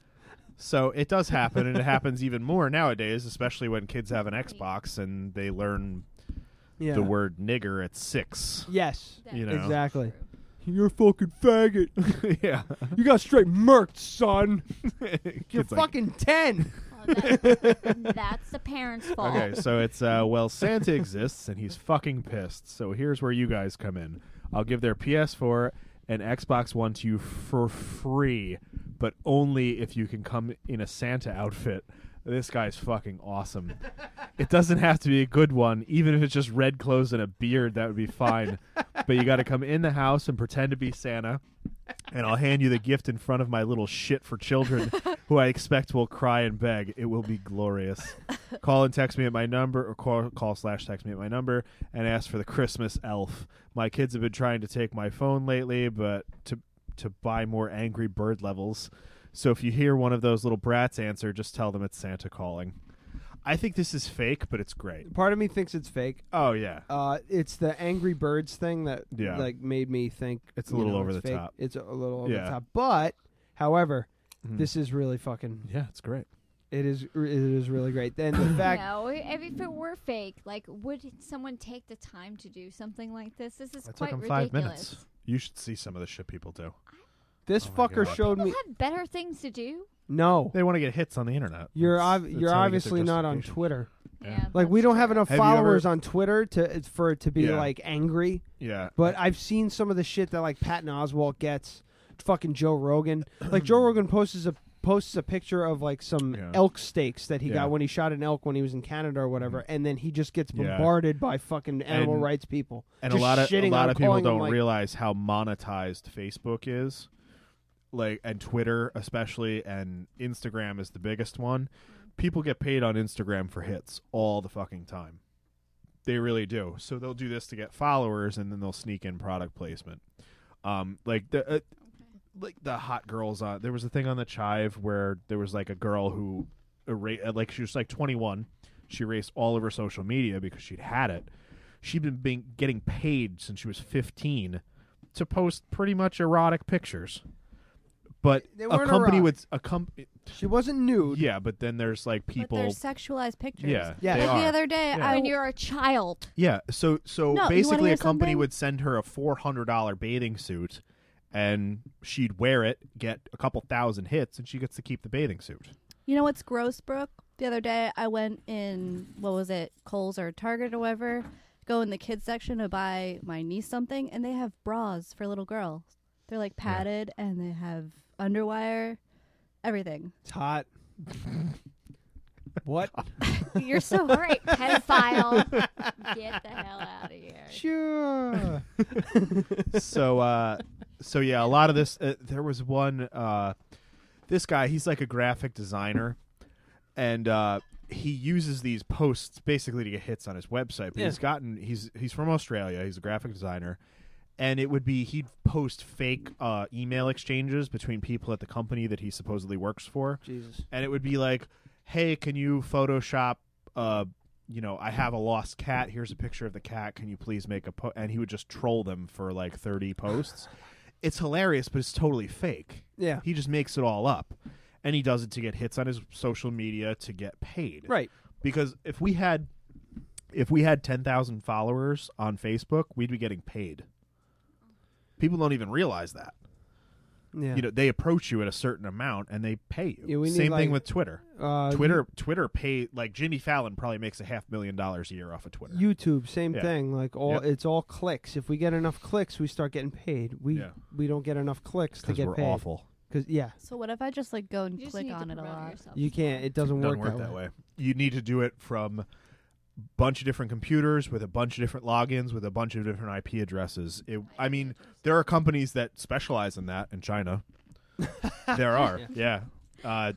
Speaker 7: So it does happen, and it happens even more nowadays, especially when kids have an Xbox and they learn
Speaker 6: Yeah.
Speaker 7: the word nigger at six.
Speaker 6: Yes.
Speaker 7: You know.
Speaker 6: Exactly. You're a fucking faggot.
Speaker 7: yeah.
Speaker 6: You got straight murked, son. You're
Speaker 7: Kids like-
Speaker 6: fucking 10.
Speaker 13: Oh, that's, that's the parents' fault.
Speaker 7: Okay, so it's uh, well, Santa exists and he's fucking pissed. So here's where you guys come in. I'll give their PS4 and Xbox One to you for free, but only if you can come in a Santa outfit. This guy's fucking awesome. It doesn't have to be a good one, even if it's just red clothes and a beard, that would be fine. but you got to come in the house and pretend to be Santa, and I'll hand you the gift in front of my little shit for children, who I expect will cry and beg. It will be glorious. call and text me at my number, or call, call slash text me at my number, and ask for the Christmas elf. My kids have been trying to take my phone lately, but to to buy more Angry Bird levels. So if you hear one of those little brats answer, just tell them it's Santa calling. I think this is fake, but it's great.
Speaker 6: Part of me thinks it's fake.
Speaker 7: Oh yeah.
Speaker 6: Uh, it's the Angry Birds thing that
Speaker 7: Yeah.
Speaker 6: like made me think
Speaker 7: It's a
Speaker 6: you
Speaker 7: little
Speaker 6: know,
Speaker 7: over
Speaker 6: it's
Speaker 7: the
Speaker 6: fake.
Speaker 7: top.
Speaker 6: It's a little over the
Speaker 7: Yeah. Mm-hmm.
Speaker 6: top. But however, this is really fucking
Speaker 7: Yeah, it's great.
Speaker 6: it is it is really great. Then the fact
Speaker 13: No, if if it were fake, like, would someone take the time to do something like this? This is
Speaker 7: That
Speaker 13: quite
Speaker 7: took him
Speaker 13: ridiculous.
Speaker 7: five minutes. You should see some of the shit people do.
Speaker 6: This fucker showed
Speaker 13: People
Speaker 6: me.
Speaker 13: have better things to do.
Speaker 6: No,
Speaker 7: they want to get hits on the internet.
Speaker 6: You're
Speaker 7: That's-
Speaker 6: ob-
Speaker 7: that's
Speaker 6: you're
Speaker 7: how they get
Speaker 6: obviously
Speaker 7: their
Speaker 6: not on
Speaker 7: justification.
Speaker 6: Twitter.
Speaker 7: Yeah.
Speaker 6: like we don't have enough
Speaker 7: Have you ever-
Speaker 6: followers on Twitter to it's for it to be
Speaker 7: Yeah.
Speaker 6: like angry.
Speaker 7: Yeah.
Speaker 6: But I've seen some of the shit that like Patton Oswalt gets, fucking Joe Rogan. like Joe Rogan posts a posts a picture of like some elk steaks that he
Speaker 7: Yeah. Mm-hmm.
Speaker 6: got when he shot an elk when he was in Canada or whatever, and then he just gets
Speaker 7: Yeah.
Speaker 6: bombarded by fucking animal
Speaker 7: And-
Speaker 6: rights people.
Speaker 7: And
Speaker 6: Just
Speaker 7: a lot of
Speaker 6: shitting
Speaker 7: a lot
Speaker 6: on
Speaker 7: of people
Speaker 6: calling him,
Speaker 7: don't
Speaker 6: like,
Speaker 7: realize how monetized Facebook is. Like and Twitter especially and Instagram is the biggest one. People get paid on Instagram for hits all the fucking time. They really do. So they'll do this to get followers and then they'll sneak in product placement. Um like the uh, like the hot girls on there was a thing on the chive where there was like a girl who erased uh, like she was like 21 she erased all of her social media because she'd had it she'd been being, getting paid since she was 15 to post pretty much erotic pictures but
Speaker 6: They
Speaker 7: a
Speaker 6: weren't
Speaker 7: company
Speaker 6: erotic.
Speaker 7: with a company
Speaker 6: she wasn't nude
Speaker 7: yeah but then there's like people
Speaker 11: There's sexualized pictures.
Speaker 7: Yeah, Yeah. they
Speaker 11: Like the
Speaker 7: are.
Speaker 11: other day,
Speaker 7: Yeah.
Speaker 11: I
Speaker 13: When you're a child,
Speaker 7: Yeah. So so
Speaker 11: No, you wanna
Speaker 7: basically,
Speaker 11: hear
Speaker 7: a company
Speaker 11: something?
Speaker 7: would send her a four hundred dollar bathing suit, and she'd wear it, get a couple thousand hits, and she gets to keep the bathing suit.
Speaker 11: You know what's gross, Brooke? The other day I went in what was it, Kohl's or Target or whatever, go in the kids section to buy my niece something, and they have bras for little girls. They're like padded and they have underwire, everything.
Speaker 6: It's hot. what?
Speaker 13: you're so right, pedophile. Get the hell out of here.
Speaker 6: Sure.
Speaker 7: so uh, so yeah, a lot of this. Uh, there was one. Uh, this guy, he's like a graphic designer, and uh, he uses these posts basically to get hits on his website. But
Speaker 14: Yeah.
Speaker 7: he's gotten he's he's from Australia. He's a graphic designer. And it would be he'd post fake uh, email exchanges between people at the company that he supposedly works for.
Speaker 6: Jesus.
Speaker 7: and it would be like, "Hey, can you Photoshop? Uh, you know, I have a lost cat. Here's a picture of the cat. Can you please make a?" Po-? And he would just troll them for like thirty posts. it's hilarious, but it's totally fake.
Speaker 6: Yeah.
Speaker 7: he just makes it all up, and he does it to get hits on his social media to get paid.
Speaker 6: Right.
Speaker 7: Because if we had, if we had ten thousand followers on Facebook, we'd be getting paid. People don't even realize that.
Speaker 6: Yeah.
Speaker 7: You know, they approach you at a certain amount and they pay you.
Speaker 6: Yeah, we need,
Speaker 7: Same thing
Speaker 6: like,
Speaker 7: with Twitter.
Speaker 6: uh,
Speaker 7: Twitter Twitter pay like Jimmy Fallon probably makes a half million dollars a year off of Twitter.
Speaker 6: YouTube, same
Speaker 7: Yeah.
Speaker 6: thing. Like all,
Speaker 7: Yep.
Speaker 6: it's all clicks. If we get enough clicks, we start getting paid. We
Speaker 7: Yeah.
Speaker 6: we don't get enough clicks to
Speaker 7: 'Cause
Speaker 6: get
Speaker 7: we're
Speaker 6: paid.
Speaker 7: awful.
Speaker 6: Because yeah,
Speaker 11: So what if I just like go and
Speaker 13: just
Speaker 11: click
Speaker 13: need to
Speaker 11: on it a
Speaker 13: promote
Speaker 11: lot?
Speaker 6: you can't. It doesn't,
Speaker 7: Doesn't work that way. You need to do it from a bunch of different computers with a bunch of different logins with a bunch of different IP addresses. It, I mean, there are companies that specialize in that in China. there are. Yeah. Uh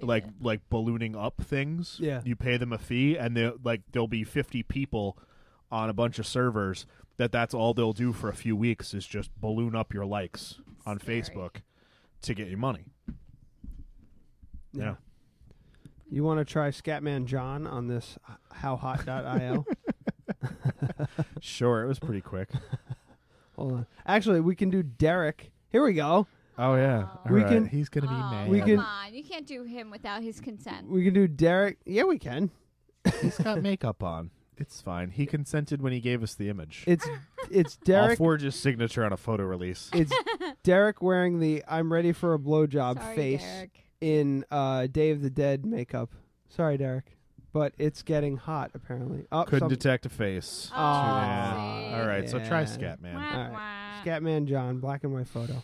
Speaker 7: like like ballooning up things.
Speaker 6: Yeah.
Speaker 7: You pay them a fee and they like there'll be 50 people on a bunch of servers that that's all they'll do for a few weeks is just balloon up your likes on Facebook to get you money. Yeah.
Speaker 6: You want to try Scatman John on this h- howhot.io?
Speaker 7: Sure, it was pretty quick.
Speaker 6: Hold on. Actually, we can do Derek. Here we go.
Speaker 7: Oh yeah,
Speaker 6: we
Speaker 7: All right.
Speaker 6: can.
Speaker 7: He's gonna be mad.
Speaker 6: We
Speaker 13: Come
Speaker 6: can.
Speaker 13: on, you can't do him without his consent.
Speaker 6: We can do Derek. Yeah, we can.
Speaker 7: He's got makeup on. It's fine. He consented when he gave us the image.
Speaker 6: It's it's
Speaker 7: I'll
Speaker 6: Derek.
Speaker 7: forge his signature on a photo release.
Speaker 6: It's Derek wearing the "I'm ready for a blowjob"
Speaker 13: Sorry,
Speaker 6: face
Speaker 13: Derek.
Speaker 6: in uh, Day of the Dead makeup. Sorry, Derek, but it's getting hot apparently. Oh,
Speaker 7: Couldn't
Speaker 6: some-
Speaker 7: detect a face.
Speaker 6: Oh,
Speaker 7: Yeah.
Speaker 6: see.
Speaker 7: All right, so try
Speaker 6: Yeah.
Speaker 7: Scatman.
Speaker 6: All right. Scatman John, black and white photo.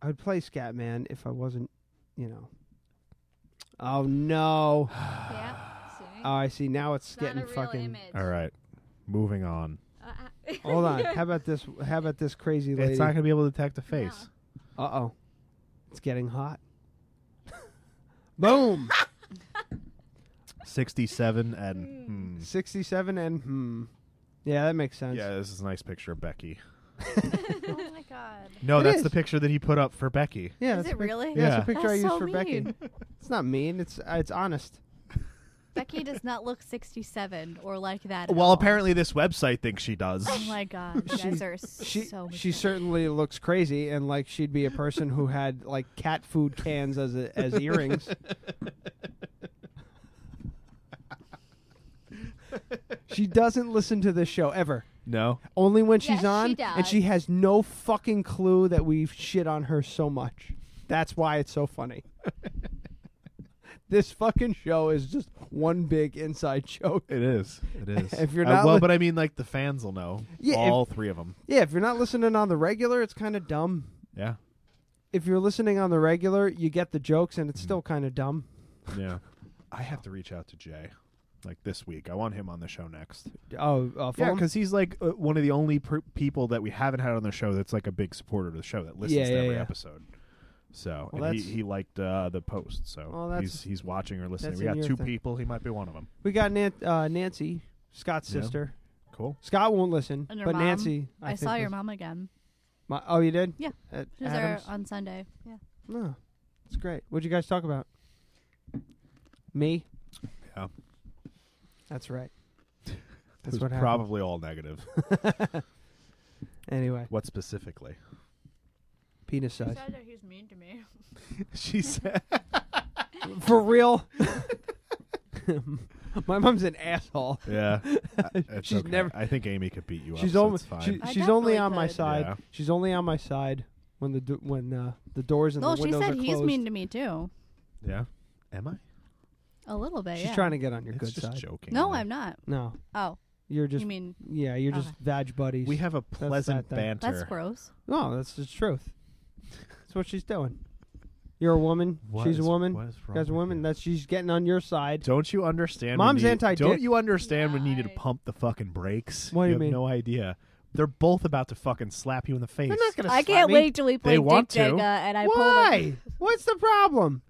Speaker 6: I would play Scatman if I wasn't, you know. Oh no!
Speaker 13: Yeah. see?
Speaker 6: Oh, I see. Now it's,
Speaker 13: It's not
Speaker 6: getting
Speaker 13: a real
Speaker 6: fucking.
Speaker 13: image.
Speaker 7: All right, moving on.
Speaker 13: Uh,
Speaker 6: Hold on. How about this? How about this crazy lady?
Speaker 7: It's not gonna be able to detect a face.
Speaker 6: Uh oh. It's getting hot. Boom!
Speaker 7: 67 and hmm.
Speaker 6: 67 and hmm. Yeah, that makes sense.
Speaker 7: yeah, this is a nice picture of Becky.
Speaker 11: oh my god.
Speaker 7: No,
Speaker 6: It
Speaker 7: that's
Speaker 6: is.
Speaker 7: the picture that he put up for Becky.
Speaker 6: Yeah,
Speaker 11: Is
Speaker 6: that's
Speaker 11: it
Speaker 6: a pic-
Speaker 11: really?
Speaker 6: Yeah, that's a
Speaker 11: Yeah.
Speaker 6: picture I
Speaker 11: That's
Speaker 6: used
Speaker 11: so
Speaker 6: for Becky.
Speaker 11: mean.
Speaker 6: It's not mean. It's uh, it's honest.
Speaker 11: Becky does not look 67 or like that. at
Speaker 7: Well,
Speaker 11: all.
Speaker 7: apparently this website thinks she does.
Speaker 11: Oh my god, you guys are
Speaker 6: She
Speaker 11: so.
Speaker 6: she certainly looks crazy and like she'd be a person who had like cat food cans as a, as earrings. she doesn't listen to this show ever.
Speaker 7: No.
Speaker 6: Only when she's
Speaker 13: she
Speaker 6: on, and
Speaker 13: does.
Speaker 6: she has no fucking clue that we shit on her so much. That's why it's so funny. this fucking show is just one big inside joke.
Speaker 7: It is. It is.
Speaker 6: If you're
Speaker 7: Uh,
Speaker 6: not
Speaker 7: well,
Speaker 6: li-
Speaker 7: but I mean, like the fans will know.
Speaker 6: Yeah, if-
Speaker 7: all three of them.
Speaker 6: Yeah, if you're not listening on the regular, it's kind of dumb.
Speaker 7: Yeah.
Speaker 6: If you're listening on the regular, you get the jokes, and it's still kind of dumb.
Speaker 7: Yeah. I have to reach out to Jay, like this week. I want him on the show next.
Speaker 6: Oh, uh,
Speaker 7: yeah,
Speaker 6: Fulham?
Speaker 7: because he's like uh, one of the only per- people that we haven't had on the show that's like a big supporter of the show that listens
Speaker 6: Yeah,
Speaker 7: to
Speaker 6: yeah,
Speaker 7: every
Speaker 6: yeah.
Speaker 7: episode. So
Speaker 6: Well,
Speaker 7: and he,
Speaker 6: that's-
Speaker 7: he liked uh, the post, so
Speaker 6: Well, that's-
Speaker 7: he's he's watching or listening.
Speaker 6: that's
Speaker 7: We
Speaker 6: in
Speaker 7: got
Speaker 6: your
Speaker 7: two
Speaker 6: thing.
Speaker 7: people. He might be one of them.
Speaker 6: We got Nan- uh, Nancy, Scott's
Speaker 7: Yeah.
Speaker 6: sister.
Speaker 7: Cool.
Speaker 6: Scott won't listen,
Speaker 11: And her
Speaker 6: but
Speaker 11: mom.
Speaker 6: Nancy.
Speaker 11: I,
Speaker 6: I,
Speaker 11: saw
Speaker 6: think
Speaker 11: your
Speaker 6: was-
Speaker 11: mom again.
Speaker 6: My, oh, you did?
Speaker 11: Yeah.
Speaker 6: At
Speaker 11: She was there
Speaker 6: Adams?
Speaker 11: on Sunday. Yeah.
Speaker 6: No, it's great. What'd you guys talk about? Me?
Speaker 7: Yeah.
Speaker 6: That's right.
Speaker 7: It
Speaker 6: That's
Speaker 7: was
Speaker 6: what happened.
Speaker 7: probably all negative.
Speaker 6: Anyway,
Speaker 7: what specifically?
Speaker 6: penis size.
Speaker 11: that he was mean to me.
Speaker 7: she said.
Speaker 6: For real? My mom's an asshole.
Speaker 7: Yeah, I- it's
Speaker 6: She's
Speaker 7: okay.
Speaker 6: never-
Speaker 7: I think Amy could beat you up.
Speaker 6: She's
Speaker 7: so
Speaker 6: only
Speaker 7: it's fine.
Speaker 6: she,
Speaker 11: I
Speaker 6: she's only
Speaker 11: definitely
Speaker 6: on my
Speaker 11: could.
Speaker 6: side.
Speaker 7: Yeah.
Speaker 6: She's only on my side when the do, when uh, the doors and
Speaker 11: No,
Speaker 6: the
Speaker 11: she
Speaker 6: windows
Speaker 11: said
Speaker 6: are
Speaker 11: he's
Speaker 6: closed.
Speaker 11: mean to me too.
Speaker 7: yeah. Am I?
Speaker 11: A little bit.
Speaker 6: she's
Speaker 11: yeah.
Speaker 6: trying to get on your
Speaker 7: It's
Speaker 6: good
Speaker 7: just
Speaker 6: side.
Speaker 7: joking.
Speaker 11: No, I'm not.
Speaker 6: No,
Speaker 11: Oh,
Speaker 6: you're just
Speaker 11: you mean
Speaker 6: yeah, you're just
Speaker 11: Okay.
Speaker 6: vag buddies.
Speaker 7: We have a
Speaker 6: that
Speaker 7: pleasant
Speaker 6: thing.
Speaker 7: banter.
Speaker 11: that's gross.
Speaker 6: no, that's the truth. That's what she's doing. You're a woman.
Speaker 7: What
Speaker 6: she's
Speaker 7: is-
Speaker 6: a woman.
Speaker 7: what is wrong
Speaker 6: Guys, a
Speaker 7: with
Speaker 6: woman.
Speaker 7: you?
Speaker 6: That she's getting on your side.
Speaker 7: Don't you understand? we
Speaker 6: Mom's
Speaker 7: need-
Speaker 6: anti-dick.
Speaker 7: Don't you understand we needed to pump the fucking brakes?
Speaker 6: What do you
Speaker 7: have
Speaker 6: mean?
Speaker 7: No idea. They're both about to fucking slap you in the face.
Speaker 6: They're not gonna.
Speaker 11: I
Speaker 6: slap
Speaker 11: can't
Speaker 6: me.
Speaker 11: wait till we play
Speaker 7: They want
Speaker 11: Dick Jenga
Speaker 7: to.
Speaker 11: and I pull.
Speaker 6: Why? What's the problem?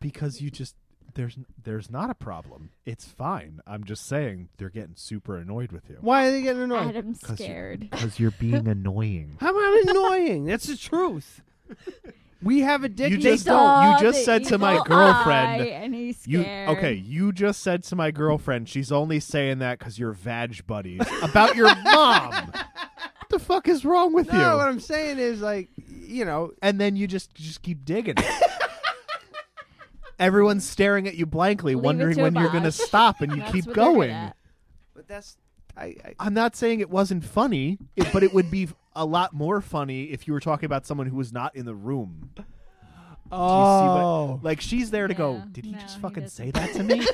Speaker 7: because you just there's there's not a problem. It's fine. I'm just saying they're getting super annoyed with you
Speaker 6: Why are they getting annoyed?
Speaker 13: Adam's
Speaker 7: 'Cause you-
Speaker 13: scared.
Speaker 7: because you're being annoying.
Speaker 6: How am I annoying? That's the truth. We have a dick.
Speaker 7: You
Speaker 6: that
Speaker 7: just
Speaker 6: don't-
Speaker 7: don't- you
Speaker 13: Saw
Speaker 7: just
Speaker 13: the
Speaker 7: said to my
Speaker 13: evil
Speaker 7: girlfriend,
Speaker 13: eye, and he's
Speaker 7: You
Speaker 13: scared.
Speaker 7: okay? You just said to my girlfriend, she's only saying that because you're vag buddies about your mom. what the fuck is wrong with
Speaker 6: No,
Speaker 7: you?
Speaker 6: what I'm saying is like, you know,
Speaker 7: and then you just just keep digging. Everyone's staring at you blankly,
Speaker 13: Leave it
Speaker 7: wondering
Speaker 13: to
Speaker 7: when you're
Speaker 13: Abbas.
Speaker 7: going to stop, and you
Speaker 13: That's
Speaker 7: keep
Speaker 13: what they're good
Speaker 7: going.
Speaker 13: at.
Speaker 6: but that's I, I
Speaker 7: I'm not saying it wasn't funny, it- but it would be a lot more funny if you were talking about someone who was not in the room. Do you see what-
Speaker 6: Oh.
Speaker 7: like she's there to go.
Speaker 13: Yeah,
Speaker 7: Did he
Speaker 13: no,
Speaker 7: just
Speaker 13: he
Speaker 7: fucking
Speaker 13: doesn't.
Speaker 7: say that to me?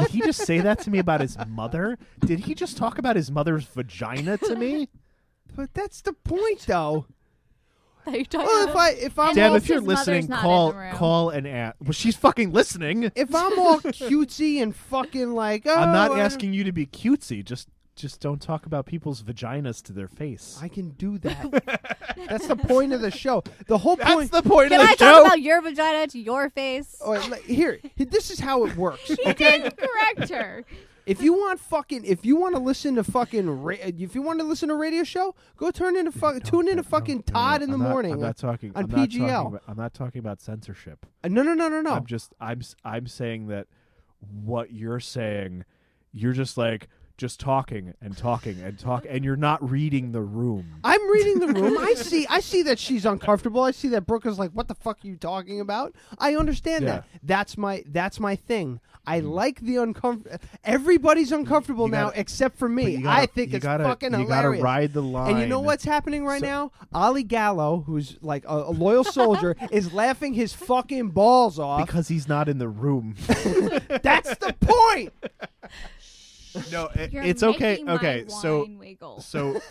Speaker 7: Did he just say that to me about his mother? Did he just talk about his mother's vagina to me?
Speaker 6: but that's the point though.
Speaker 11: Are you talking
Speaker 6: Well,
Speaker 11: about-
Speaker 6: if I if I'm
Speaker 7: Deb,
Speaker 6: all,
Speaker 7: if
Speaker 13: Unless
Speaker 7: you're
Speaker 13: his mother's
Speaker 7: listening,
Speaker 13: not in
Speaker 7: call
Speaker 13: the room.
Speaker 7: call and ask. Well, she's fucking listening.
Speaker 6: if I'm all cutesy and fucking like, oh,
Speaker 7: I'm not
Speaker 6: I-
Speaker 7: asking you to be cutesy. Just just don't talk about people's vaginas to their face.
Speaker 6: I can do that. that's the point of the show. The whole
Speaker 7: That's
Speaker 6: point.
Speaker 7: the point
Speaker 11: Can
Speaker 7: of the
Speaker 11: I
Speaker 7: show.
Speaker 11: talk about your vagina to your face?
Speaker 6: All right, like, here, this is how it works.
Speaker 13: He didn't correct her.
Speaker 6: If you want fucking, if you want to listen to fucking, ra- if you want to listen to a radio show, go turn into fucking, tune into fucking Todd in the morning.
Speaker 7: I'm not talking
Speaker 6: on
Speaker 7: I'm not talking
Speaker 6: PGL.
Speaker 7: about- I'm not talking about censorship.
Speaker 6: Uh, no, no, no, no, no.
Speaker 7: I'm just I'm s- I'm saying that what you're saying, you're just like just talking and talking and talk, and you're not reading the room.
Speaker 6: I'm reading the room. I see. I see that she's uncomfortable. I see that Brooke is like, "What the fuck are you talking about?" I understand that. That's my. That's my thing. I like the uncomfortable. Everybody's uncomfortable
Speaker 7: Mm. you
Speaker 6: now
Speaker 7: gotta-
Speaker 6: expt for
Speaker 7: But
Speaker 6: me.
Speaker 7: you
Speaker 6: I
Speaker 7: gotta-
Speaker 6: think
Speaker 7: you
Speaker 6: it's
Speaker 7: gotta,
Speaker 6: fucking
Speaker 7: you gotta
Speaker 6: hilarious.
Speaker 7: ride the line.
Speaker 6: And you know what's happening right
Speaker 7: So-
Speaker 6: now? Ollie Gallo, who's like a, a loyal soldier, is laughing his fucking balls off.
Speaker 7: Because he's not in the room.
Speaker 6: That's the point.
Speaker 7: no, it-
Speaker 13: You're
Speaker 7: it's okay.
Speaker 13: making my
Speaker 7: Okay, so
Speaker 13: wine wiggle.
Speaker 7: so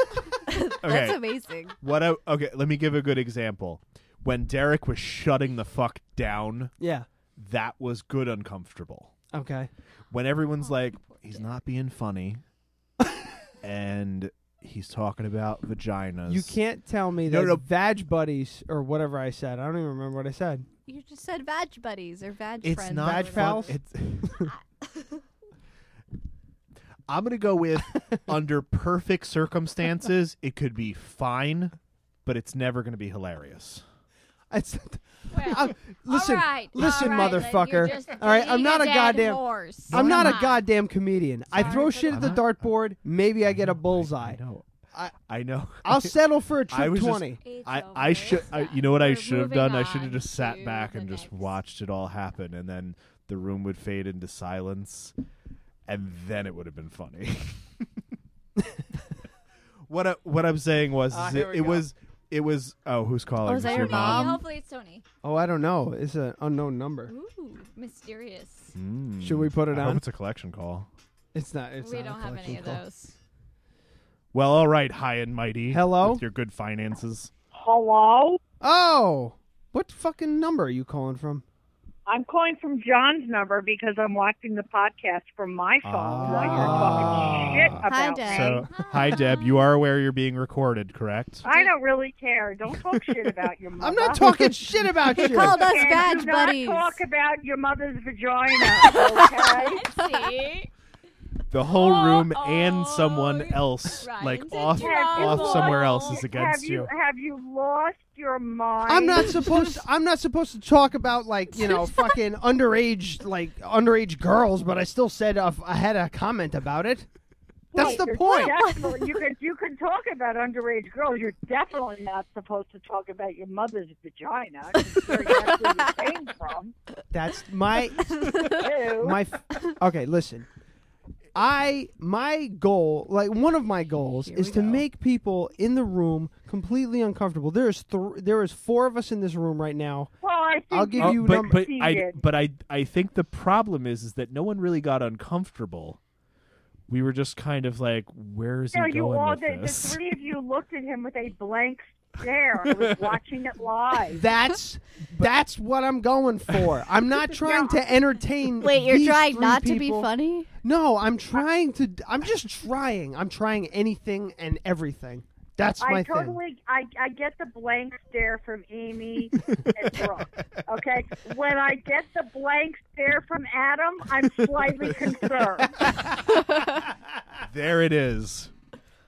Speaker 11: That's
Speaker 7: okay.
Speaker 11: amazing.
Speaker 7: What? I, okay, let me give a good example. When Derek was shutting the fuck down,
Speaker 6: Yeah.
Speaker 7: that was good uncomfortable.
Speaker 6: Okay.
Speaker 7: when everyone's like, he's not being funny, and he's talking about vaginas.
Speaker 6: You can't tell me
Speaker 7: No,
Speaker 6: that
Speaker 7: no.
Speaker 6: Vag buddies or whatever I said. I don't even remember what I said.
Speaker 11: You just said vag buddies or vag
Speaker 7: It's
Speaker 11: friends.
Speaker 7: not
Speaker 6: Vag
Speaker 7: fun-
Speaker 6: pals?
Speaker 7: It's. I'm gonna go with under perfect circumstances, it could be fine, but it's never gonna be hilarious.
Speaker 6: It's,
Speaker 13: Well,
Speaker 6: I'm- listen,
Speaker 13: all right,
Speaker 6: listen,
Speaker 13: all right, then
Speaker 6: motherfucker.
Speaker 13: you're just
Speaker 6: all right, I'm
Speaker 13: being
Speaker 6: not a
Speaker 13: dead
Speaker 6: goddamn.
Speaker 13: horse.
Speaker 6: I'm not a
Speaker 13: Come on.
Speaker 6: goddamn comedian. I
Speaker 13: Sorry
Speaker 6: throw
Speaker 13: for
Speaker 6: shit at
Speaker 13: the-
Speaker 6: the dartboard. Maybe I get a
Speaker 7: I
Speaker 6: bullseye.
Speaker 7: know.
Speaker 6: I-
Speaker 7: I know.
Speaker 6: I'll settle for a
Speaker 7: I
Speaker 6: trip
Speaker 7: was just-
Speaker 6: twenty.
Speaker 13: It's
Speaker 7: I,
Speaker 13: over,
Speaker 7: I
Speaker 13: it's
Speaker 7: should I,
Speaker 13: done.
Speaker 7: you know what I
Speaker 13: We're
Speaker 7: should have
Speaker 13: moving
Speaker 7: done I should have
Speaker 13: on
Speaker 7: just sat
Speaker 13: to
Speaker 7: back
Speaker 13: the
Speaker 7: and just
Speaker 13: next.
Speaker 7: watched it all happen and then the room would fade into silence and then it would have been funny what I, what I'm saying was
Speaker 13: Ah,
Speaker 7: is
Speaker 13: here
Speaker 7: it,
Speaker 13: we
Speaker 7: it
Speaker 13: go.
Speaker 7: was it was oh who's calling? It's your mom.
Speaker 13: Hopefully it's Tony.
Speaker 6: Oh, I don't know. It's an unknown number.
Speaker 13: Ooh, mysterious.
Speaker 6: Should we put it
Speaker 7: Hmm. I
Speaker 6: on?
Speaker 7: Hope it's a collection call.
Speaker 6: It's not.
Speaker 7: Mm.
Speaker 6: It's
Speaker 13: we
Speaker 6: not a
Speaker 13: don't have any
Speaker 6: collection
Speaker 13: of
Speaker 6: call.
Speaker 13: those.
Speaker 7: Well, all right, high and mighty.
Speaker 6: Hello?
Speaker 7: with your good finances.
Speaker 14: Hello?
Speaker 6: Oh, what fucking number are you calling from?
Speaker 14: I'm calling from John's number because I'm watching the podcast from my phone while Oh,
Speaker 6: Ah.
Speaker 14: you're talking shit about me.
Speaker 7: Ah. So, hi Deb, you are aware you're being recorded, correct?
Speaker 14: I don't really care. Don't talk shit about your mother.
Speaker 6: I'm not talking shit about you. Called us
Speaker 14: And
Speaker 6: vag
Speaker 14: do
Speaker 6: buddies.
Speaker 14: not talk about your mother's vagina, okay?
Speaker 7: The whole room and someone else, like off
Speaker 14: Oh, Have you
Speaker 7: off somewhere
Speaker 14: lost-
Speaker 7: else, is against
Speaker 14: have you.
Speaker 7: you.
Speaker 14: Have you lost your mind?
Speaker 6: I'm not supposed. To, I'm not supposed to talk about like you know fucking underage like underage girls, but I still said uh, I had a comment about it. That's
Speaker 14: Wait,
Speaker 6: the
Speaker 14: you're
Speaker 6: point.
Speaker 14: definitely- you could you could talk about underage girls. You're definitely not supposed to talk about your mother's vagina. 'cause Where exactly you came from?
Speaker 6: That's my
Speaker 14: Ew.
Speaker 6: my. F- okay, listen. I my goal, like one of my goals, is to make people in the room completely uncomfortable. There is thr there is four of us in this room right now.
Speaker 14: Well, I think
Speaker 6: I'll give
Speaker 7: Oh,
Speaker 6: you
Speaker 7: but,
Speaker 6: number-
Speaker 7: but I but I I think the problem is is that no one really got uncomfortable. We were just kind of like, where is
Speaker 14: no,
Speaker 7: he
Speaker 14: you
Speaker 7: going
Speaker 14: all
Speaker 7: with
Speaker 14: the, the
Speaker 7: this?
Speaker 14: three of you looked at him with a blank stare. I was watching it live.
Speaker 6: That's that's what I'm going for. I'm not trying to entertain.
Speaker 11: Wait, you're
Speaker 6: these
Speaker 11: trying
Speaker 6: three
Speaker 11: not to be
Speaker 6: people.
Speaker 11: funny?
Speaker 6: No, I'm trying to. I'm just trying. I'm trying anything and everything. That's my
Speaker 14: I
Speaker 6: thing.
Speaker 14: totally, I, I get the blank stare from Amy and Brooke. Okay, when I get the blank stare from Adam, I'm slightly concerned.
Speaker 7: There it is.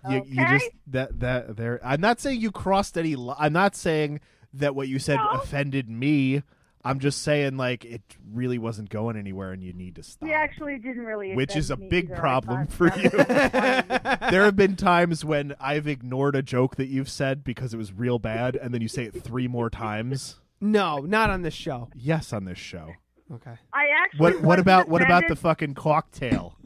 Speaker 7: You, you
Speaker 14: Okay.
Speaker 7: just that that there. I'm not saying you crossed any. Li- I'm not saying that what you said offended me. I'm just saying like it really wasn't going anywhere, and you need to stop.
Speaker 14: He actually didn't really,
Speaker 7: Which is a
Speaker 14: offend me
Speaker 7: big
Speaker 14: either. I
Speaker 7: problem
Speaker 14: thought
Speaker 7: for
Speaker 14: that
Speaker 7: you.
Speaker 14: was funny.
Speaker 7: there have been times when I've ignored a joke that you've said because it was real bad, and then you say it three more times.
Speaker 6: No, not on this show.
Speaker 7: Yes, on this show.
Speaker 6: Okay.
Speaker 14: I actually
Speaker 7: What what
Speaker 14: was
Speaker 7: about what about the
Speaker 14: offended-
Speaker 7: fucking cocktail?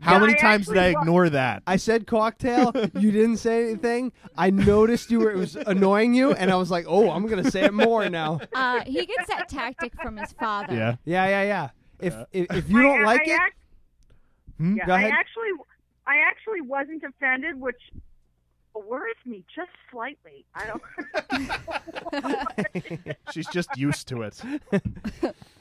Speaker 7: How
Speaker 6: Yeah,
Speaker 7: many
Speaker 6: I
Speaker 7: times did I
Speaker 6: actually wa-
Speaker 7: ignore that?
Speaker 6: I said cocktail. you didn't say anything. I noticed you were. It was annoying you, and I was like, oh, I'm gonna say it more now.
Speaker 13: Uh, he gets that tactic from his father.
Speaker 7: Yeah.
Speaker 6: Yeah, yeah, yeah. If if, if you don't
Speaker 14: I-
Speaker 6: like
Speaker 14: I
Speaker 6: it,
Speaker 14: act-
Speaker 7: Hmm?
Speaker 14: yeah,
Speaker 6: go ahead.
Speaker 14: I actually, I actually wasn't offended, which worries me just slightly. I don't.
Speaker 7: She's just used to it.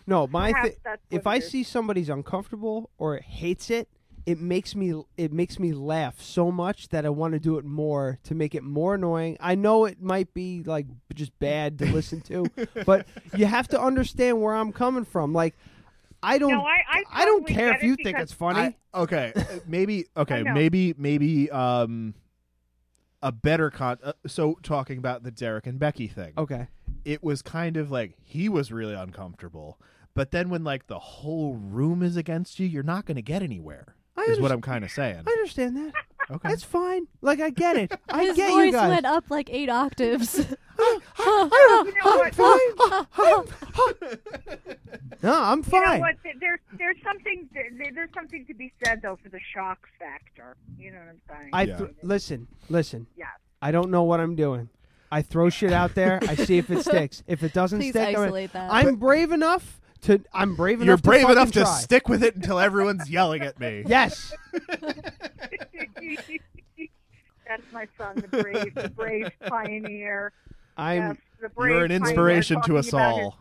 Speaker 6: No, my
Speaker 7: Perhaps
Speaker 6: thi-
Speaker 7: that's
Speaker 6: if
Speaker 7: what
Speaker 6: I
Speaker 7: it is.
Speaker 6: see somebody's uncomfortable or hates it, it makes me it makes me laugh so much that I want to do it more to make it more annoying. I know it might be like just bad to listen to, but you have to understand where I'm coming from. Like I don't
Speaker 14: No, I- I
Speaker 6: don't
Speaker 14: totally
Speaker 6: care
Speaker 14: get
Speaker 6: if
Speaker 14: it
Speaker 6: you think
Speaker 14: because-
Speaker 6: it's funny.
Speaker 7: I- okay, uh, maybe okay,
Speaker 6: know.
Speaker 7: maybe maybe um a better con uh, so talking about the Derek and Becky thing.
Speaker 6: Okay.
Speaker 7: It was kind of like he was really uncomfortable, but then when like the whole room is against you, you're not going to get anywhere. is what I'm kind of saying.
Speaker 6: I understand that.
Speaker 7: Okay.
Speaker 6: That's fine. Like I get it. I
Speaker 11: His
Speaker 6: get
Speaker 11: voice
Speaker 6: you guys.
Speaker 11: went up like eight octaves.
Speaker 14: You know what?
Speaker 6: No, I'm
Speaker 14: You
Speaker 6: fine.
Speaker 14: know what? There- There's there's something there- there's something to be said though for the shock factor. You know what I'm saying?
Speaker 6: I th- listen, listen.
Speaker 14: Yes.
Speaker 6: I don't know what I'm doing. I throw shit out there. I see if it sticks. If it doesn't
Speaker 11: Please
Speaker 6: stick, I'm-
Speaker 11: isolate that.
Speaker 6: I'm, brave enough to. I'm brave enough.
Speaker 7: You're brave
Speaker 6: to
Speaker 7: enough to
Speaker 6: fucking try.
Speaker 7: stick with it until everyone's yelling at me.
Speaker 6: Yes.
Speaker 14: That's my son, the brave, the brave pioneer.
Speaker 6: I'm.
Speaker 14: Yes, the brave
Speaker 7: You're an
Speaker 14: pioneer
Speaker 7: inspiration to
Speaker 14: talking
Speaker 7: us
Speaker 14: about
Speaker 7: all.
Speaker 14: his-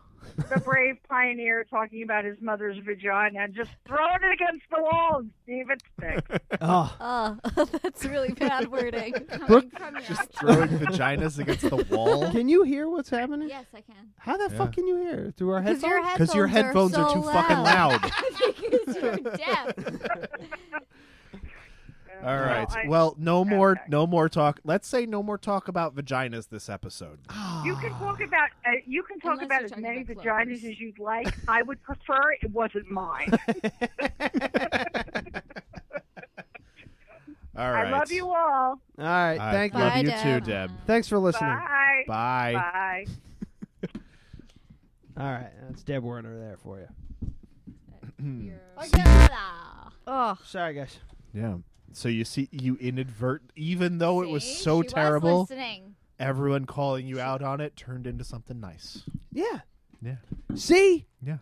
Speaker 14: the brave pioneer talking about his mother's vagina and just throwing it against the wall and see if it sticks.
Speaker 6: Oh.
Speaker 11: Uh, that's really bad wording.
Speaker 6: Brooke-
Speaker 7: Just throwing vaginas against the wall.
Speaker 6: Can you hear what's happening?
Speaker 13: Yes, I can.
Speaker 6: How the
Speaker 7: Yeah.
Speaker 6: fuck can you hear through our headphones?
Speaker 11: your
Speaker 7: Because your headphones are,
Speaker 11: so
Speaker 7: too fucking
Speaker 11: loud.
Speaker 7: loud.
Speaker 13: because you're deaf.
Speaker 7: All right.
Speaker 14: I-
Speaker 7: well, no more, no more talk. Let's say no more talk about vaginas this episode.
Speaker 14: You can talk about uh, you can talk
Speaker 13: Unless
Speaker 14: about
Speaker 13: you're
Speaker 14: as
Speaker 13: talking
Speaker 14: many
Speaker 13: about
Speaker 14: vaginas
Speaker 13: clovers.
Speaker 14: as you'd like. I would prefer it wasn't mine.
Speaker 7: All right.
Speaker 14: I love you all.
Speaker 6: All right.
Speaker 7: I
Speaker 6: Thank
Speaker 7: love
Speaker 6: you.
Speaker 7: you too, Deb.
Speaker 6: Thanks for listening.
Speaker 14: Bye.
Speaker 7: Bye.
Speaker 14: Bye.
Speaker 6: All right. That's Deb Werner there for you.
Speaker 13: You're-
Speaker 11: Oh,
Speaker 6: Sorry, guys.
Speaker 7: Yeah. So you see, you inadvert, even though Oh, it was
Speaker 13: See?
Speaker 7: so
Speaker 13: She was
Speaker 7: terrible,
Speaker 13: listening.
Speaker 7: everyone calling you out on it turned into something nice.
Speaker 6: Yeah.
Speaker 7: Yeah.
Speaker 6: See?
Speaker 7: Yeah.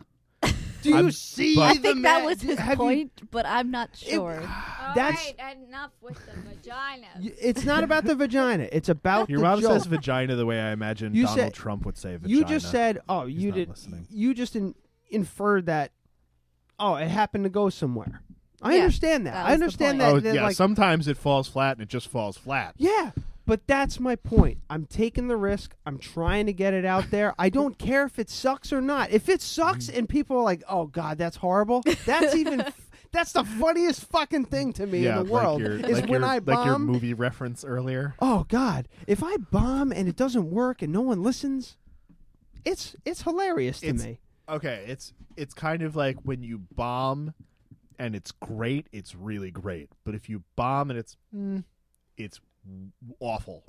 Speaker 6: Do you
Speaker 7: I'm-
Speaker 6: see
Speaker 7: but-
Speaker 11: I think that was his
Speaker 6: have you-
Speaker 11: point, but I'm not sure.
Speaker 13: All
Speaker 6: That's-
Speaker 13: right, enough with the vaginas.
Speaker 6: It's not about the vagina. It's about
Speaker 7: Your
Speaker 6: the
Speaker 7: mom
Speaker 6: joke.
Speaker 7: says vagina the way I imagine
Speaker 6: You
Speaker 7: Donald
Speaker 6: said-
Speaker 7: Trump would say vagina.
Speaker 6: You just said, "Oh, you
Speaker 7: not
Speaker 6: did."
Speaker 7: listening.
Speaker 6: You just in, inferred that. Oh, it happened to go somewhere. I
Speaker 11: Yeah,
Speaker 6: understand that.
Speaker 11: that
Speaker 6: I
Speaker 11: was the
Speaker 6: understand that.
Speaker 7: Oh
Speaker 6: that,
Speaker 7: yeah,
Speaker 6: like,
Speaker 7: sometimes it falls flat and it just falls flat.
Speaker 6: yeah, but that's my point. I'm taking the risk. I'm trying to get it out there. I don't care if it sucks or not. If it sucks
Speaker 7: Mm.
Speaker 6: and people are like, "Oh God, that's horrible," that's even. that's the funniest fucking thing to me
Speaker 7: yeah,
Speaker 6: in the world
Speaker 7: like your,
Speaker 6: is
Speaker 7: like
Speaker 6: when
Speaker 7: your,
Speaker 6: I bomb.
Speaker 7: like your movie reference earlier.
Speaker 6: Oh God! If I bomb and it doesn't work and no one listens, it's it's hilarious to
Speaker 7: It's-
Speaker 6: me.
Speaker 7: Okay, it's it's kind of like when you bomb and it's great, it's really great. But if you bomb and it's mm, it's awful.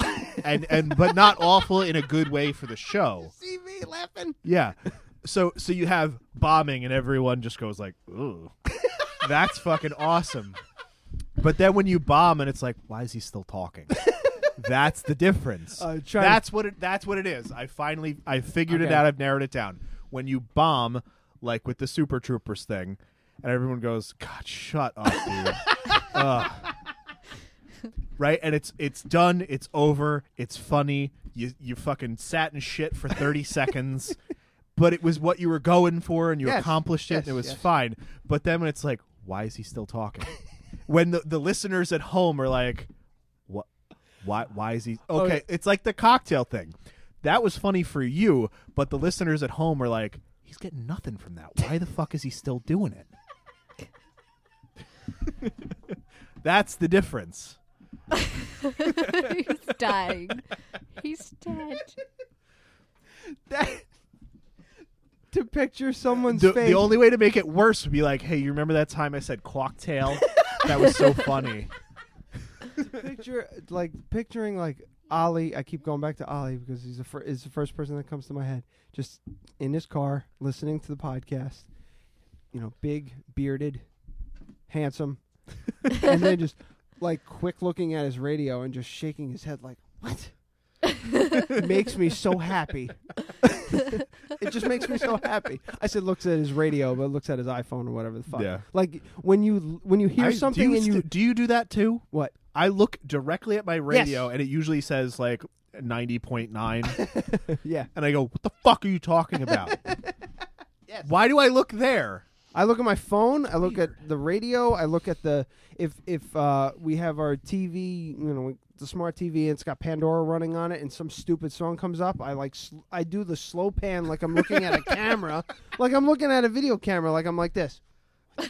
Speaker 7: and and but not awful in a good way for the show.
Speaker 6: See me laughing.
Speaker 7: Yeah. So so you have bombing and everyone just goes like, "Ooh. That's fucking awesome." But then when you bomb and it's like, "Why is he still talking?" That's the difference.
Speaker 6: Uh, try to-
Speaker 7: that's what it that's what it is. I finally I figured it
Speaker 6: Okay.
Speaker 7: out. I've narrowed it down. When you bomb like with the Super Troopers thing and everyone goes, "God, shut up, dude." Ugh. Right? And it's it's done, it's over, it's funny. You you fucking sat in shit for 30 seconds. But it was what you were going for and you
Speaker 6: Yes,
Speaker 7: accomplished it and it
Speaker 6: yes,
Speaker 7: was
Speaker 6: yes.
Speaker 7: fine. But then when it's like, why is he still talking? when the, the listeners at home are like, what why why is he
Speaker 6: Oh,
Speaker 7: okay, it's like the cocktail thing. That was funny for you, but the listeners at home are like, he's getting nothing from that. Why the fuck is he still doing it? That's the difference.
Speaker 11: He's dying. He's dead.
Speaker 6: That- to picture someone's
Speaker 7: The,
Speaker 6: face.
Speaker 7: the only way to make it worse would be like, hey, you remember that time I said cocktail? that was so funny.
Speaker 6: picture like picturing like Ollie. I keep going back to Ollie because he's the fir- is the first person that comes to my head. Just in his car, listening to the podcast. You know, big, bearded, handsome, and then just like quick looking at his radio and just shaking his head like, "What?" makes me so happy. it just makes me so happy. I said looks at his radio, but looks at his iPhone or whatever the fuck.
Speaker 7: Yeah.
Speaker 6: Like when you when you hear
Speaker 7: I- do
Speaker 6: something and you
Speaker 7: st- do you do that too?
Speaker 6: what
Speaker 7: I look directly at my radio and it usually says like 90.9
Speaker 6: yeah.
Speaker 7: and I go, "What the fuck are you talking about?" Why do I look there?
Speaker 6: I look at my phone. I look at the radio. I look at the if if uh, we have our TV, you know, the smart TV, and it's got Pandora running on it, and some stupid song comes up. I like sl- I do the slow pan like I'm looking at a camera, like I'm looking at a video camera, like I'm like this.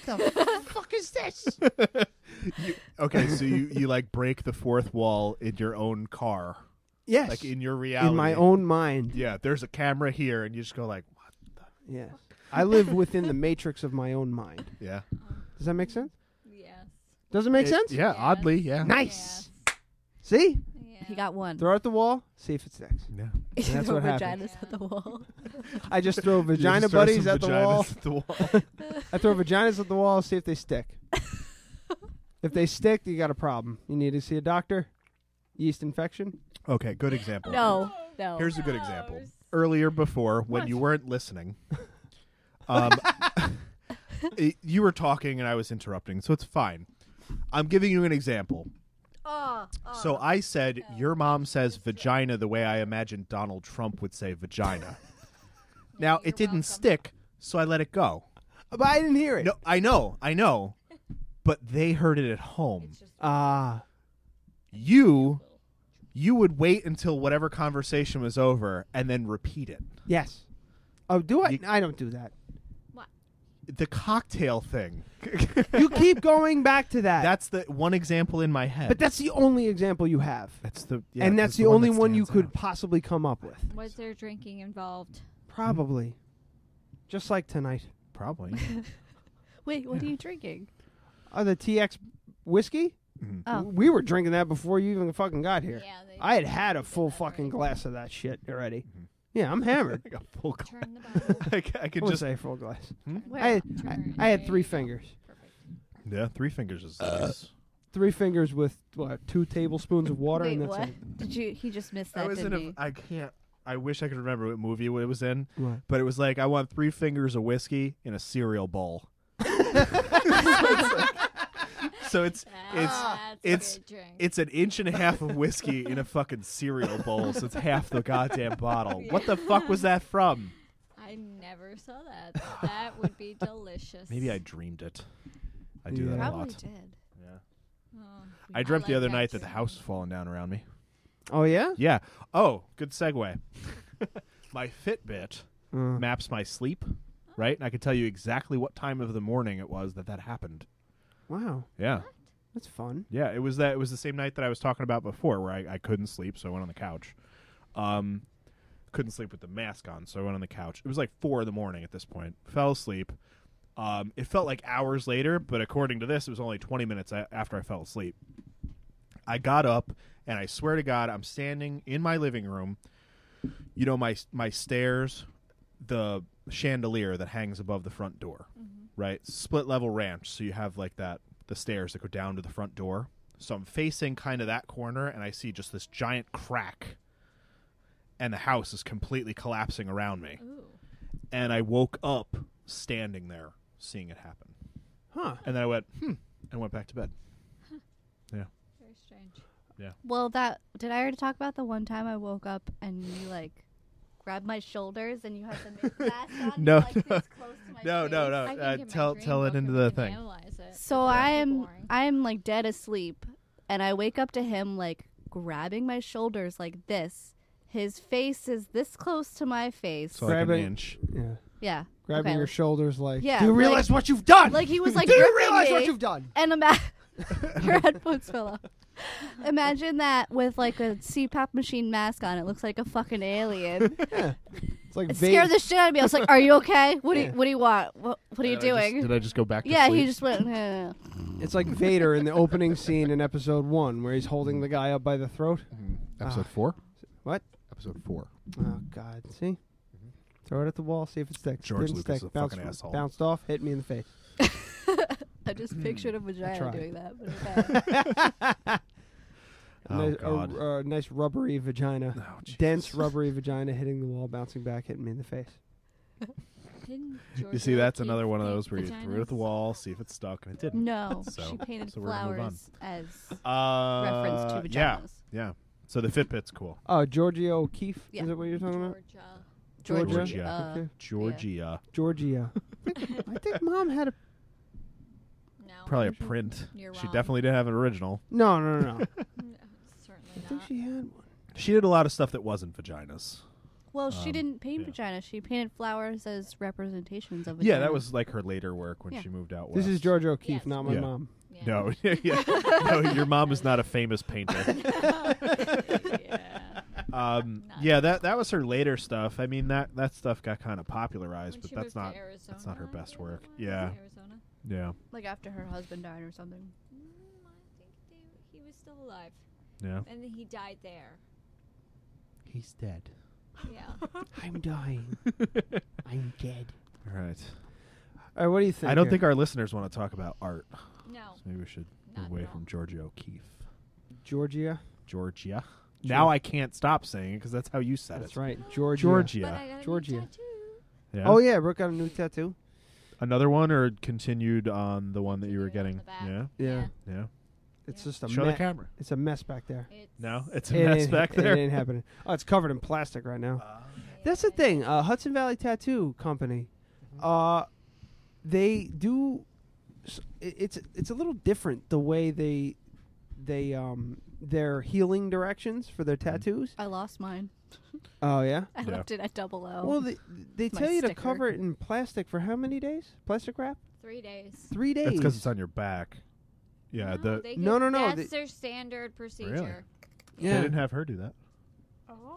Speaker 7: Okay, so you you like break the fourth wall in your own car.
Speaker 6: Yes,
Speaker 7: Like in your reality.
Speaker 6: in my own mind.
Speaker 7: Yeah, there's a camera here and you just go like, "What?"
Speaker 6: Yes, I live within the matrix of my own mind.
Speaker 7: Yeah.
Speaker 6: Does that make sense?
Speaker 13: Yes.
Speaker 6: Does it make
Speaker 7: It-
Speaker 6: sense?
Speaker 7: Yeah, oddly, yeah.
Speaker 6: Nice. See,
Speaker 13: Yeah.
Speaker 11: He got one.
Speaker 6: throw it at the wall. See if it sticks.
Speaker 7: Yeah.
Speaker 11: He
Speaker 6: that's
Speaker 11: threw
Speaker 6: what happened.
Speaker 11: vaginas at the wall.
Speaker 6: I just throw
Speaker 7: You
Speaker 6: vagina
Speaker 7: just throw
Speaker 6: buddies
Speaker 7: some
Speaker 6: at the
Speaker 7: vaginas
Speaker 6: wall.
Speaker 7: at the wall.
Speaker 6: I throw vaginas at the wall, see if they stick. if they stick, you got a problem. You need to see a doctor. Yeast infection.
Speaker 7: okay, good example.
Speaker 11: No, no.
Speaker 7: Here's a good example. Earlier, before when you weren't listening, um, it- you were talking and I was interrupting, so it's fine. I'm giving you an example.
Speaker 13: Oh, oh.
Speaker 7: So I said, Your mom says vagina the way I imagine Donald Trump would say vagina. now, it didn't stick, so I let it go.
Speaker 6: Oh, But I didn't hear it.
Speaker 7: No, I know, I know, but they heard it at home.
Speaker 6: Ah,
Speaker 7: You. You would wait until whatever conversation was over and then repeat it.
Speaker 6: yes. Oh, do I?
Speaker 7: You-
Speaker 6: I don't do that.
Speaker 7: The cocktail thing.
Speaker 6: You keep going back to that.
Speaker 7: That's the one example in my head.
Speaker 6: but that's the only example you have,
Speaker 7: that's the yeah,
Speaker 6: and that's the, only
Speaker 7: that
Speaker 6: one, you
Speaker 7: stands
Speaker 6: could
Speaker 7: out. Mm-hmm.
Speaker 6: possibly come up with.
Speaker 13: was there drinking involved?
Speaker 6: Probably. Just like tonight.
Speaker 7: probably.
Speaker 11: Wait, what are you drinking?
Speaker 6: Oh, the TX whiskey.
Speaker 7: Mm-hmm.
Speaker 11: Oh.
Speaker 6: We were drinking that before you even fucking got here.
Speaker 13: Yeah, they
Speaker 6: I had had a full fucking glass of that shit already. Yeah, I'm hammered.
Speaker 7: like a full. Cl-
Speaker 13: turn the bottle.
Speaker 7: I ca- I could
Speaker 6: I would
Speaker 7: just
Speaker 6: say full glass.
Speaker 13: turn the
Speaker 11: Where?
Speaker 6: I,
Speaker 13: bottle,
Speaker 6: I,
Speaker 13: turn,
Speaker 6: I had
Speaker 13: there
Speaker 6: three
Speaker 13: you go.
Speaker 6: fingers.
Speaker 13: Perfect.
Speaker 7: yeah, three fingers is nice.
Speaker 6: three fingers with what, two tablespoons of water,
Speaker 11: Wait,
Speaker 6: and that's
Speaker 11: what?
Speaker 6: it.
Speaker 11: Did you? He just missed
Speaker 7: I
Speaker 11: that,
Speaker 7: was in
Speaker 11: didn't
Speaker 7: a.
Speaker 11: he?
Speaker 7: I can't. I wish I could remember what movie it was in,
Speaker 6: What?
Speaker 7: but it was like I want three fingers of whiskey and a cereal bowl. so it's it's
Speaker 13: Ah, That's a
Speaker 7: it's
Speaker 13: good drink.
Speaker 7: it's an inch and a half of whiskey in a fucking cereal bowl. So it's half the goddamn bottle. What the fuck was that from?
Speaker 13: I never saw that. That would be delicious.
Speaker 7: Maybe I dreamed it. I do
Speaker 6: Yeah.
Speaker 7: that a
Speaker 11: Probably
Speaker 7: lot.
Speaker 11: did.
Speaker 7: Yeah.
Speaker 13: Oh,
Speaker 7: I dreamt the
Speaker 13: like
Speaker 7: other
Speaker 13: that
Speaker 7: night that the
Speaker 13: dream.
Speaker 7: house was falling down around me.
Speaker 6: Oh yeah.
Speaker 7: Yeah. Oh, good segue. my Fitbit
Speaker 6: Mm.
Speaker 7: maps my sleep,
Speaker 13: Oh.
Speaker 7: right? And I could tell you exactly what time of the morning it was that that happened.
Speaker 6: Wow,
Speaker 7: Yeah.
Speaker 13: Oh.
Speaker 6: that's fun.
Speaker 7: Yeah, it was that. It was the same night that I was talking about before, where I, I couldn't sleep, so I went on the couch. Um, couldn't sleep with the mask on, so I went on the couch. It was like four in the morning at this point. Fell asleep. Um, it felt like hours later, but according to this, it was only twenty minutes a- after I fell asleep. I got up, and I swear to God, I'm standing in my living room. You know my my stairs, the chandelier that hangs above the front door,
Speaker 11: Mm-hmm.
Speaker 7: right? Split level ranch, so you have like that the stairs that go down to the front door. So I'm facing kind of that corner, and I see just this giant crack, and the house is completely collapsing around me.
Speaker 13: Ooh.
Speaker 7: And I woke up standing there, seeing it happen,
Speaker 6: Huh.
Speaker 7: and then I went hmm, and went back to bed.
Speaker 13: Very strange.
Speaker 11: Well, that did I already talk about the one time I woke up and you like grabbed my shoulders and you had the mask on you,
Speaker 7: No,
Speaker 11: like,
Speaker 7: no.
Speaker 11: this close to my
Speaker 7: No,
Speaker 11: face?
Speaker 7: no, no.
Speaker 13: I can
Speaker 7: Uh,
Speaker 13: get my
Speaker 7: tell
Speaker 13: dream
Speaker 7: tell it
Speaker 13: book
Speaker 7: into
Speaker 13: and
Speaker 7: the
Speaker 13: we can
Speaker 7: thing.
Speaker 13: analyze it.
Speaker 11: So
Speaker 13: That'd
Speaker 11: I
Speaker 13: be
Speaker 11: am
Speaker 13: boring.
Speaker 11: I am like dead asleep and I wake up to him like grabbing my shoulders like this. His face is this close to my face.
Speaker 7: So like an
Speaker 6: Grabbing-
Speaker 7: inch.
Speaker 6: Yeah.
Speaker 11: yeah.
Speaker 6: Grabbing
Speaker 11: Okay.
Speaker 6: your shoulders, like.
Speaker 11: Yeah,
Speaker 6: Do you
Speaker 11: like-
Speaker 6: realize what you've done?
Speaker 11: Like he was like
Speaker 6: Do you
Speaker 11: gripping
Speaker 6: realize what
Speaker 11: me.
Speaker 6: you've done?
Speaker 11: And ima- your headphones fell off. Imagine that with like a CPAP machine mask on. It looks like a fucking alien.
Speaker 6: It's like
Speaker 11: It
Speaker 6: vague-
Speaker 11: scared the shit out of me. I was like, "Are you okay? What do you
Speaker 6: Yeah.
Speaker 11: What do you want? What What are you
Speaker 7: Did I just-
Speaker 11: doing?"
Speaker 7: did I just go back? To
Speaker 11: yeah,
Speaker 7: sleep?
Speaker 11: he just went. "Eh."
Speaker 6: It's like Vader in the opening scene in Episode One, where he's holding the guy up by the throat.
Speaker 7: Mm-hmm.
Speaker 6: Ah.
Speaker 7: episode four.
Speaker 6: What?
Speaker 7: Episode four. Mm-hmm.
Speaker 6: Oh God! See, throw it at the wall, see if it sticks.
Speaker 7: George
Speaker 6: Didn't
Speaker 7: Lucas
Speaker 6: stick.
Speaker 7: is a
Speaker 6: bounced,
Speaker 7: fucking asshole.
Speaker 6: bounced off, hit me in the face.
Speaker 11: I just
Speaker 7: Hmm.
Speaker 11: pictured a vagina
Speaker 6: tried.
Speaker 11: doing that. But okay.
Speaker 7: Oh,
Speaker 6: nice,
Speaker 7: God.
Speaker 6: A, a nice rubbery vagina,
Speaker 7: Oh, Jesus.
Speaker 6: dense rubbery vagina, hitting the wall, bouncing back, hitting me in the face.
Speaker 13: Didn't
Speaker 7: You
Speaker 13: George
Speaker 7: see, that's
Speaker 13: Lucas
Speaker 7: another one of
Speaker 13: paint
Speaker 7: those where you threw it at the
Speaker 13: vaginas?
Speaker 7: wall, see if it stuck, and it didn't.
Speaker 11: no,
Speaker 7: So-
Speaker 11: she painted
Speaker 7: so we're gonna move on.
Speaker 11: flowers as
Speaker 7: Uh,
Speaker 11: reference to
Speaker 7: yeah,
Speaker 11: vaginas.
Speaker 7: yeah. So the Fitbit's cool.
Speaker 6: Oh, Georgia O'Keefe.
Speaker 11: Yeah.
Speaker 6: Is that what you're talking about?
Speaker 13: Georgia.
Speaker 11: Georgia.
Speaker 7: Georgia.
Speaker 11: uh,
Speaker 6: Okay.
Speaker 7: Georgia,
Speaker 6: Georgia. I think mom had a.
Speaker 13: No.
Speaker 7: probably a print.
Speaker 13: Mm-hmm. You're
Speaker 7: She
Speaker 13: wrong.
Speaker 7: definitely didn't have an original.
Speaker 6: No, no, no. no.
Speaker 13: No, certainly
Speaker 6: I think
Speaker 13: not.
Speaker 6: she had one.
Speaker 7: She did a lot of stuff that wasn't vaginas.
Speaker 11: Well, she
Speaker 7: Um,
Speaker 11: didn't paint
Speaker 7: yeah.
Speaker 11: vaginas. She painted flowers as representations of.
Speaker 7: Yeah, that
Speaker 11: vaginas.
Speaker 7: was like her later work when
Speaker 11: Yeah.
Speaker 7: she moved out west.
Speaker 6: This is Georgia O'Keefe,
Speaker 13: Yes.
Speaker 6: not my
Speaker 7: Yeah.
Speaker 6: mom.
Speaker 13: Yeah.
Speaker 7: No, yeah. no, your mom is not a famous painter.
Speaker 13: yeah.
Speaker 7: Um,
Speaker 13: Not
Speaker 7: yeah, that that was her later stuff. I mean, that that stuff got kind of popularized,
Speaker 13: When
Speaker 7: but
Speaker 13: she
Speaker 7: that's
Speaker 13: moved to
Speaker 7: not.
Speaker 13: Arizona,
Speaker 7: that's not her
Speaker 13: I
Speaker 7: best
Speaker 13: think it
Speaker 7: work.
Speaker 13: was,
Speaker 7: Yeah.
Speaker 13: Arizona.
Speaker 7: Yeah,
Speaker 11: like after her husband died or something.
Speaker 13: Mm, I think they, he was still alive,
Speaker 7: yeah.
Speaker 13: and then he died there.
Speaker 7: He's dead.
Speaker 13: Yeah.
Speaker 6: I'm dying. I'm dead.
Speaker 7: All right.
Speaker 6: All right, what do you think?
Speaker 7: I don't
Speaker 6: here?
Speaker 7: think our listeners want to talk about art.
Speaker 13: No.
Speaker 7: So maybe we should move
Speaker 13: Not
Speaker 7: away
Speaker 13: at all.
Speaker 7: from Georgia O'Keeffe.
Speaker 6: Georgia.
Speaker 7: Georgia.
Speaker 6: Geor-
Speaker 7: Now I can't stop saying it because that's how you said
Speaker 6: That's
Speaker 7: it.
Speaker 6: right, Georgia.
Speaker 7: Georgia.
Speaker 13: But I got a new
Speaker 6: Georgia.
Speaker 13: tattoo.
Speaker 7: Yeah.
Speaker 6: Oh yeah, Brooke got a new tattoo.
Speaker 7: Another one or continued on the one that you were
Speaker 13: Continued
Speaker 7: getting?
Speaker 13: on the
Speaker 7: Yeah.
Speaker 13: back.
Speaker 6: Yeah.
Speaker 7: Yeah.
Speaker 6: It's
Speaker 13: Yeah.
Speaker 6: just a
Speaker 7: Show the
Speaker 6: mess.
Speaker 7: camera.
Speaker 6: it's a mess back there.
Speaker 13: It's
Speaker 7: No, it's a
Speaker 6: It
Speaker 7: mess
Speaker 6: ain't-
Speaker 7: back
Speaker 6: It ain't
Speaker 7: there. Uh,
Speaker 6: happening. Oh, it's covered in plastic right now.
Speaker 13: yeah,
Speaker 6: That's the thing. Uh, Hudson Valley Tattoo Company,
Speaker 7: Mm-hmm.
Speaker 6: uh, they do. s- i- It's it's a little different the way they they um their healing directions for
Speaker 7: Mm-hmm.
Speaker 6: their tattoos.
Speaker 11: I lost mine.
Speaker 6: Oh yeah.
Speaker 11: I
Speaker 7: Yeah.
Speaker 11: left it at double O.
Speaker 6: Well, they they
Speaker 11: Oh. my
Speaker 6: tell you to
Speaker 11: sticker.
Speaker 6: cover it in plastic for how many days? Plastic wrap?
Speaker 13: Three days.
Speaker 6: Three days.
Speaker 7: That's because it's on your back. Yeah.
Speaker 13: no,
Speaker 7: the,
Speaker 13: they
Speaker 6: No,
Speaker 13: could-
Speaker 6: no, no,
Speaker 13: That's
Speaker 6: they-
Speaker 13: their standard procedure.
Speaker 7: they
Speaker 6: yeah.
Speaker 7: didn't have her do that.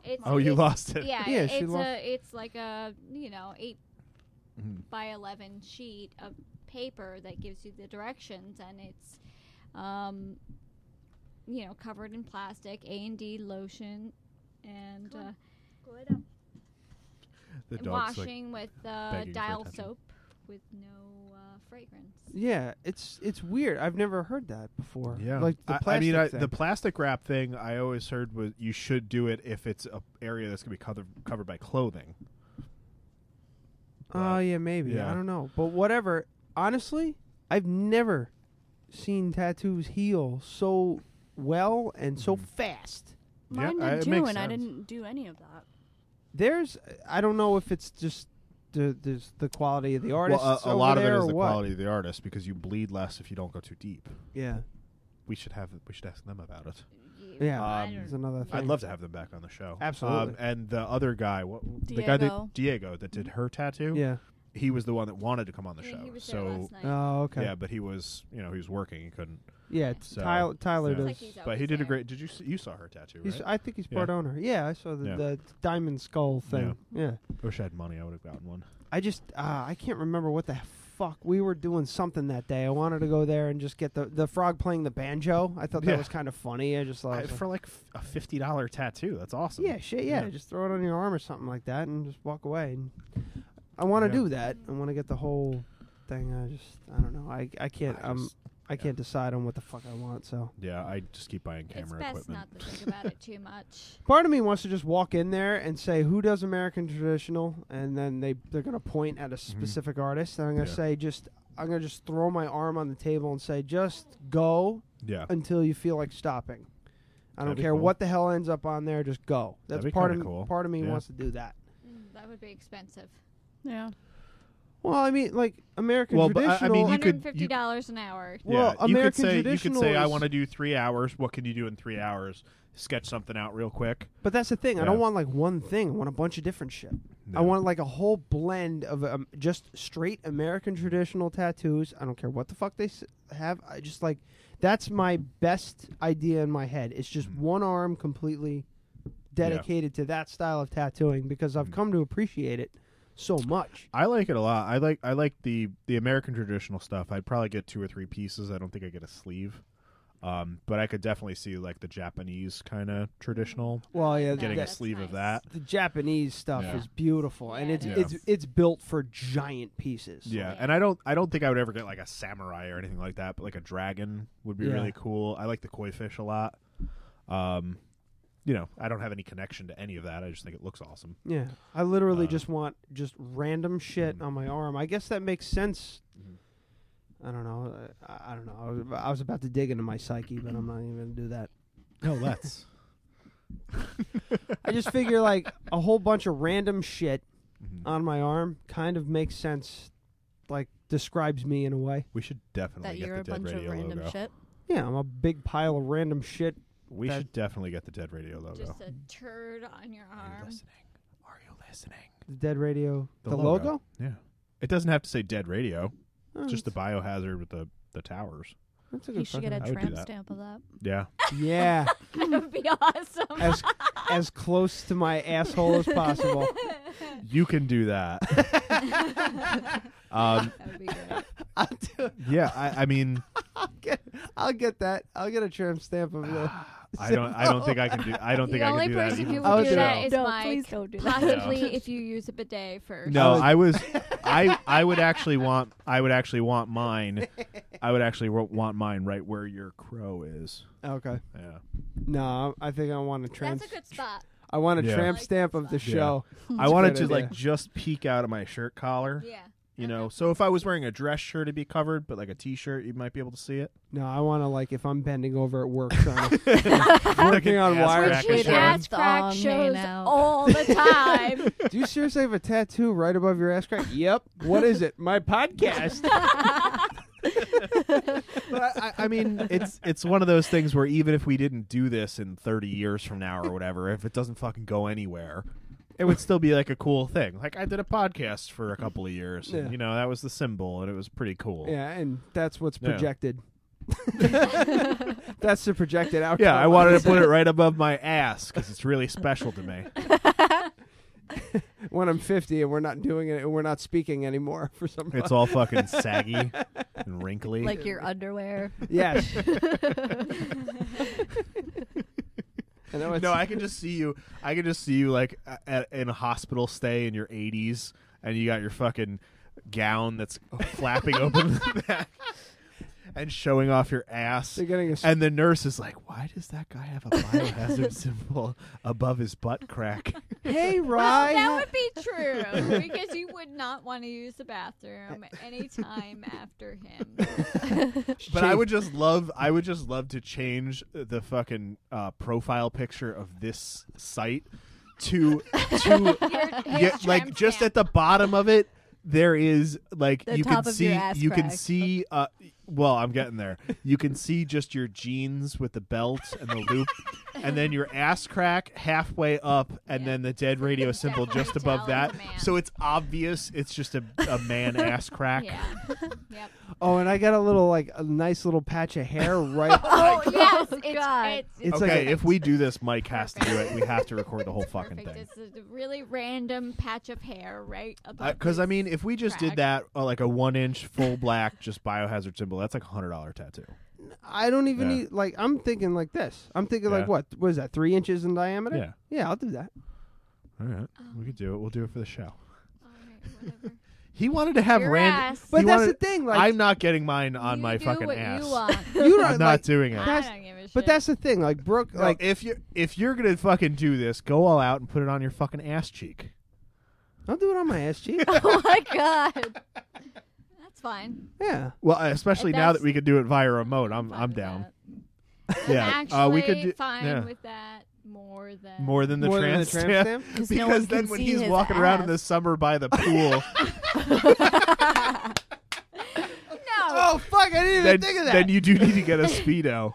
Speaker 13: It's,
Speaker 7: Oh, you
Speaker 13: it's-
Speaker 7: lost it.
Speaker 13: Yeah,
Speaker 6: Yeah, she
Speaker 13: it's
Speaker 6: lost-
Speaker 13: a it's like a you know eight
Speaker 7: Mhm.
Speaker 13: by eleven sheet of paper that gives you the directions, and it's um, you know covered in plastic A and D lotion and uh,
Speaker 7: The dog's like,
Speaker 13: washing with uh,
Speaker 7: begging for
Speaker 13: dial
Speaker 7: attention.
Speaker 13: soap with no uh, uh, fragrance.
Speaker 6: Yeah, it's it's weird. I've never heard that before.
Speaker 7: Yeah,
Speaker 6: like the plastic
Speaker 7: I, I mean, I,
Speaker 6: thing.
Speaker 7: the plastic wrap thing I always heard was you should do it if it's a area that's gonna be covered covered by clothing.
Speaker 6: Oh yeah, maybe.
Speaker 7: uh, Yeah.
Speaker 6: I don't know. But whatever. Honestly, I've never seen tattoos heal so well and
Speaker 7: Mm-hmm.
Speaker 6: so fast.
Speaker 11: Mine did too, and I didn't do any of that.
Speaker 6: There's I don't know if it's just the there's the quality of the artist.
Speaker 7: well, a- a, lot of it
Speaker 6: there
Speaker 7: is
Speaker 6: or
Speaker 7: the
Speaker 6: what.
Speaker 7: quality of the artist because you bleed less if you don't go too deep.
Speaker 6: Yeah.
Speaker 7: we should have we should ask them about it.
Speaker 6: Yeah, I don't- it's another
Speaker 7: Um, I'd
Speaker 6: thing.
Speaker 7: love to have them back on the show. Um,
Speaker 6: Absolutely.
Speaker 7: and the other guy, what the guy that
Speaker 6: Diego.
Speaker 7: Diego that did her tattoo.
Speaker 6: Yeah.
Speaker 7: he was the one that wanted to come on the show.
Speaker 13: Mm-hmm. was there
Speaker 7: so
Speaker 13: last night.
Speaker 6: Oh, okay.
Speaker 7: Yeah, but he was you know he was working. He couldn't.
Speaker 6: Yeah, it's Tyler- Tyler
Speaker 7: yeah.
Speaker 6: does- Looks like he's
Speaker 7: but he did a great. Did you see, you saw her tattoo?
Speaker 6: He's,
Speaker 7: right?
Speaker 6: I think he's part
Speaker 7: Yeah.
Speaker 6: owner. Yeah, I saw the,
Speaker 7: Yeah.
Speaker 6: the diamond skull thing. Yeah.
Speaker 7: I wish I had money. I would have gotten one.
Speaker 6: I just uh, I can't remember what the fuck we were doing something that day. I wanted to go there and just get the the frog playing the banjo. I thought that
Speaker 7: Yeah.
Speaker 6: was kind of funny. I just thought
Speaker 7: I- for like f- a fifty dollar tattoo. That's awesome.
Speaker 6: yeah, shit, yeah, just throw it on your arm or something like that and just walk away. And I want to
Speaker 7: Yeah.
Speaker 6: do that. I want to get the whole thing. I just I don't know. I I can't I um I can't decide on what the fuck I want. So
Speaker 7: Yeah, I just keep buying
Speaker 13: It's
Speaker 7: camera
Speaker 13: best
Speaker 7: equipment.
Speaker 13: not to think about it too much.
Speaker 6: Part of me wants to just walk in there and say, "Who does American traditional?" And then they they're gonna point at a specific artist, and I'm gonna
Speaker 7: Mm-hmm. Yeah.
Speaker 6: say, "Just I'm gonna just throw my arm on the table and say, just go
Speaker 7: Yeah.
Speaker 6: until you feel like stopping. I
Speaker 7: That'd
Speaker 6: don't
Speaker 7: be
Speaker 6: care
Speaker 7: cool.
Speaker 6: what the hell ends up on there, just go." That's
Speaker 7: That'd be
Speaker 6: part of
Speaker 7: kinda cool.
Speaker 6: part of me
Speaker 7: Yeah.
Speaker 6: wants to do that.
Speaker 13: Mm, That would be expensive.
Speaker 11: Yeah.
Speaker 6: Well, I mean, like American
Speaker 7: Well, but I- I
Speaker 6: traditional.
Speaker 7: mean, you could-
Speaker 13: Fifty dollars an hour.
Speaker 6: Well,
Speaker 7: yeah, you could
Speaker 6: American
Speaker 7: say you could
Speaker 6: traditional
Speaker 7: say I
Speaker 6: is-
Speaker 7: want to do three hours. What can you do in three hours? Sketch something out real quick.
Speaker 6: But that's the thing. I
Speaker 7: Yeah.
Speaker 6: don't want like one thing. I want a bunch of different shit. I want like a whole blend of um, just straight American traditional tattoos. I don't care what the fuck they s- have. I just like that's my best idea in my head. It's
Speaker 7: Mm.
Speaker 6: just one arm completely dedicated to that style of tattooing because
Speaker 7: Mm.
Speaker 6: I've come to appreciate it so much.
Speaker 7: I like it a lot. I like I like the the American traditional stuff. I'd probably get two or three pieces. I don't think I get a sleeve. Um, but I could definitely see like the Japanese kind of traditional.
Speaker 6: Well, yeah,
Speaker 7: getting a
Speaker 6: that-
Speaker 7: sleeve of that.
Speaker 6: The Japanese stuff
Speaker 7: Yeah.
Speaker 6: is beautiful and it's
Speaker 7: Yeah.
Speaker 6: it's it's built for giant pieces.
Speaker 7: Yeah, and I don't I don't think I would ever get like a samurai or anything like that, but like a dragon would be
Speaker 6: Yeah.
Speaker 7: really cool. I like the koi fish a lot. Um, you know, I don't have any connection to any of that. I just think it looks awesome.
Speaker 6: Yeah, I
Speaker 7: Um,
Speaker 6: literally just want just random shit
Speaker 7: mm-hmm.
Speaker 6: on my arm. I guess that makes sense.
Speaker 7: Mm-hmm.
Speaker 6: I don't know. uh, I, I don't know. I was, I was about to dig into my psyche, but I'm not even gonna do that.
Speaker 7: No, let's.
Speaker 6: I just figure like a whole bunch of random shit
Speaker 7: Mm-hmm.
Speaker 6: on my arm kind of makes sense. Like describes me in a way.
Speaker 7: We should
Speaker 11: That
Speaker 7: definitely
Speaker 11: you're a
Speaker 7: get the Dead
Speaker 11: bunch of
Speaker 7: Radio
Speaker 11: random
Speaker 7: logo.
Speaker 11: shit.
Speaker 6: Yeah, I'm a big pile of random shit.
Speaker 7: We
Speaker 6: that-
Speaker 7: should definitely get the Dead Radio logo.
Speaker 13: Just a turd on your arm.
Speaker 7: Are you listening?
Speaker 6: the Dead Radio. The, logo?
Speaker 7: Yeah. It doesn't have to say Dead Radio.
Speaker 6: Oh,
Speaker 7: it's just the biohazard with the, the towers.
Speaker 6: That's a
Speaker 11: You should get a
Speaker 7: I would do
Speaker 11: tramp
Speaker 7: that.
Speaker 11: stamp of that.
Speaker 7: Yeah.
Speaker 6: Yeah.
Speaker 13: that would be awesome.
Speaker 6: as as close to my asshole as possible.
Speaker 7: You can do that. um,
Speaker 6: I'll do,
Speaker 7: yeah, I, I mean,
Speaker 6: I'll get, I'll get that. I'll get a tramp stamp of the.
Speaker 7: I don't. I don't think I can do. I don't think
Speaker 13: the
Speaker 7: I
Speaker 13: only
Speaker 7: can do that.
Speaker 13: person
Speaker 7: even
Speaker 13: who
Speaker 7: for
Speaker 13: would
Speaker 7: the
Speaker 13: do that
Speaker 7: show.
Speaker 13: is
Speaker 11: No,
Speaker 13: Mike.
Speaker 11: please don't do that.
Speaker 13: Possibly
Speaker 7: No.
Speaker 13: if you use a bidet first.
Speaker 7: No, I was, I I would actually want I would actually want mine, I would actually wa- want mine right where your crow is.
Speaker 6: Okay.
Speaker 7: Yeah.
Speaker 6: No, I think I want a tramp.
Speaker 13: That's a good spot.
Speaker 6: I want a
Speaker 7: Yeah.
Speaker 6: tramp stamp of the
Speaker 7: Yeah.
Speaker 6: show.
Speaker 7: I wanted to like just peek out of my shirt collar.
Speaker 13: Hmm. Yeah.
Speaker 7: You know, so if I was wearing a dress shirt, it'd be covered, but like a t-shirt, you might be able to see it.
Speaker 6: No, I want to like if I'm bending over at work, trying to, working on
Speaker 7: ass
Speaker 6: wires.
Speaker 7: crack Which is
Speaker 6: and
Speaker 13: Ass
Speaker 6: shit.
Speaker 13: crack
Speaker 11: Thong
Speaker 13: shows
Speaker 11: hanging out.
Speaker 13: all the time.
Speaker 6: Do you seriously have a tattoo right above your ass crack? Yep. What is it? My podcast.
Speaker 7: But I, I mean, it's it's one of those things where even if we didn't do this in 30 years from now or whatever, if it doesn't fucking go anywhere, it would still be like a cool thing. Like I did a podcast for a couple of years, and,
Speaker 6: Yeah.
Speaker 7: you know, that was the symbol, and it was pretty cool.
Speaker 6: yeah, and that's what's
Speaker 7: Yeah.
Speaker 6: projected. that's the projected outcome.
Speaker 7: Yeah, I wanted to put it right above my ass because it's really special to me.
Speaker 6: when I'm 50 and we're not doing it and we're not speaking anymore for some
Speaker 7: It's all fucking saggy and wrinkly.
Speaker 11: Like your underwear.
Speaker 6: Yes. I know it's-
Speaker 7: no, I can just see you. I can just see you like a- at, in a hospital stay in your 80s, and you got your fucking gown that's flapping open the back and showing off your ass.
Speaker 6: They're getting a s-
Speaker 7: and the nurse is like, "Why does that guy have a biohazard symbol above his butt crack?"
Speaker 6: Hey, Rye.
Speaker 13: Well, that would be true because you would not want to use the bathroom anytime after him.
Speaker 7: But I would just love, I would just love to change the fucking uh, profile picture of this site to to
Speaker 13: Your-
Speaker 7: yeah,
Speaker 13: your
Speaker 7: like
Speaker 13: tramp
Speaker 7: just at the bottom of it there is like
Speaker 11: The
Speaker 7: you can
Speaker 11: top of
Speaker 7: see
Speaker 11: your ass
Speaker 7: you can
Speaker 11: crack.
Speaker 7: see uh well i'm getting there you can see just your jeans with the belt and the loop and then your ass crack halfway up and then the dead radio symbol just above that so it's obvious it's just a, a man ass crack
Speaker 13: yeah. Yep.
Speaker 6: Oh, and I got a little like a nice little patch of hair right.
Speaker 13: Oh, yes,
Speaker 11: Oh,
Speaker 13: it's,
Speaker 11: God.
Speaker 13: it's,
Speaker 6: It's
Speaker 7: okay
Speaker 6: like a-
Speaker 7: if we do this mike has to do it we have to record the whole fucking
Speaker 13: perfect.
Speaker 7: thing
Speaker 13: It's a really random patch of hair right above.
Speaker 7: because Uh, I,
Speaker 13: his
Speaker 7: mean, if we just
Speaker 13: crack.
Speaker 7: did that, uh, like a one-inch full black, just biohazard symbol, that's like a hundred dollar tattoo.
Speaker 6: I don't even
Speaker 7: Yeah.
Speaker 6: need like I'm thinking like this. I'm thinking like
Speaker 7: Yeah.
Speaker 6: what was that? Three inches in diameter.
Speaker 7: Yeah.
Speaker 6: Yeah, I'll do that.
Speaker 7: All right, we could do it. We'll do it for the show.
Speaker 13: All right, whatever.
Speaker 7: He wanted to have
Speaker 13: Your
Speaker 7: random,
Speaker 13: ass.
Speaker 6: But
Speaker 7: he
Speaker 6: that's
Speaker 7: wanted-
Speaker 6: the thing, like-
Speaker 7: I'm not getting mine on
Speaker 13: You
Speaker 7: my
Speaker 13: do
Speaker 7: fucking
Speaker 13: what
Speaker 7: ass.
Speaker 13: You want.
Speaker 6: You don't
Speaker 7: I'm not
Speaker 6: like,
Speaker 7: doing it.
Speaker 13: I
Speaker 6: That's-
Speaker 13: don't give a shit.
Speaker 6: But that's the thing, like Brooke,
Speaker 7: No,
Speaker 6: like
Speaker 7: if you if you're gonna fucking do this, go all out and put it on your fucking ass cheek.
Speaker 6: I'll do it on my ass cheek.
Speaker 11: oh my god.
Speaker 13: that's fine.
Speaker 6: yeah.
Speaker 7: Well, uh, especially now that
Speaker 13: that's-
Speaker 7: we could do it via remote, I'm
Speaker 13: fine
Speaker 7: I'm
Speaker 13: with
Speaker 7: down.
Speaker 13: that.
Speaker 7: Yeah,
Speaker 13: I'm
Speaker 7: uh, we could
Speaker 13: actually
Speaker 7: do
Speaker 13: fine
Speaker 7: yeah.
Speaker 13: with that more than
Speaker 7: more than the
Speaker 6: More than the
Speaker 7: trans
Speaker 6: tramp
Speaker 7: stamp.
Speaker 6: stamp?
Speaker 11: Because no one
Speaker 7: because then
Speaker 11: can
Speaker 7: when
Speaker 11: see
Speaker 7: he's
Speaker 11: his
Speaker 7: walking around in
Speaker 11: ass.
Speaker 7: the summer by the pool,
Speaker 13: no.
Speaker 6: Oh fuck! I didn't even
Speaker 7: then,
Speaker 6: think of that.
Speaker 7: then you do need to get a speedo.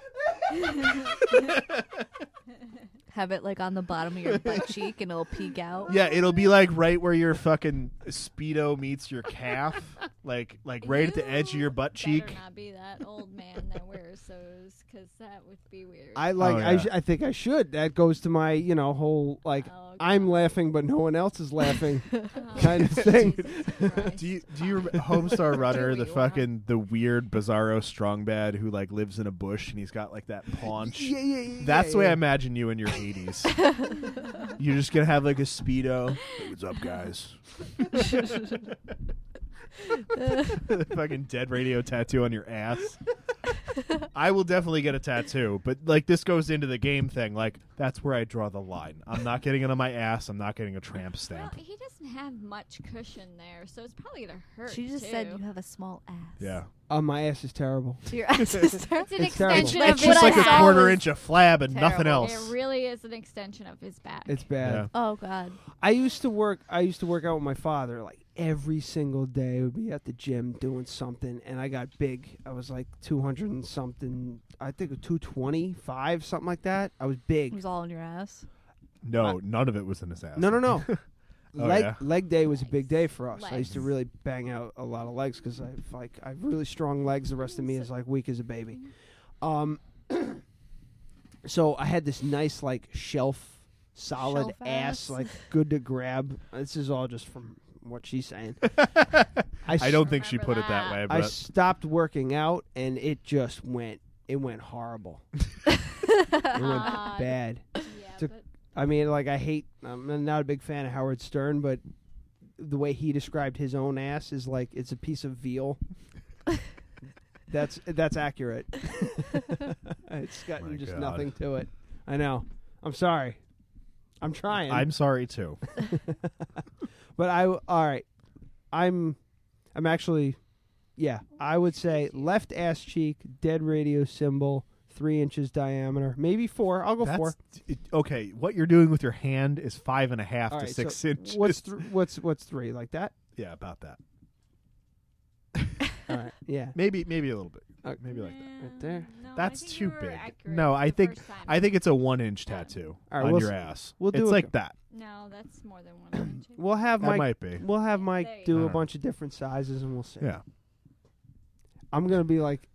Speaker 11: Have it like on the bottom of your butt cheek and it'll peek out.
Speaker 7: Yeah, it'll be like right where your fucking speedo meets your calf, like like right at the edge of your butt cheek.
Speaker 13: Better not be that old man that wears those, because that would be weird.
Speaker 6: I like.
Speaker 7: Oh,
Speaker 6: I,
Speaker 7: yeah.
Speaker 6: sh- I think I should. That goes to my, you know, whole like
Speaker 13: Oh,
Speaker 6: I'm laughing, but no one else is laughing kind
Speaker 13: Oh,
Speaker 6: of thing.
Speaker 7: Do you do you remember Homestar Runner, the
Speaker 13: we
Speaker 7: fucking the weird bizarro strong bad who like lives in a bush and he's got like that paunch?
Speaker 6: Yeah, yeah, yeah,
Speaker 7: That's
Speaker 6: yeah,
Speaker 7: the way I
Speaker 6: yeah.
Speaker 7: imagine you in your 80s. You're just gonna have like a speedo. Hey, What's up, guys? fucking dead radio tattoo on your ass. I will definitely get a tattoo, but like this goes into the game thing. Like that's where I draw the line. I'm not getting it on my ass. I'm not getting a tramp
Speaker 13: Well,
Speaker 7: stamp.
Speaker 13: he doesn't have much cushion there, so it's probably gonna hurt.
Speaker 11: She just
Speaker 13: too.
Speaker 11: said you have a small ass.
Speaker 7: Yeah,
Speaker 6: Oh, my ass is terrible.
Speaker 11: Your ass is
Speaker 13: it's an
Speaker 6: It's terrible.
Speaker 13: extension
Speaker 11: It's
Speaker 13: of
Speaker 7: it's just
Speaker 11: what
Speaker 7: like
Speaker 13: his
Speaker 11: I
Speaker 7: a
Speaker 11: saw
Speaker 13: back.
Speaker 7: quarter
Speaker 11: was
Speaker 7: inch of flab and nothing
Speaker 13: Terrible.
Speaker 7: else.
Speaker 13: It really is an extension of his back.
Speaker 6: It's bad.
Speaker 7: Yeah.
Speaker 11: Oh god.
Speaker 6: I used to work. I used to work out with my father. Like every single day, would be at the gym doing something, and I got big. I was like two hundred and something. I think two twenty five, something like that. I was
Speaker 11: It
Speaker 6: big.
Speaker 11: was all in your ass.
Speaker 7: no, none of it was in his ass.
Speaker 6: No, no, no.
Speaker 7: Oh,
Speaker 6: leg
Speaker 7: yeah.
Speaker 6: leg day was a big day for us. I used to
Speaker 13: Legs.
Speaker 6: really bang out a lot of legs because I have like I have really strong legs. The rest of me is like weak as a baby. Um, so I had this nice like shelf solid
Speaker 11: Shelf
Speaker 6: ass,
Speaker 11: ass.
Speaker 6: like good to grab. Uh, This is all just from what she's saying. I,
Speaker 7: I
Speaker 6: s-
Speaker 7: don't think she put
Speaker 13: Remember
Speaker 7: it that
Speaker 13: that.
Speaker 7: way. But
Speaker 6: I stopped working out and it just went. It went horrible. it went
Speaker 13: God.
Speaker 6: bad.
Speaker 13: Yeah,
Speaker 6: to-
Speaker 13: but
Speaker 6: I mean, like I hate. I'm not a big fan of Howard Stern, but the way he described his own ass is like it's a piece of veal. that's that's accurate. it's gotten
Speaker 7: My
Speaker 6: just
Speaker 7: God.
Speaker 6: nothing to it. I know. I'm sorry. I'm trying.
Speaker 7: I'm sorry too.
Speaker 6: but I all right. I'm I'm actually yeah. I would say left ass cheek, dead radio symbol, three inches diameter, maybe four. I'll go
Speaker 7: That's,
Speaker 6: four.
Speaker 7: it- okay, what you're doing with your hand is five and a half
Speaker 6: All
Speaker 7: to
Speaker 6: right,
Speaker 7: six
Speaker 6: so
Speaker 7: inches.
Speaker 6: What's th- what's what's three like that?
Speaker 7: yeah, about that.
Speaker 6: All right. Yeah.
Speaker 7: Maybe maybe a little bit.
Speaker 6: Okay.
Speaker 7: Maybe like that.
Speaker 13: no,
Speaker 6: Right there.
Speaker 13: no, I
Speaker 7: That's
Speaker 13: think you
Speaker 7: too
Speaker 13: were
Speaker 7: big.
Speaker 13: accurate
Speaker 7: No, I
Speaker 13: the
Speaker 7: think
Speaker 13: first time.
Speaker 7: I think it's a one inch tattoo
Speaker 6: All right,
Speaker 7: on
Speaker 6: we'll
Speaker 7: your
Speaker 6: s-
Speaker 7: ago
Speaker 6: we'll do
Speaker 7: it's
Speaker 6: it
Speaker 7: like
Speaker 6: go-
Speaker 7: that.
Speaker 13: no, that's more than one. inch.
Speaker 6: We'll have
Speaker 7: That
Speaker 6: Mike.
Speaker 7: might be.
Speaker 6: We'll have
Speaker 13: Yeah,
Speaker 6: Mike
Speaker 13: there you
Speaker 6: do
Speaker 7: go.
Speaker 6: a bunch of different sizes, and we'll see.
Speaker 7: Yeah.
Speaker 6: I'm gonna be like,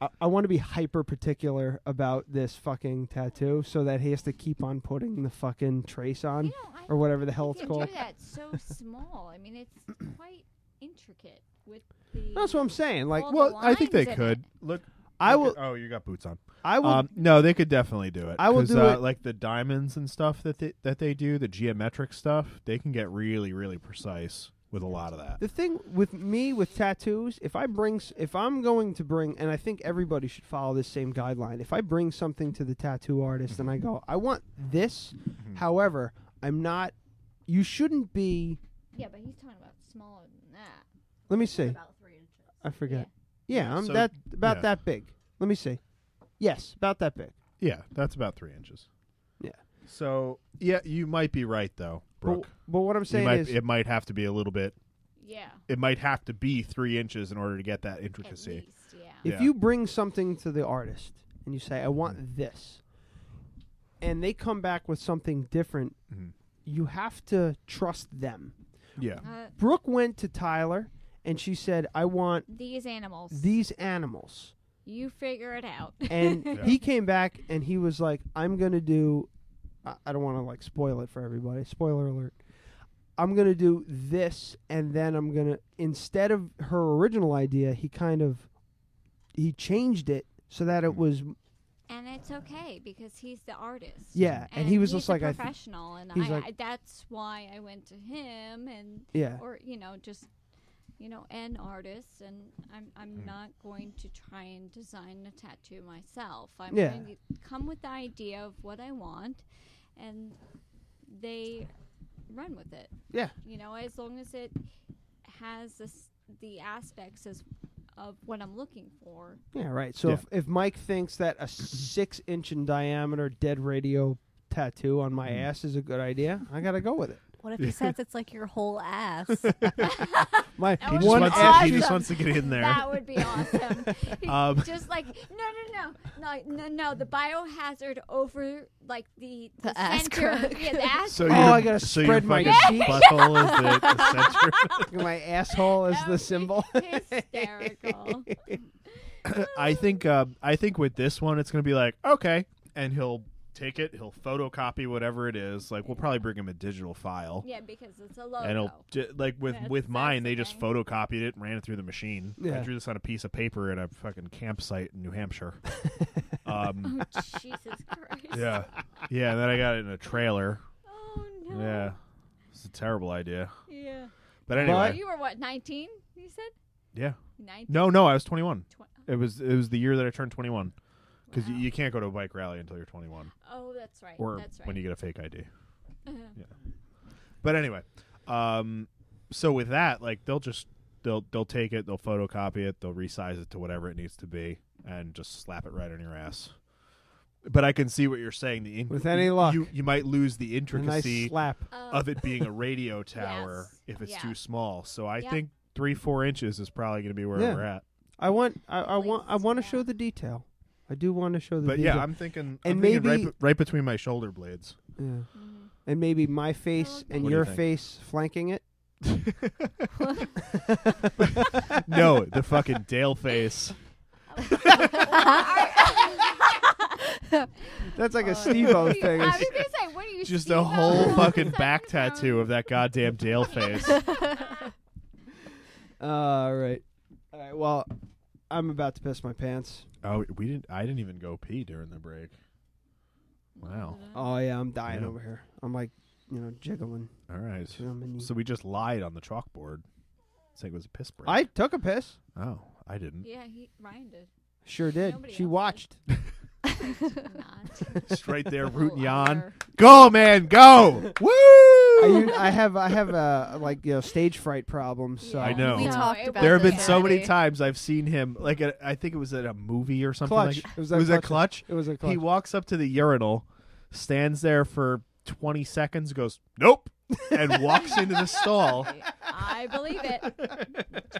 Speaker 6: I, I want to be hyper particular about this fucking tattoo, so that he has to keep on putting the fucking trace on
Speaker 13: You know, I
Speaker 6: or whatever the hell it's
Speaker 13: think you
Speaker 6: called.
Speaker 13: do that so small. I mean, it's quite intricate with the.
Speaker 6: That's what I'm saying. Like,
Speaker 13: All the
Speaker 7: Well, I think they
Speaker 13: lines in
Speaker 7: could. Look
Speaker 6: I
Speaker 7: look
Speaker 6: will.
Speaker 7: at- Oh, you got boots on.
Speaker 6: I will.
Speaker 7: Um, no, they could definitely do it.
Speaker 6: I will
Speaker 7: 'Cause,
Speaker 6: do
Speaker 7: uh,
Speaker 6: it-
Speaker 7: Like the diamonds and stuff that they, that they do, the geometric stuff, they can get really really precise. with a lot of that.
Speaker 6: The thing with me with tattoos, if I bring, s- if I'm going to bring, and I think everybody should follow this same guideline. If I bring something to the tattoo artist and I
Speaker 7: Mm-hmm.
Speaker 6: go, I want this, however, I'm not. You shouldn't be.
Speaker 13: Yeah, but he's talking about smaller than that.
Speaker 6: Let me see. I forget. Yeah, I'm
Speaker 7: So-
Speaker 6: that about
Speaker 7: yeah.
Speaker 6: that big. Let me see. Yes, about that big.
Speaker 7: Yeah, that's about three inches.
Speaker 6: Yeah.
Speaker 7: So yeah, you might be right though, Brooke.
Speaker 6: But, but what I'm
Speaker 7: You
Speaker 6: saying
Speaker 7: might-
Speaker 6: is,
Speaker 7: it might have to be a little bit.
Speaker 13: Yeah.
Speaker 7: It might have to be three inches in order to get that intricacy.
Speaker 6: If you bring something to the artist and you say, I want this, and they come back with something different, you have to trust them.
Speaker 7: Yeah.
Speaker 13: Uh,
Speaker 6: Brooke went to Tyler and she said, I want
Speaker 13: These animals.
Speaker 6: these animals.
Speaker 13: You figure it out.
Speaker 6: And he came back and he was like, I'm going to do, I, I don't want to like spoil it for everybody. Spoiler alert. I'm going to do this and then I'm going to, instead of her original idea, he kind of, he changed it so that it was
Speaker 13: And it's okay because he's the artist.
Speaker 6: Yeah, and he was
Speaker 13: he's
Speaker 6: just
Speaker 13: a
Speaker 6: like, I th-
Speaker 13: professional, and
Speaker 6: he's
Speaker 13: I,
Speaker 6: like-
Speaker 13: I, that's why I went to him, and
Speaker 6: Yeah.
Speaker 13: or you know, just you know, an artist, and I'm I'm not going to try and design a tattoo myself. I'm
Speaker 6: Yeah.
Speaker 13: going to come with the idea of what I want, and they run with it.
Speaker 6: Yeah.
Speaker 13: you know, as long as it has this, the aspects as of what I'm looking for.
Speaker 6: Yeah, right. So
Speaker 7: Yeah.
Speaker 6: If, if Mike thinks that a six inch in diameter dead radio tattoo on my
Speaker 7: Mm.
Speaker 6: ass is a good idea, I gotta go with it.
Speaker 11: What if he says it's like your whole ass?
Speaker 6: my
Speaker 13: That would
Speaker 6: one
Speaker 13: be
Speaker 6: ass?
Speaker 7: he
Speaker 13: awesome.
Speaker 7: just wants to get in there.
Speaker 13: That would be awesome.
Speaker 7: Um,
Speaker 13: just like no, no, no, no, no, no. The biohazard over like the the,
Speaker 11: The ass
Speaker 13: center.
Speaker 11: crack.
Speaker 13: Yeah, the ass
Speaker 7: So
Speaker 6: Oh,
Speaker 13: crack.
Speaker 7: your-
Speaker 6: I gotta
Speaker 7: so your
Speaker 6: spread my
Speaker 7: fucking
Speaker 6: cheeks.
Speaker 7: butthole is the, the center.
Speaker 6: my asshole is the symbol.
Speaker 13: hysterical.
Speaker 7: I think um, I think with this one, it's going to be like okay, and he'll take it, he'll photocopy whatever it is. Like we'll probably bring him a digital file,
Speaker 13: yeah, because it's a
Speaker 7: and
Speaker 13: logo.
Speaker 7: he'll j- like with
Speaker 13: Oh. That's-
Speaker 7: with
Speaker 13: that's
Speaker 7: mine,
Speaker 13: the
Speaker 7: they just
Speaker 13: thing.
Speaker 7: photocopied it and ran it through the machine. I
Speaker 6: Yeah.
Speaker 7: drew this on a piece of paper at a fucking campsite in New Hampshire. um,
Speaker 13: Oh, Jesus Christ.
Speaker 7: yeah, yeah, and then I got it in a trailer.
Speaker 13: Oh no.
Speaker 7: Yeah, it's a terrible idea.
Speaker 13: Yeah.
Speaker 7: But anyway,
Speaker 13: You were what? Nineteen? You said
Speaker 7: yeah.
Speaker 13: nineteen.
Speaker 7: No, no, I was 21.
Speaker 13: Twen-
Speaker 7: It was it was the year that I turned 21. Because you, you can't go to a bike rally until you're 21,
Speaker 13: Oh, that's right.
Speaker 7: or
Speaker 13: that's right.
Speaker 7: when you get a fake ID.
Speaker 13: Uh-huh.
Speaker 7: But anyway, um, so with that, like they'll just they'll they'll take it, they'll photocopy it, they'll resize it to whatever it needs to be, and just slap it right on your ass. But I can see what you're saying. The in-
Speaker 6: With any luck.
Speaker 7: you you might lose the
Speaker 6: a nice
Speaker 7: intricacy
Speaker 6: slap.
Speaker 13: Oh.
Speaker 7: of it being a radio tower
Speaker 13: Yes.
Speaker 7: if it's
Speaker 13: Yeah.
Speaker 7: too small. So I
Speaker 13: Yeah.
Speaker 7: think three four inches is probably going to be where
Speaker 6: Yeah.
Speaker 7: we're at.
Speaker 6: I want. I, I want. I want to show the detail. I do want to show the
Speaker 7: But
Speaker 6: detail.
Speaker 7: yeah, I'm thinking, I'm
Speaker 6: And
Speaker 7: thinking right,
Speaker 6: maybe-
Speaker 7: be- right between my shoulder blades.
Speaker 6: Yeah.
Speaker 13: Mm-hmm.
Speaker 6: And maybe my face and
Speaker 7: What do you
Speaker 6: your
Speaker 7: think?
Speaker 6: face flanking it.
Speaker 7: no, the fucking Dale face.
Speaker 6: That's like a Steve-O thing.
Speaker 13: Oh. I was gonna say, what are you?
Speaker 7: Just
Speaker 13: Steve-O?
Speaker 7: a whole fucking
Speaker 13: Is that
Speaker 7: back
Speaker 13: your phone?
Speaker 7: tattoo of that goddamn Dale face.
Speaker 6: Uh, All right. All right. Well, I'm about to piss my pants.
Speaker 7: Oh, we didn't. I didn't even go pee during the break. Wow.
Speaker 6: Oh yeah, I'm dying
Speaker 7: Yeah.
Speaker 6: over here. I'm like, you know, jiggling.
Speaker 7: All right.
Speaker 6: That's what I'm gonna need.
Speaker 7: So we just lied on the chalkboard. Saying it was a piss break.
Speaker 6: I took a piss.
Speaker 7: oh, I didn't.
Speaker 13: Yeah, he Ryan did.
Speaker 6: Sure did.
Speaker 13: Nobody
Speaker 6: she
Speaker 13: else did.
Speaker 6: watched.
Speaker 13: Not.
Speaker 7: It's right there, rooting you on.
Speaker 13: Liar.
Speaker 7: Go, man, go! Woo!
Speaker 6: I, u- I have I have uh, like you know stage fright problems. So
Speaker 7: I know.
Speaker 11: We talked
Speaker 13: it
Speaker 11: about
Speaker 7: There have been
Speaker 11: this
Speaker 7: so many
Speaker 11: already.
Speaker 7: times I've seen him. Like at, I think it was at a movie or something.
Speaker 6: Clutch.
Speaker 7: Like,
Speaker 6: It was at
Speaker 7: at
Speaker 6: Clutch.
Speaker 7: clutch.
Speaker 6: It was at
Speaker 7: He
Speaker 6: Clutch.
Speaker 7: walks up to the urinal, stands there for twenty seconds, goes nope, and walks into the stall.
Speaker 13: I believe it.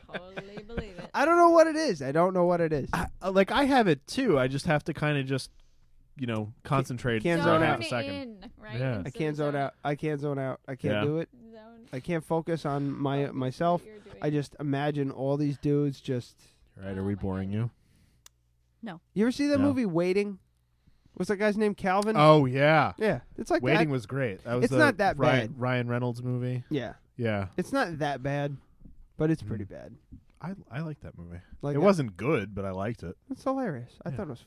Speaker 13: totally believe it.
Speaker 6: I don't know what it is. I don't know what it is.
Speaker 7: I, uh, like I have it too. I just have to kind of just, you know, concentrate.
Speaker 6: Can't
Speaker 7: for
Speaker 6: zone
Speaker 7: half
Speaker 6: out.
Speaker 7: a second.
Speaker 13: in, right?
Speaker 7: Yeah. I
Speaker 6: I
Speaker 13: Instead
Speaker 6: can't
Speaker 13: of
Speaker 6: zone out. I can't zone out. I can't
Speaker 7: Yeah.
Speaker 6: do it.
Speaker 13: Zone
Speaker 6: I can't focus on my myself.
Speaker 13: what you're doing.
Speaker 6: I just imagine all these dudes just.
Speaker 7: Right? Are we boring you?
Speaker 6: You ever see that
Speaker 7: No.
Speaker 6: movie Waiting? What's that guy's name? Calvin.
Speaker 7: Oh yeah.
Speaker 6: yeah. It's like
Speaker 7: Waiting
Speaker 6: that.
Speaker 7: was great. That was
Speaker 6: It's
Speaker 7: the
Speaker 6: not that
Speaker 7: Ryan,
Speaker 6: bad.
Speaker 7: Ryan Reynolds movie.
Speaker 6: yeah.
Speaker 7: Yeah,
Speaker 6: It's not that bad, but it's
Speaker 7: Mm.
Speaker 6: pretty bad.
Speaker 7: I I like that movie.
Speaker 6: Like
Speaker 7: it
Speaker 6: I-
Speaker 7: wasn't good, but I liked it.
Speaker 6: It's hilarious. I
Speaker 7: Yeah.
Speaker 6: thought it was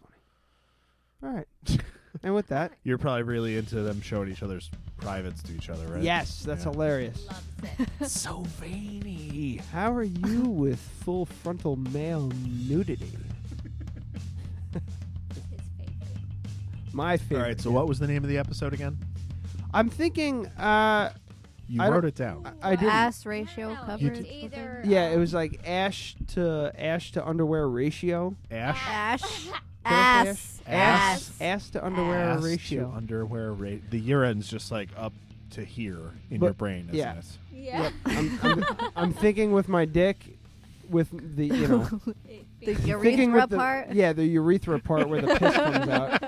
Speaker 6: funny. All right. And with that,
Speaker 7: You're probably really into them showing each other's privates to each other, right?
Speaker 6: yes, that's hilarious. E,
Speaker 7: so veiny.
Speaker 6: How are you with full frontal male nudity? My favorite.
Speaker 7: All right, so what was the name of the episode again?
Speaker 6: I'm thinking. Uh,
Speaker 7: You
Speaker 6: I don't-
Speaker 7: wrote it down.
Speaker 6: I, I did.
Speaker 11: Ass ratio coverage. either
Speaker 6: Yeah,
Speaker 13: um,
Speaker 6: it was like ash to ash to underwear ratio.
Speaker 7: Ash.
Speaker 11: ash,
Speaker 6: Ass.
Speaker 11: ass,
Speaker 6: Ass. Ass to underwear
Speaker 7: Ass to
Speaker 6: ratio.
Speaker 7: underwear rate. The urine's just like up to here in
Speaker 6: But-
Speaker 7: your brain, isn't
Speaker 6: yeah.
Speaker 7: it?
Speaker 13: Yeah.
Speaker 6: Yep. I'm, I'm, I'm thinking with my dick, with the you know,
Speaker 11: the
Speaker 6: I'm thinking
Speaker 11: urethra
Speaker 6: with the-
Speaker 11: part.
Speaker 6: Yeah, the urethra part where the piss comes out.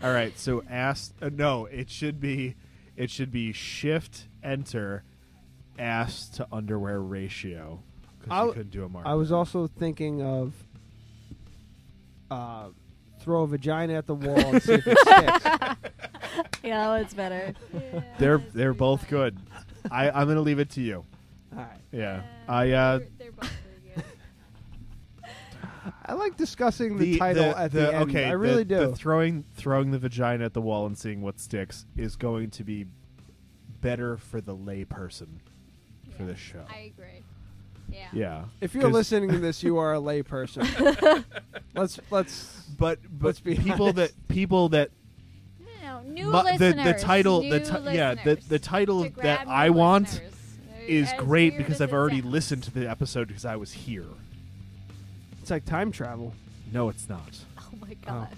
Speaker 7: All right, so ass. Uh, no, it should be, it should be shift enter, ass to underwear ratio.
Speaker 6: I
Speaker 7: Because you
Speaker 6: w-
Speaker 7: couldn't do a mark.
Speaker 6: I was also thinking of uh, throw a vagina at the wall and see if it sticks.
Speaker 11: yeah, that one's better.
Speaker 7: They're they're both good. I I'm gonna leave it to you.
Speaker 6: All right.
Speaker 7: Yeah. I uh.
Speaker 6: I like discussing the, title at the, end.
Speaker 7: okay,
Speaker 6: I really
Speaker 7: the,
Speaker 6: do.
Speaker 7: The throwing throwing the vagina at the wall and seeing what sticks is going to be better for the layperson for this show.
Speaker 13: I agree. Yeah.
Speaker 7: yeah.
Speaker 6: if you're
Speaker 7: 'Cause-
Speaker 6: listening to this, you are a layperson. let's let's
Speaker 7: but but
Speaker 6: let's be
Speaker 7: people
Speaker 6: honest.
Speaker 7: that people that
Speaker 13: No, no, new
Speaker 7: mu- the
Speaker 13: listeners.
Speaker 7: the title
Speaker 13: new
Speaker 7: the ti- yeah the
Speaker 13: listeners.
Speaker 7: the title
Speaker 13: To
Speaker 7: that
Speaker 13: grab new
Speaker 7: I want
Speaker 13: listeners. There-
Speaker 7: is
Speaker 13: as
Speaker 7: great
Speaker 13: weird
Speaker 7: because
Speaker 13: as
Speaker 7: I've
Speaker 13: it
Speaker 7: already
Speaker 13: sounds.
Speaker 7: listened to the episode because I was here.
Speaker 6: it's like time travel.
Speaker 7: No, it's not.
Speaker 13: Oh my god.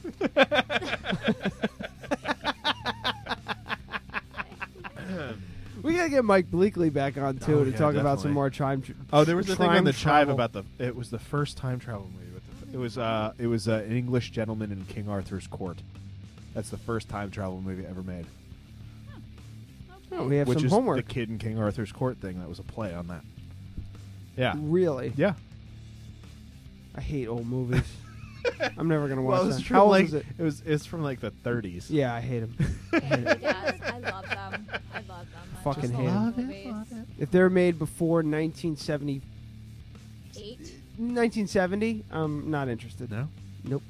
Speaker 6: We gotta get Mike Bleakley back on too
Speaker 7: Oh,
Speaker 6: to
Speaker 7: yeah,
Speaker 6: talk about
Speaker 7: definitely.
Speaker 6: some more time. Tr-
Speaker 7: Oh, there was a thing on
Speaker 6: time
Speaker 7: the chive
Speaker 6: travel.
Speaker 7: about the. It was the first time travel movie. With the, it was uh, it was uh, an English gentleman in King Arthur's court. That's the first time travel movie ever made.
Speaker 6: Oh, we have
Speaker 7: which
Speaker 6: some
Speaker 7: is
Speaker 6: homework.
Speaker 7: The kid in King Arthur's court thing that was a play on that. Yeah,
Speaker 6: Really?
Speaker 7: yeah.
Speaker 6: I hate old movies. I'm never gonna watch
Speaker 7: Well, it was
Speaker 6: that.
Speaker 7: from
Speaker 6: How old
Speaker 7: like
Speaker 6: is it?
Speaker 7: was it's from like the 30s.
Speaker 6: Yeah, I hate him.
Speaker 13: yes, I love them. I love them. I
Speaker 6: Fucking
Speaker 13: just
Speaker 6: hate 'em.
Speaker 13: love movies.
Speaker 6: If they're made before 1970,
Speaker 13: Eight.
Speaker 6: 1970, I'm not interested.
Speaker 7: No.
Speaker 6: Nope.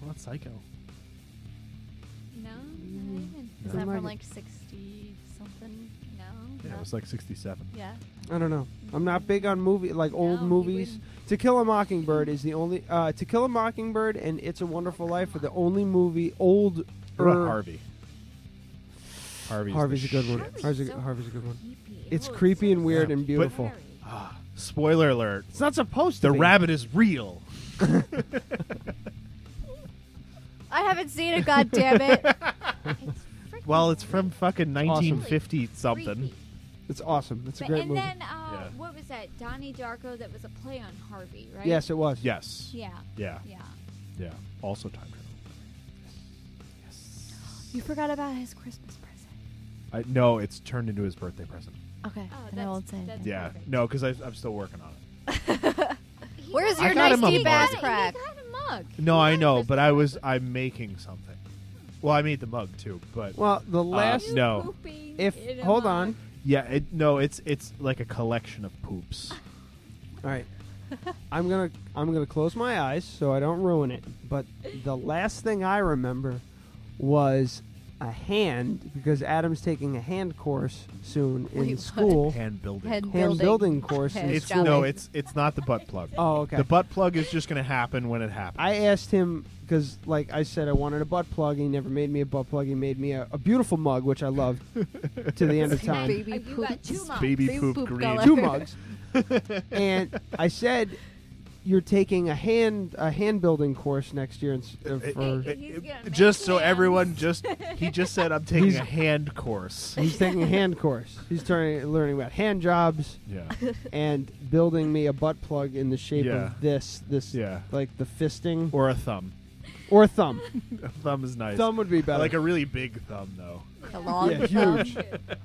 Speaker 7: Well, that's Psycho.
Speaker 13: No, not
Speaker 6: Mm.
Speaker 13: even.
Speaker 11: Is that
Speaker 6: Like
Speaker 11: from
Speaker 6: it.
Speaker 11: like sixty something?
Speaker 13: No.
Speaker 7: Yeah, it was like 67.
Speaker 11: Yeah.
Speaker 6: I don't know. I'm not big on movie like old
Speaker 13: No, you
Speaker 6: movies. To Kill a Mockingbird is the only. Uh, to Kill a Mockingbird and It's a Wonderful Life are the only movie old. er,
Speaker 7: What about Harvey? Harvey's, the
Speaker 6: Harvey's a good one.
Speaker 7: shit.
Speaker 6: Harvey's a, Harvey's a good one. It's creepy and weird and beautiful.
Speaker 7: Ah, spoiler alert:
Speaker 6: it's not supposed to.
Speaker 7: the
Speaker 6: be.
Speaker 7: rabbit is real.
Speaker 11: I haven't seen it. God damn it!
Speaker 7: Well, it's from fucking
Speaker 6: awesome.
Speaker 7: 1950 something.
Speaker 13: Creepy.
Speaker 6: It's awesome. It's a
Speaker 13: But,
Speaker 6: great
Speaker 13: and
Speaker 6: movie.
Speaker 13: then uh,
Speaker 7: Yeah.
Speaker 13: what was that? Donnie Darko. That was a play on Harvey, right?
Speaker 6: Yes, it was.
Speaker 7: Yes.
Speaker 13: Yeah.
Speaker 7: Yeah.
Speaker 13: Yeah.
Speaker 7: Yeah. Also time travel.
Speaker 11: You forgot about his Christmas present.
Speaker 7: I, no, it's turned into his birthday present.
Speaker 11: Okay,
Speaker 13: Oh,
Speaker 11: then I
Speaker 13: that's-
Speaker 11: won't say
Speaker 13: that's-
Speaker 11: anything.
Speaker 7: Yeah.
Speaker 13: perfect.
Speaker 7: No, because I'm still working on it.
Speaker 13: He
Speaker 11: Where's
Speaker 7: I
Speaker 11: your
Speaker 7: got
Speaker 11: nice
Speaker 7: him a
Speaker 11: deep
Speaker 7: mug.
Speaker 11: ass
Speaker 13: got-
Speaker 11: crack?
Speaker 13: He got a mug.
Speaker 7: No,
Speaker 13: He
Speaker 7: I
Speaker 13: got
Speaker 7: know,
Speaker 13: this
Speaker 7: but I
Speaker 13: mug.
Speaker 7: was I'm making something. Well, I made the mug too, but
Speaker 6: Well, the
Speaker 13: You
Speaker 6: last.
Speaker 7: Uh, no.
Speaker 13: pooping
Speaker 6: if
Speaker 13: in a
Speaker 6: hold
Speaker 13: mug.
Speaker 6: on.
Speaker 7: yeah, it, no, it's it's like a collection of poops.
Speaker 6: All right. I'm gonna I'm gonna close my eyes so I don't ruin it. But the last thing I remember was a hand because Adam's taking a hand course soon in
Speaker 11: Wait, what?
Speaker 6: school.
Speaker 7: Hand building.
Speaker 11: Head
Speaker 6: Hand building, course.
Speaker 11: Head
Speaker 6: in
Speaker 7: it's
Speaker 6: school.
Speaker 11: job.
Speaker 7: no, it's it's not the butt plug.
Speaker 6: Oh, okay.
Speaker 7: The butt plug is just gonna happen when it happens.
Speaker 6: I asked him because, like I said, I wanted a butt plug. He never made me a butt plug. He made me a, a beautiful mug, which I loved to the end of
Speaker 11: It's not
Speaker 6: time.
Speaker 11: big.
Speaker 13: Oh,
Speaker 11: Baby
Speaker 13: you got two
Speaker 11: poops.
Speaker 13: mugs.
Speaker 7: Baby
Speaker 11: Big
Speaker 7: poop,
Speaker 11: poop
Speaker 7: green.
Speaker 11: color.
Speaker 6: Two mugs, and I said, "You're taking a hand a hand building course next year." In, s- uh, for,
Speaker 13: He's gonna make
Speaker 7: just so
Speaker 13: hands.
Speaker 7: everyone just he just said I'm taking
Speaker 6: He's-
Speaker 7: a hand course.
Speaker 6: He's taking a hand course. He's turning, learning about hand jobs
Speaker 7: Yeah.
Speaker 6: and building me a butt plug in the shape
Speaker 7: Yeah.
Speaker 6: of this, this,
Speaker 7: Yeah.
Speaker 6: like the fisting
Speaker 7: Or a thumb.
Speaker 6: or thumb.
Speaker 7: A thumb is nice.
Speaker 6: Thumb would be better.
Speaker 7: Like a really big thumb though.
Speaker 11: The long
Speaker 6: Yeah,
Speaker 11: thumb.
Speaker 6: huge.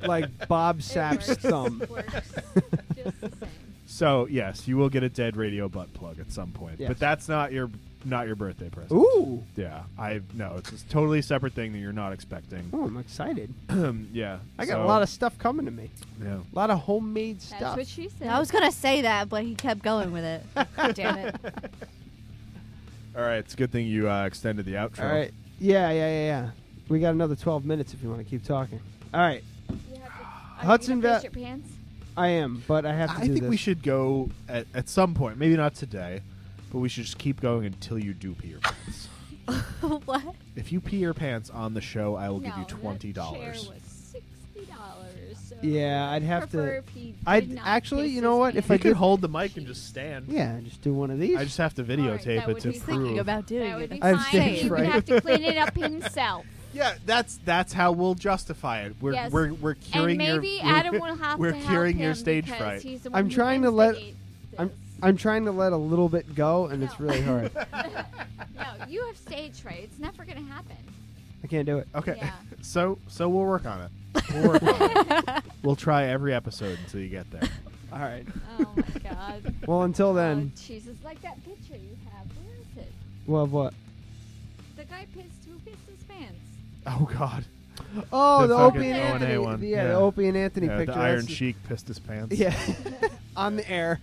Speaker 6: like Bob
Speaker 13: It
Speaker 6: Sapp's
Speaker 13: works.
Speaker 6: thumb.
Speaker 13: Works. Just the same.
Speaker 7: So yes, you will get a dead radio butt plug at some point,
Speaker 6: Yes.
Speaker 7: but that's not your not your birthday present.
Speaker 6: Ooh.
Speaker 7: Yeah, I no, it's a totally separate thing that you're not expecting. Um,
Speaker 6: Oh, I'm excited.
Speaker 7: yeah,
Speaker 6: I got a lot of stuff coming to me.
Speaker 7: yeah.
Speaker 6: A lot of homemade
Speaker 13: That's
Speaker 6: stuff.
Speaker 13: what she said.
Speaker 11: I was gonna say that, but he kept going with it. Damn it!
Speaker 7: All right, it's a good thing you uh, extended the outro.
Speaker 6: All right. Yeah, yeah, yeah, yeah. We got another 12 minutes if you want to keep talking. All right. Hudson
Speaker 13: Piss
Speaker 6: Valley.
Speaker 13: your pants.
Speaker 6: I am, but I have to
Speaker 7: I
Speaker 6: do
Speaker 7: think
Speaker 6: this.
Speaker 7: we should go at, at some point. Maybe not today, but we should just keep going until you do pee your pants.
Speaker 11: what?
Speaker 7: if you pee your pants on the show, I will give you
Speaker 13: No, that
Speaker 7: twenty dollars.
Speaker 13: chair was sixty dollars.
Speaker 6: Yeah, I'd have to.
Speaker 13: I
Speaker 6: I'd actually, you know what? If
Speaker 7: you
Speaker 6: I
Speaker 7: could
Speaker 6: did,
Speaker 7: hold the mic and just stand.
Speaker 6: yeah, just do one of these.
Speaker 7: I just have to videotape it to prove.
Speaker 11: about doing
Speaker 13: That would be
Speaker 6: I'm
Speaker 13: fine.
Speaker 6: stage
Speaker 13: He would
Speaker 6: fright.
Speaker 13: have to clean it up himself.
Speaker 7: yeah, that's that's how we'll justify it. We're
Speaker 13: Yes.
Speaker 7: we're, we're curing
Speaker 13: and maybe
Speaker 7: your
Speaker 13: Adam
Speaker 7: we're,
Speaker 13: will have
Speaker 7: we're
Speaker 13: to help
Speaker 7: curing your
Speaker 13: him
Speaker 7: stage
Speaker 13: because
Speaker 7: fright.
Speaker 13: He's the one
Speaker 6: I'm
Speaker 13: who
Speaker 6: trying to
Speaker 13: wins
Speaker 6: let.
Speaker 13: the game.
Speaker 6: I'm I'm trying to let a little bit go, and it's really hard.
Speaker 13: no, you have stage fright. It's never going to happen.
Speaker 6: I can't do it.
Speaker 7: Okay,
Speaker 13: Yeah.
Speaker 7: so so we'll work on it. We'll work on it. We'll try every episode until you get there.
Speaker 6: All right.
Speaker 13: Oh my god.
Speaker 6: Well, until
Speaker 13: oh,
Speaker 6: then,
Speaker 13: Jesus, like that picture you have. Where is it?
Speaker 6: well, what?
Speaker 13: The guy pissed who pissed his pants.
Speaker 7: Oh God.
Speaker 6: Oh, the,
Speaker 7: the
Speaker 6: Opie
Speaker 7: fucking
Speaker 6: and
Speaker 7: O&A
Speaker 6: Anthony.
Speaker 7: one.
Speaker 6: the- Yeah, the
Speaker 7: Yeah.
Speaker 6: Opie and Anthony
Speaker 7: Yeah,
Speaker 6: picture.
Speaker 7: the Iron
Speaker 6: that's-
Speaker 7: Sheik pissed his pants.
Speaker 6: Yeah, on the air.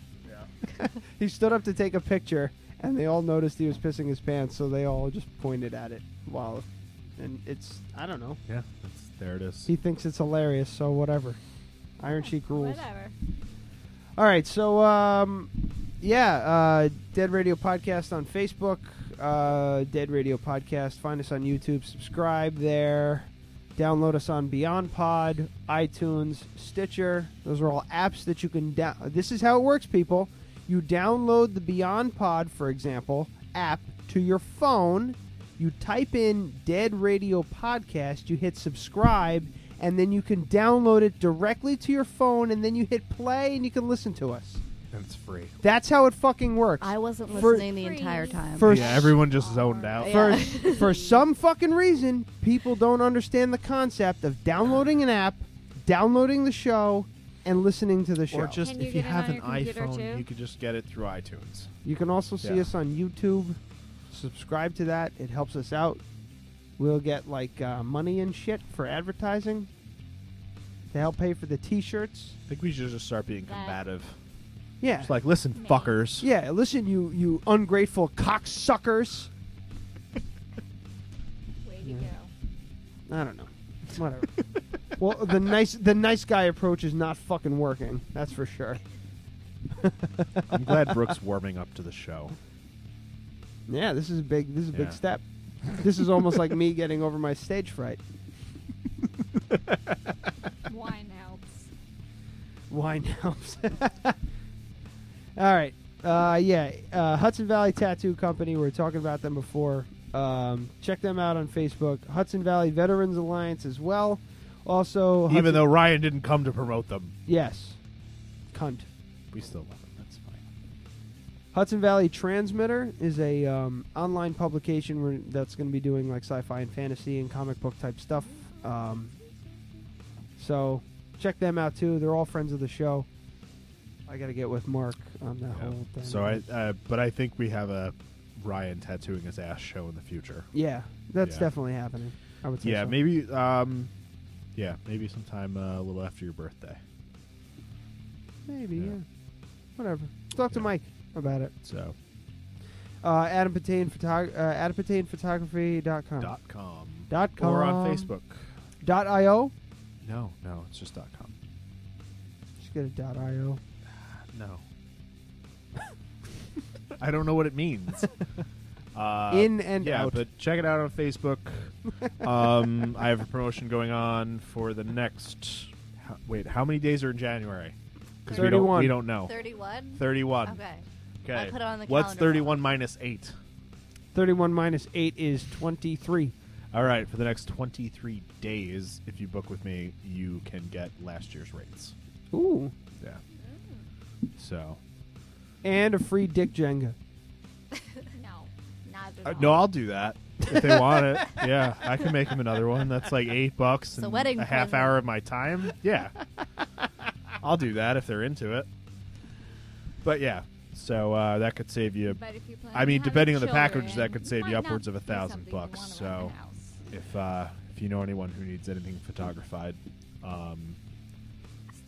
Speaker 6: he stood up to take a picture, and they all noticed he was pissing his pants, so they all just pointed at it while, and it's I don't know.
Speaker 7: Yeah, that's, there it is.
Speaker 6: He thinks it's hilarious, so whatever. Iron Sheik rules.
Speaker 13: Whatever.
Speaker 6: All right, so um, yeah, uh, Dead Radio Podcast on Facebook, uh, Dead Radio Podcast. Find us on YouTube, subscribe there, download us on Beyond Pod, iTunes, Stitcher. Those are all apps that you can down. This is how it works, people. You download the Beyond Pod, for example, app to your phone. You type in Dead Radio Podcast, you hit subscribe, and then you can download it directly to your phone, and then you hit play and you can listen to us.
Speaker 7: And it's free.
Speaker 6: That's how it fucking works.
Speaker 11: I wasn't
Speaker 6: For-
Speaker 11: listening the entire time.
Speaker 6: for-
Speaker 7: yeah, everyone just zoned out.
Speaker 11: Yeah.
Speaker 6: For, for some fucking reason, people don't understand the concept of downloading an app, downloading the show, and listening to the show.
Speaker 7: Or just
Speaker 13: Can you
Speaker 7: if you
Speaker 13: get it
Speaker 7: have
Speaker 13: on
Speaker 7: an
Speaker 13: your computer,
Speaker 7: iPhone,
Speaker 13: too?
Speaker 7: you could just get it through iTunes.
Speaker 6: You can also see
Speaker 7: Yeah.
Speaker 6: us on YouTube. Subscribe to that; it helps us out. We'll get like uh, money and shit for advertising to help pay for the T-shirts.
Speaker 7: I think we should just start being combative.
Speaker 6: Yeah,
Speaker 7: It's like, listen, fuckers.
Speaker 6: yeah. Listen, you you ungrateful cocksuckers.
Speaker 13: Way to go.
Speaker 6: I don't know. Whatever. well, the nice the nice guy approach is not fucking working. That's for sure.
Speaker 7: I'm glad Brooke's warming up to the show.
Speaker 6: Yeah, this is a big this is a
Speaker 7: Yeah.
Speaker 6: big step. This is almost like me getting over my stage fright.
Speaker 13: Wine helps.
Speaker 6: Wine helps. All right. Uh, yeah, uh, Hudson Valley Tattoo Company. We were talking about them before. Um, check them out on Facebook. Hudson Valley Veterans Alliance as well. Also, Hudson-
Speaker 7: Even though Ryan didn't come to promote them,
Speaker 6: yes, cunt.
Speaker 7: we still love them. That's fine.
Speaker 6: Hudson Valley Transmitter is a um, online publication where that's going to be doing like sci-fi and fantasy and comic book type stuff. Um, so check them out too. They're all friends of the show. I got to get with Mark on that whole thing.
Speaker 7: So I, uh, but I think we have a Ryan tattooing his ass show in the future.
Speaker 6: yeah, that's
Speaker 7: Yeah.
Speaker 6: definitely happening. I would say
Speaker 7: Yeah,
Speaker 6: so.
Speaker 7: maybe. Um, yeah, maybe sometime uh, a little after your birthday.
Speaker 6: maybe yeah.
Speaker 7: yeah.
Speaker 6: Whatever. Talk to
Speaker 7: Yeah.
Speaker 6: Mike about it.
Speaker 7: So
Speaker 6: Uh, Adam Patane photog- uh, Adam Patane Photography.com.
Speaker 7: dot com
Speaker 6: Dot com
Speaker 7: or on Facebook.
Speaker 6: Dot io.
Speaker 7: No, no, it's just dot com.
Speaker 6: Just get a dot io.
Speaker 7: No, I don't know what it means. Uh,
Speaker 6: In and
Speaker 7: yeah,
Speaker 6: out.
Speaker 7: but check it out on Facebook. um, I have a promotion going on for the next. How, wait, how many days are in January? Because we don't
Speaker 6: 31.
Speaker 7: we don't know.
Speaker 11: 31?
Speaker 7: Thirty-one.
Speaker 11: Okay.
Speaker 7: Okay.
Speaker 11: I put it on the
Speaker 7: What's
Speaker 11: calendar.
Speaker 7: thirty-one minus eight?
Speaker 6: 31 minus 8 is 23.
Speaker 7: All right, for the next 23 days, if you book with me, you can get last year's rates.
Speaker 6: Ooh.
Speaker 7: Yeah. So,
Speaker 6: And a free dick Jenga.
Speaker 13: No, not at
Speaker 7: uh,
Speaker 13: all.
Speaker 7: no, I'll do that if they want it. Yeah, I can make them another one. That's like eight bucks and
Speaker 11: a wedding
Speaker 7: a half
Speaker 11: present.
Speaker 7: hour of my time. Yeah, I'll do that if they're into it. But yeah, so uh, that could save you
Speaker 13: But if you plan
Speaker 7: I mean,
Speaker 13: on having
Speaker 7: depending on the
Speaker 13: children,
Speaker 7: package, that could
Speaker 13: it
Speaker 7: save you
Speaker 13: might not
Speaker 7: upwards of a
Speaker 13: be
Speaker 7: thousand
Speaker 13: something you
Speaker 7: bucks,
Speaker 13: want around
Speaker 7: so-
Speaker 13: the house.
Speaker 7: if uh, if you know anyone who needs anything photographied. Um,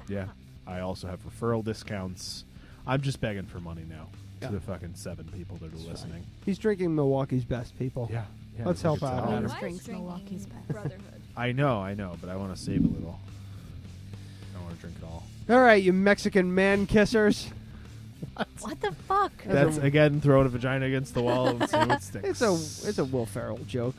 Speaker 7: yeah, I also have referral discounts. I'm just begging for money now
Speaker 6: Yeah.
Speaker 7: to the fucking seven people that are listening.
Speaker 6: He's drinking Milwaukee's best people.
Speaker 7: Yeah, Yeah,
Speaker 6: Let's
Speaker 7: I think
Speaker 6: help
Speaker 7: it's
Speaker 6: out.
Speaker 7: all
Speaker 6: Adam.
Speaker 7: right.
Speaker 11: drinks Milwaukee's best.
Speaker 13: Brotherhood.
Speaker 7: I know, I know, but I want to save a little. I want to drink it all.
Speaker 6: All right, you Mexican man kissers.
Speaker 11: What the fuck?
Speaker 7: That's again throwing a vagina against the wall and see what sticks.
Speaker 6: It's a it's a Will Ferrell joke.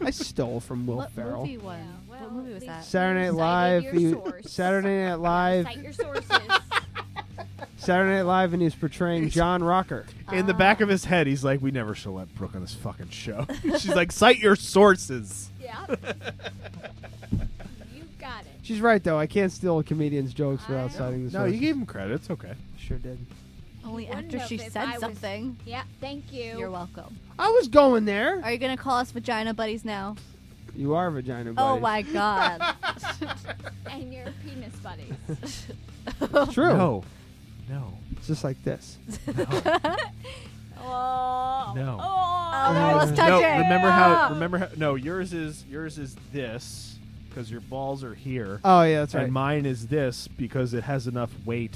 Speaker 6: I stole from Will
Speaker 11: what
Speaker 6: Ferrell.
Speaker 11: movie one? what movie was that?
Speaker 6: Saturday
Speaker 11: Cited
Speaker 6: Night Live.
Speaker 11: your
Speaker 6: He,
Speaker 11: source.
Speaker 6: Saturday Night Live.
Speaker 11: Cite your
Speaker 6: Saturday Night Live, and he was portraying John Rocker.
Speaker 7: In the back of his head, he's like, "We never shall let Brooke on this fucking show." She's like, "Cite your sources."
Speaker 13: Yeah. you got it.
Speaker 6: She's right though. I can't steal a comedian's jokes without citing the
Speaker 7: No, you
Speaker 6: sources.
Speaker 7: gave him credit. It's okay.
Speaker 6: Sure did.
Speaker 11: Only
Speaker 13: Wouldn't
Speaker 11: after
Speaker 13: have
Speaker 11: she
Speaker 13: if
Speaker 11: said
Speaker 13: I was-
Speaker 11: something.
Speaker 13: yeah, thank you.
Speaker 11: You're welcome.
Speaker 6: I was going there.
Speaker 11: Are you gonna call us vagina buddies now?
Speaker 6: You are vagina.
Speaker 11: Oh
Speaker 6: Buddies.
Speaker 11: my god.
Speaker 13: and your penis buddies.
Speaker 6: It's true.
Speaker 7: No, no,
Speaker 6: It's just like this.
Speaker 13: Oh.
Speaker 7: no.
Speaker 11: Oh, let's touch
Speaker 7: no,
Speaker 11: it.
Speaker 7: remember how? Remember how? No, yours is yours is this because your balls are here.
Speaker 6: Oh, yeah, that's right.
Speaker 7: And mine is this because it has enough weight.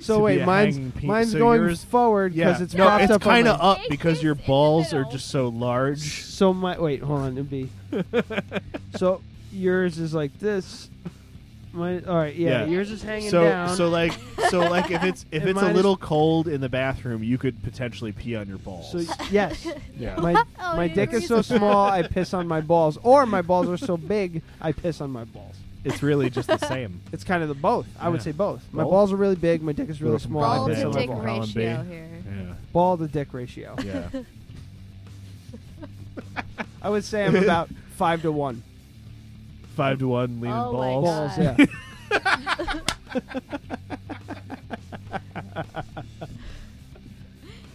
Speaker 6: So
Speaker 7: to be
Speaker 6: wait,
Speaker 7: a
Speaker 6: mine's
Speaker 7: hanging pe-
Speaker 6: mine's
Speaker 7: so
Speaker 6: going
Speaker 7: yours-
Speaker 6: forward because
Speaker 7: yeah.
Speaker 6: it's
Speaker 7: no,
Speaker 6: propped
Speaker 7: it's
Speaker 6: up. on
Speaker 7: kind of
Speaker 6: my-
Speaker 7: up because your balls are just so large.
Speaker 6: So my wait, hold on, it'd be. so yours is like this. My all right, yeah, yours is hanging
Speaker 7: so,
Speaker 6: down.
Speaker 7: So like so like if it's if
Speaker 6: And
Speaker 7: it's a
Speaker 6: mine is-
Speaker 7: little cold in the bathroom, you could potentially pee on your balls.
Speaker 6: So yes,
Speaker 7: Yeah.
Speaker 6: my
Speaker 11: Oh,
Speaker 6: my
Speaker 11: you
Speaker 6: dick is
Speaker 11: agree
Speaker 6: so
Speaker 11: with me.
Speaker 6: small I piss on my balls, or my balls are so big I piss on my balls.
Speaker 7: it's really just the same.
Speaker 6: It's kind of the both. I would
Speaker 7: Yeah.
Speaker 6: say both. My
Speaker 7: Both?
Speaker 6: balls are really big. My dick is really small.
Speaker 11: Ball
Speaker 6: I
Speaker 11: to
Speaker 6: piss on my
Speaker 11: dick
Speaker 6: balls.
Speaker 7: Column B.
Speaker 11: ratio here.
Speaker 6: Ball to dick ratio.
Speaker 7: Yeah. Yeah.
Speaker 6: I would say I'm about five to one.
Speaker 7: Five to one leaning
Speaker 11: Oh my
Speaker 7: balls.
Speaker 6: Balls,
Speaker 11: God.
Speaker 6: yeah.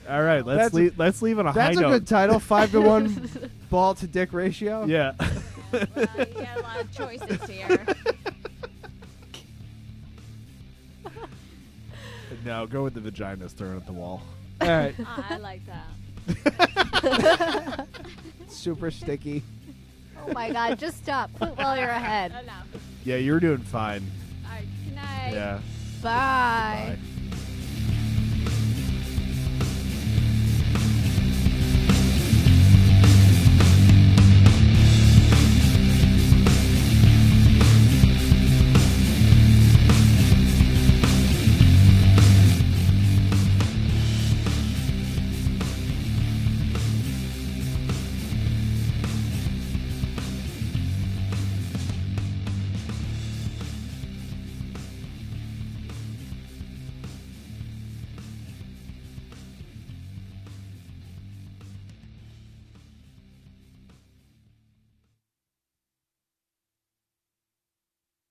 Speaker 7: All right, let's
Speaker 6: That's a-
Speaker 7: leave let's leave on a
Speaker 6: That's
Speaker 7: high
Speaker 6: a
Speaker 7: note.
Speaker 6: good title. Five to one ball to dick ratio.
Speaker 7: Yeah.
Speaker 13: well, you got a lot of choices here.
Speaker 7: no, go with the vaginas throwing at the wall.
Speaker 6: All right.
Speaker 13: I like that.
Speaker 6: Super sticky.
Speaker 11: Oh my god, just stop. Quit while you're ahead.
Speaker 13: Enough.
Speaker 7: Yeah, you're doing fine.
Speaker 13: All right, good night.
Speaker 7: Yeah.
Speaker 11: Bye.
Speaker 7: Bye.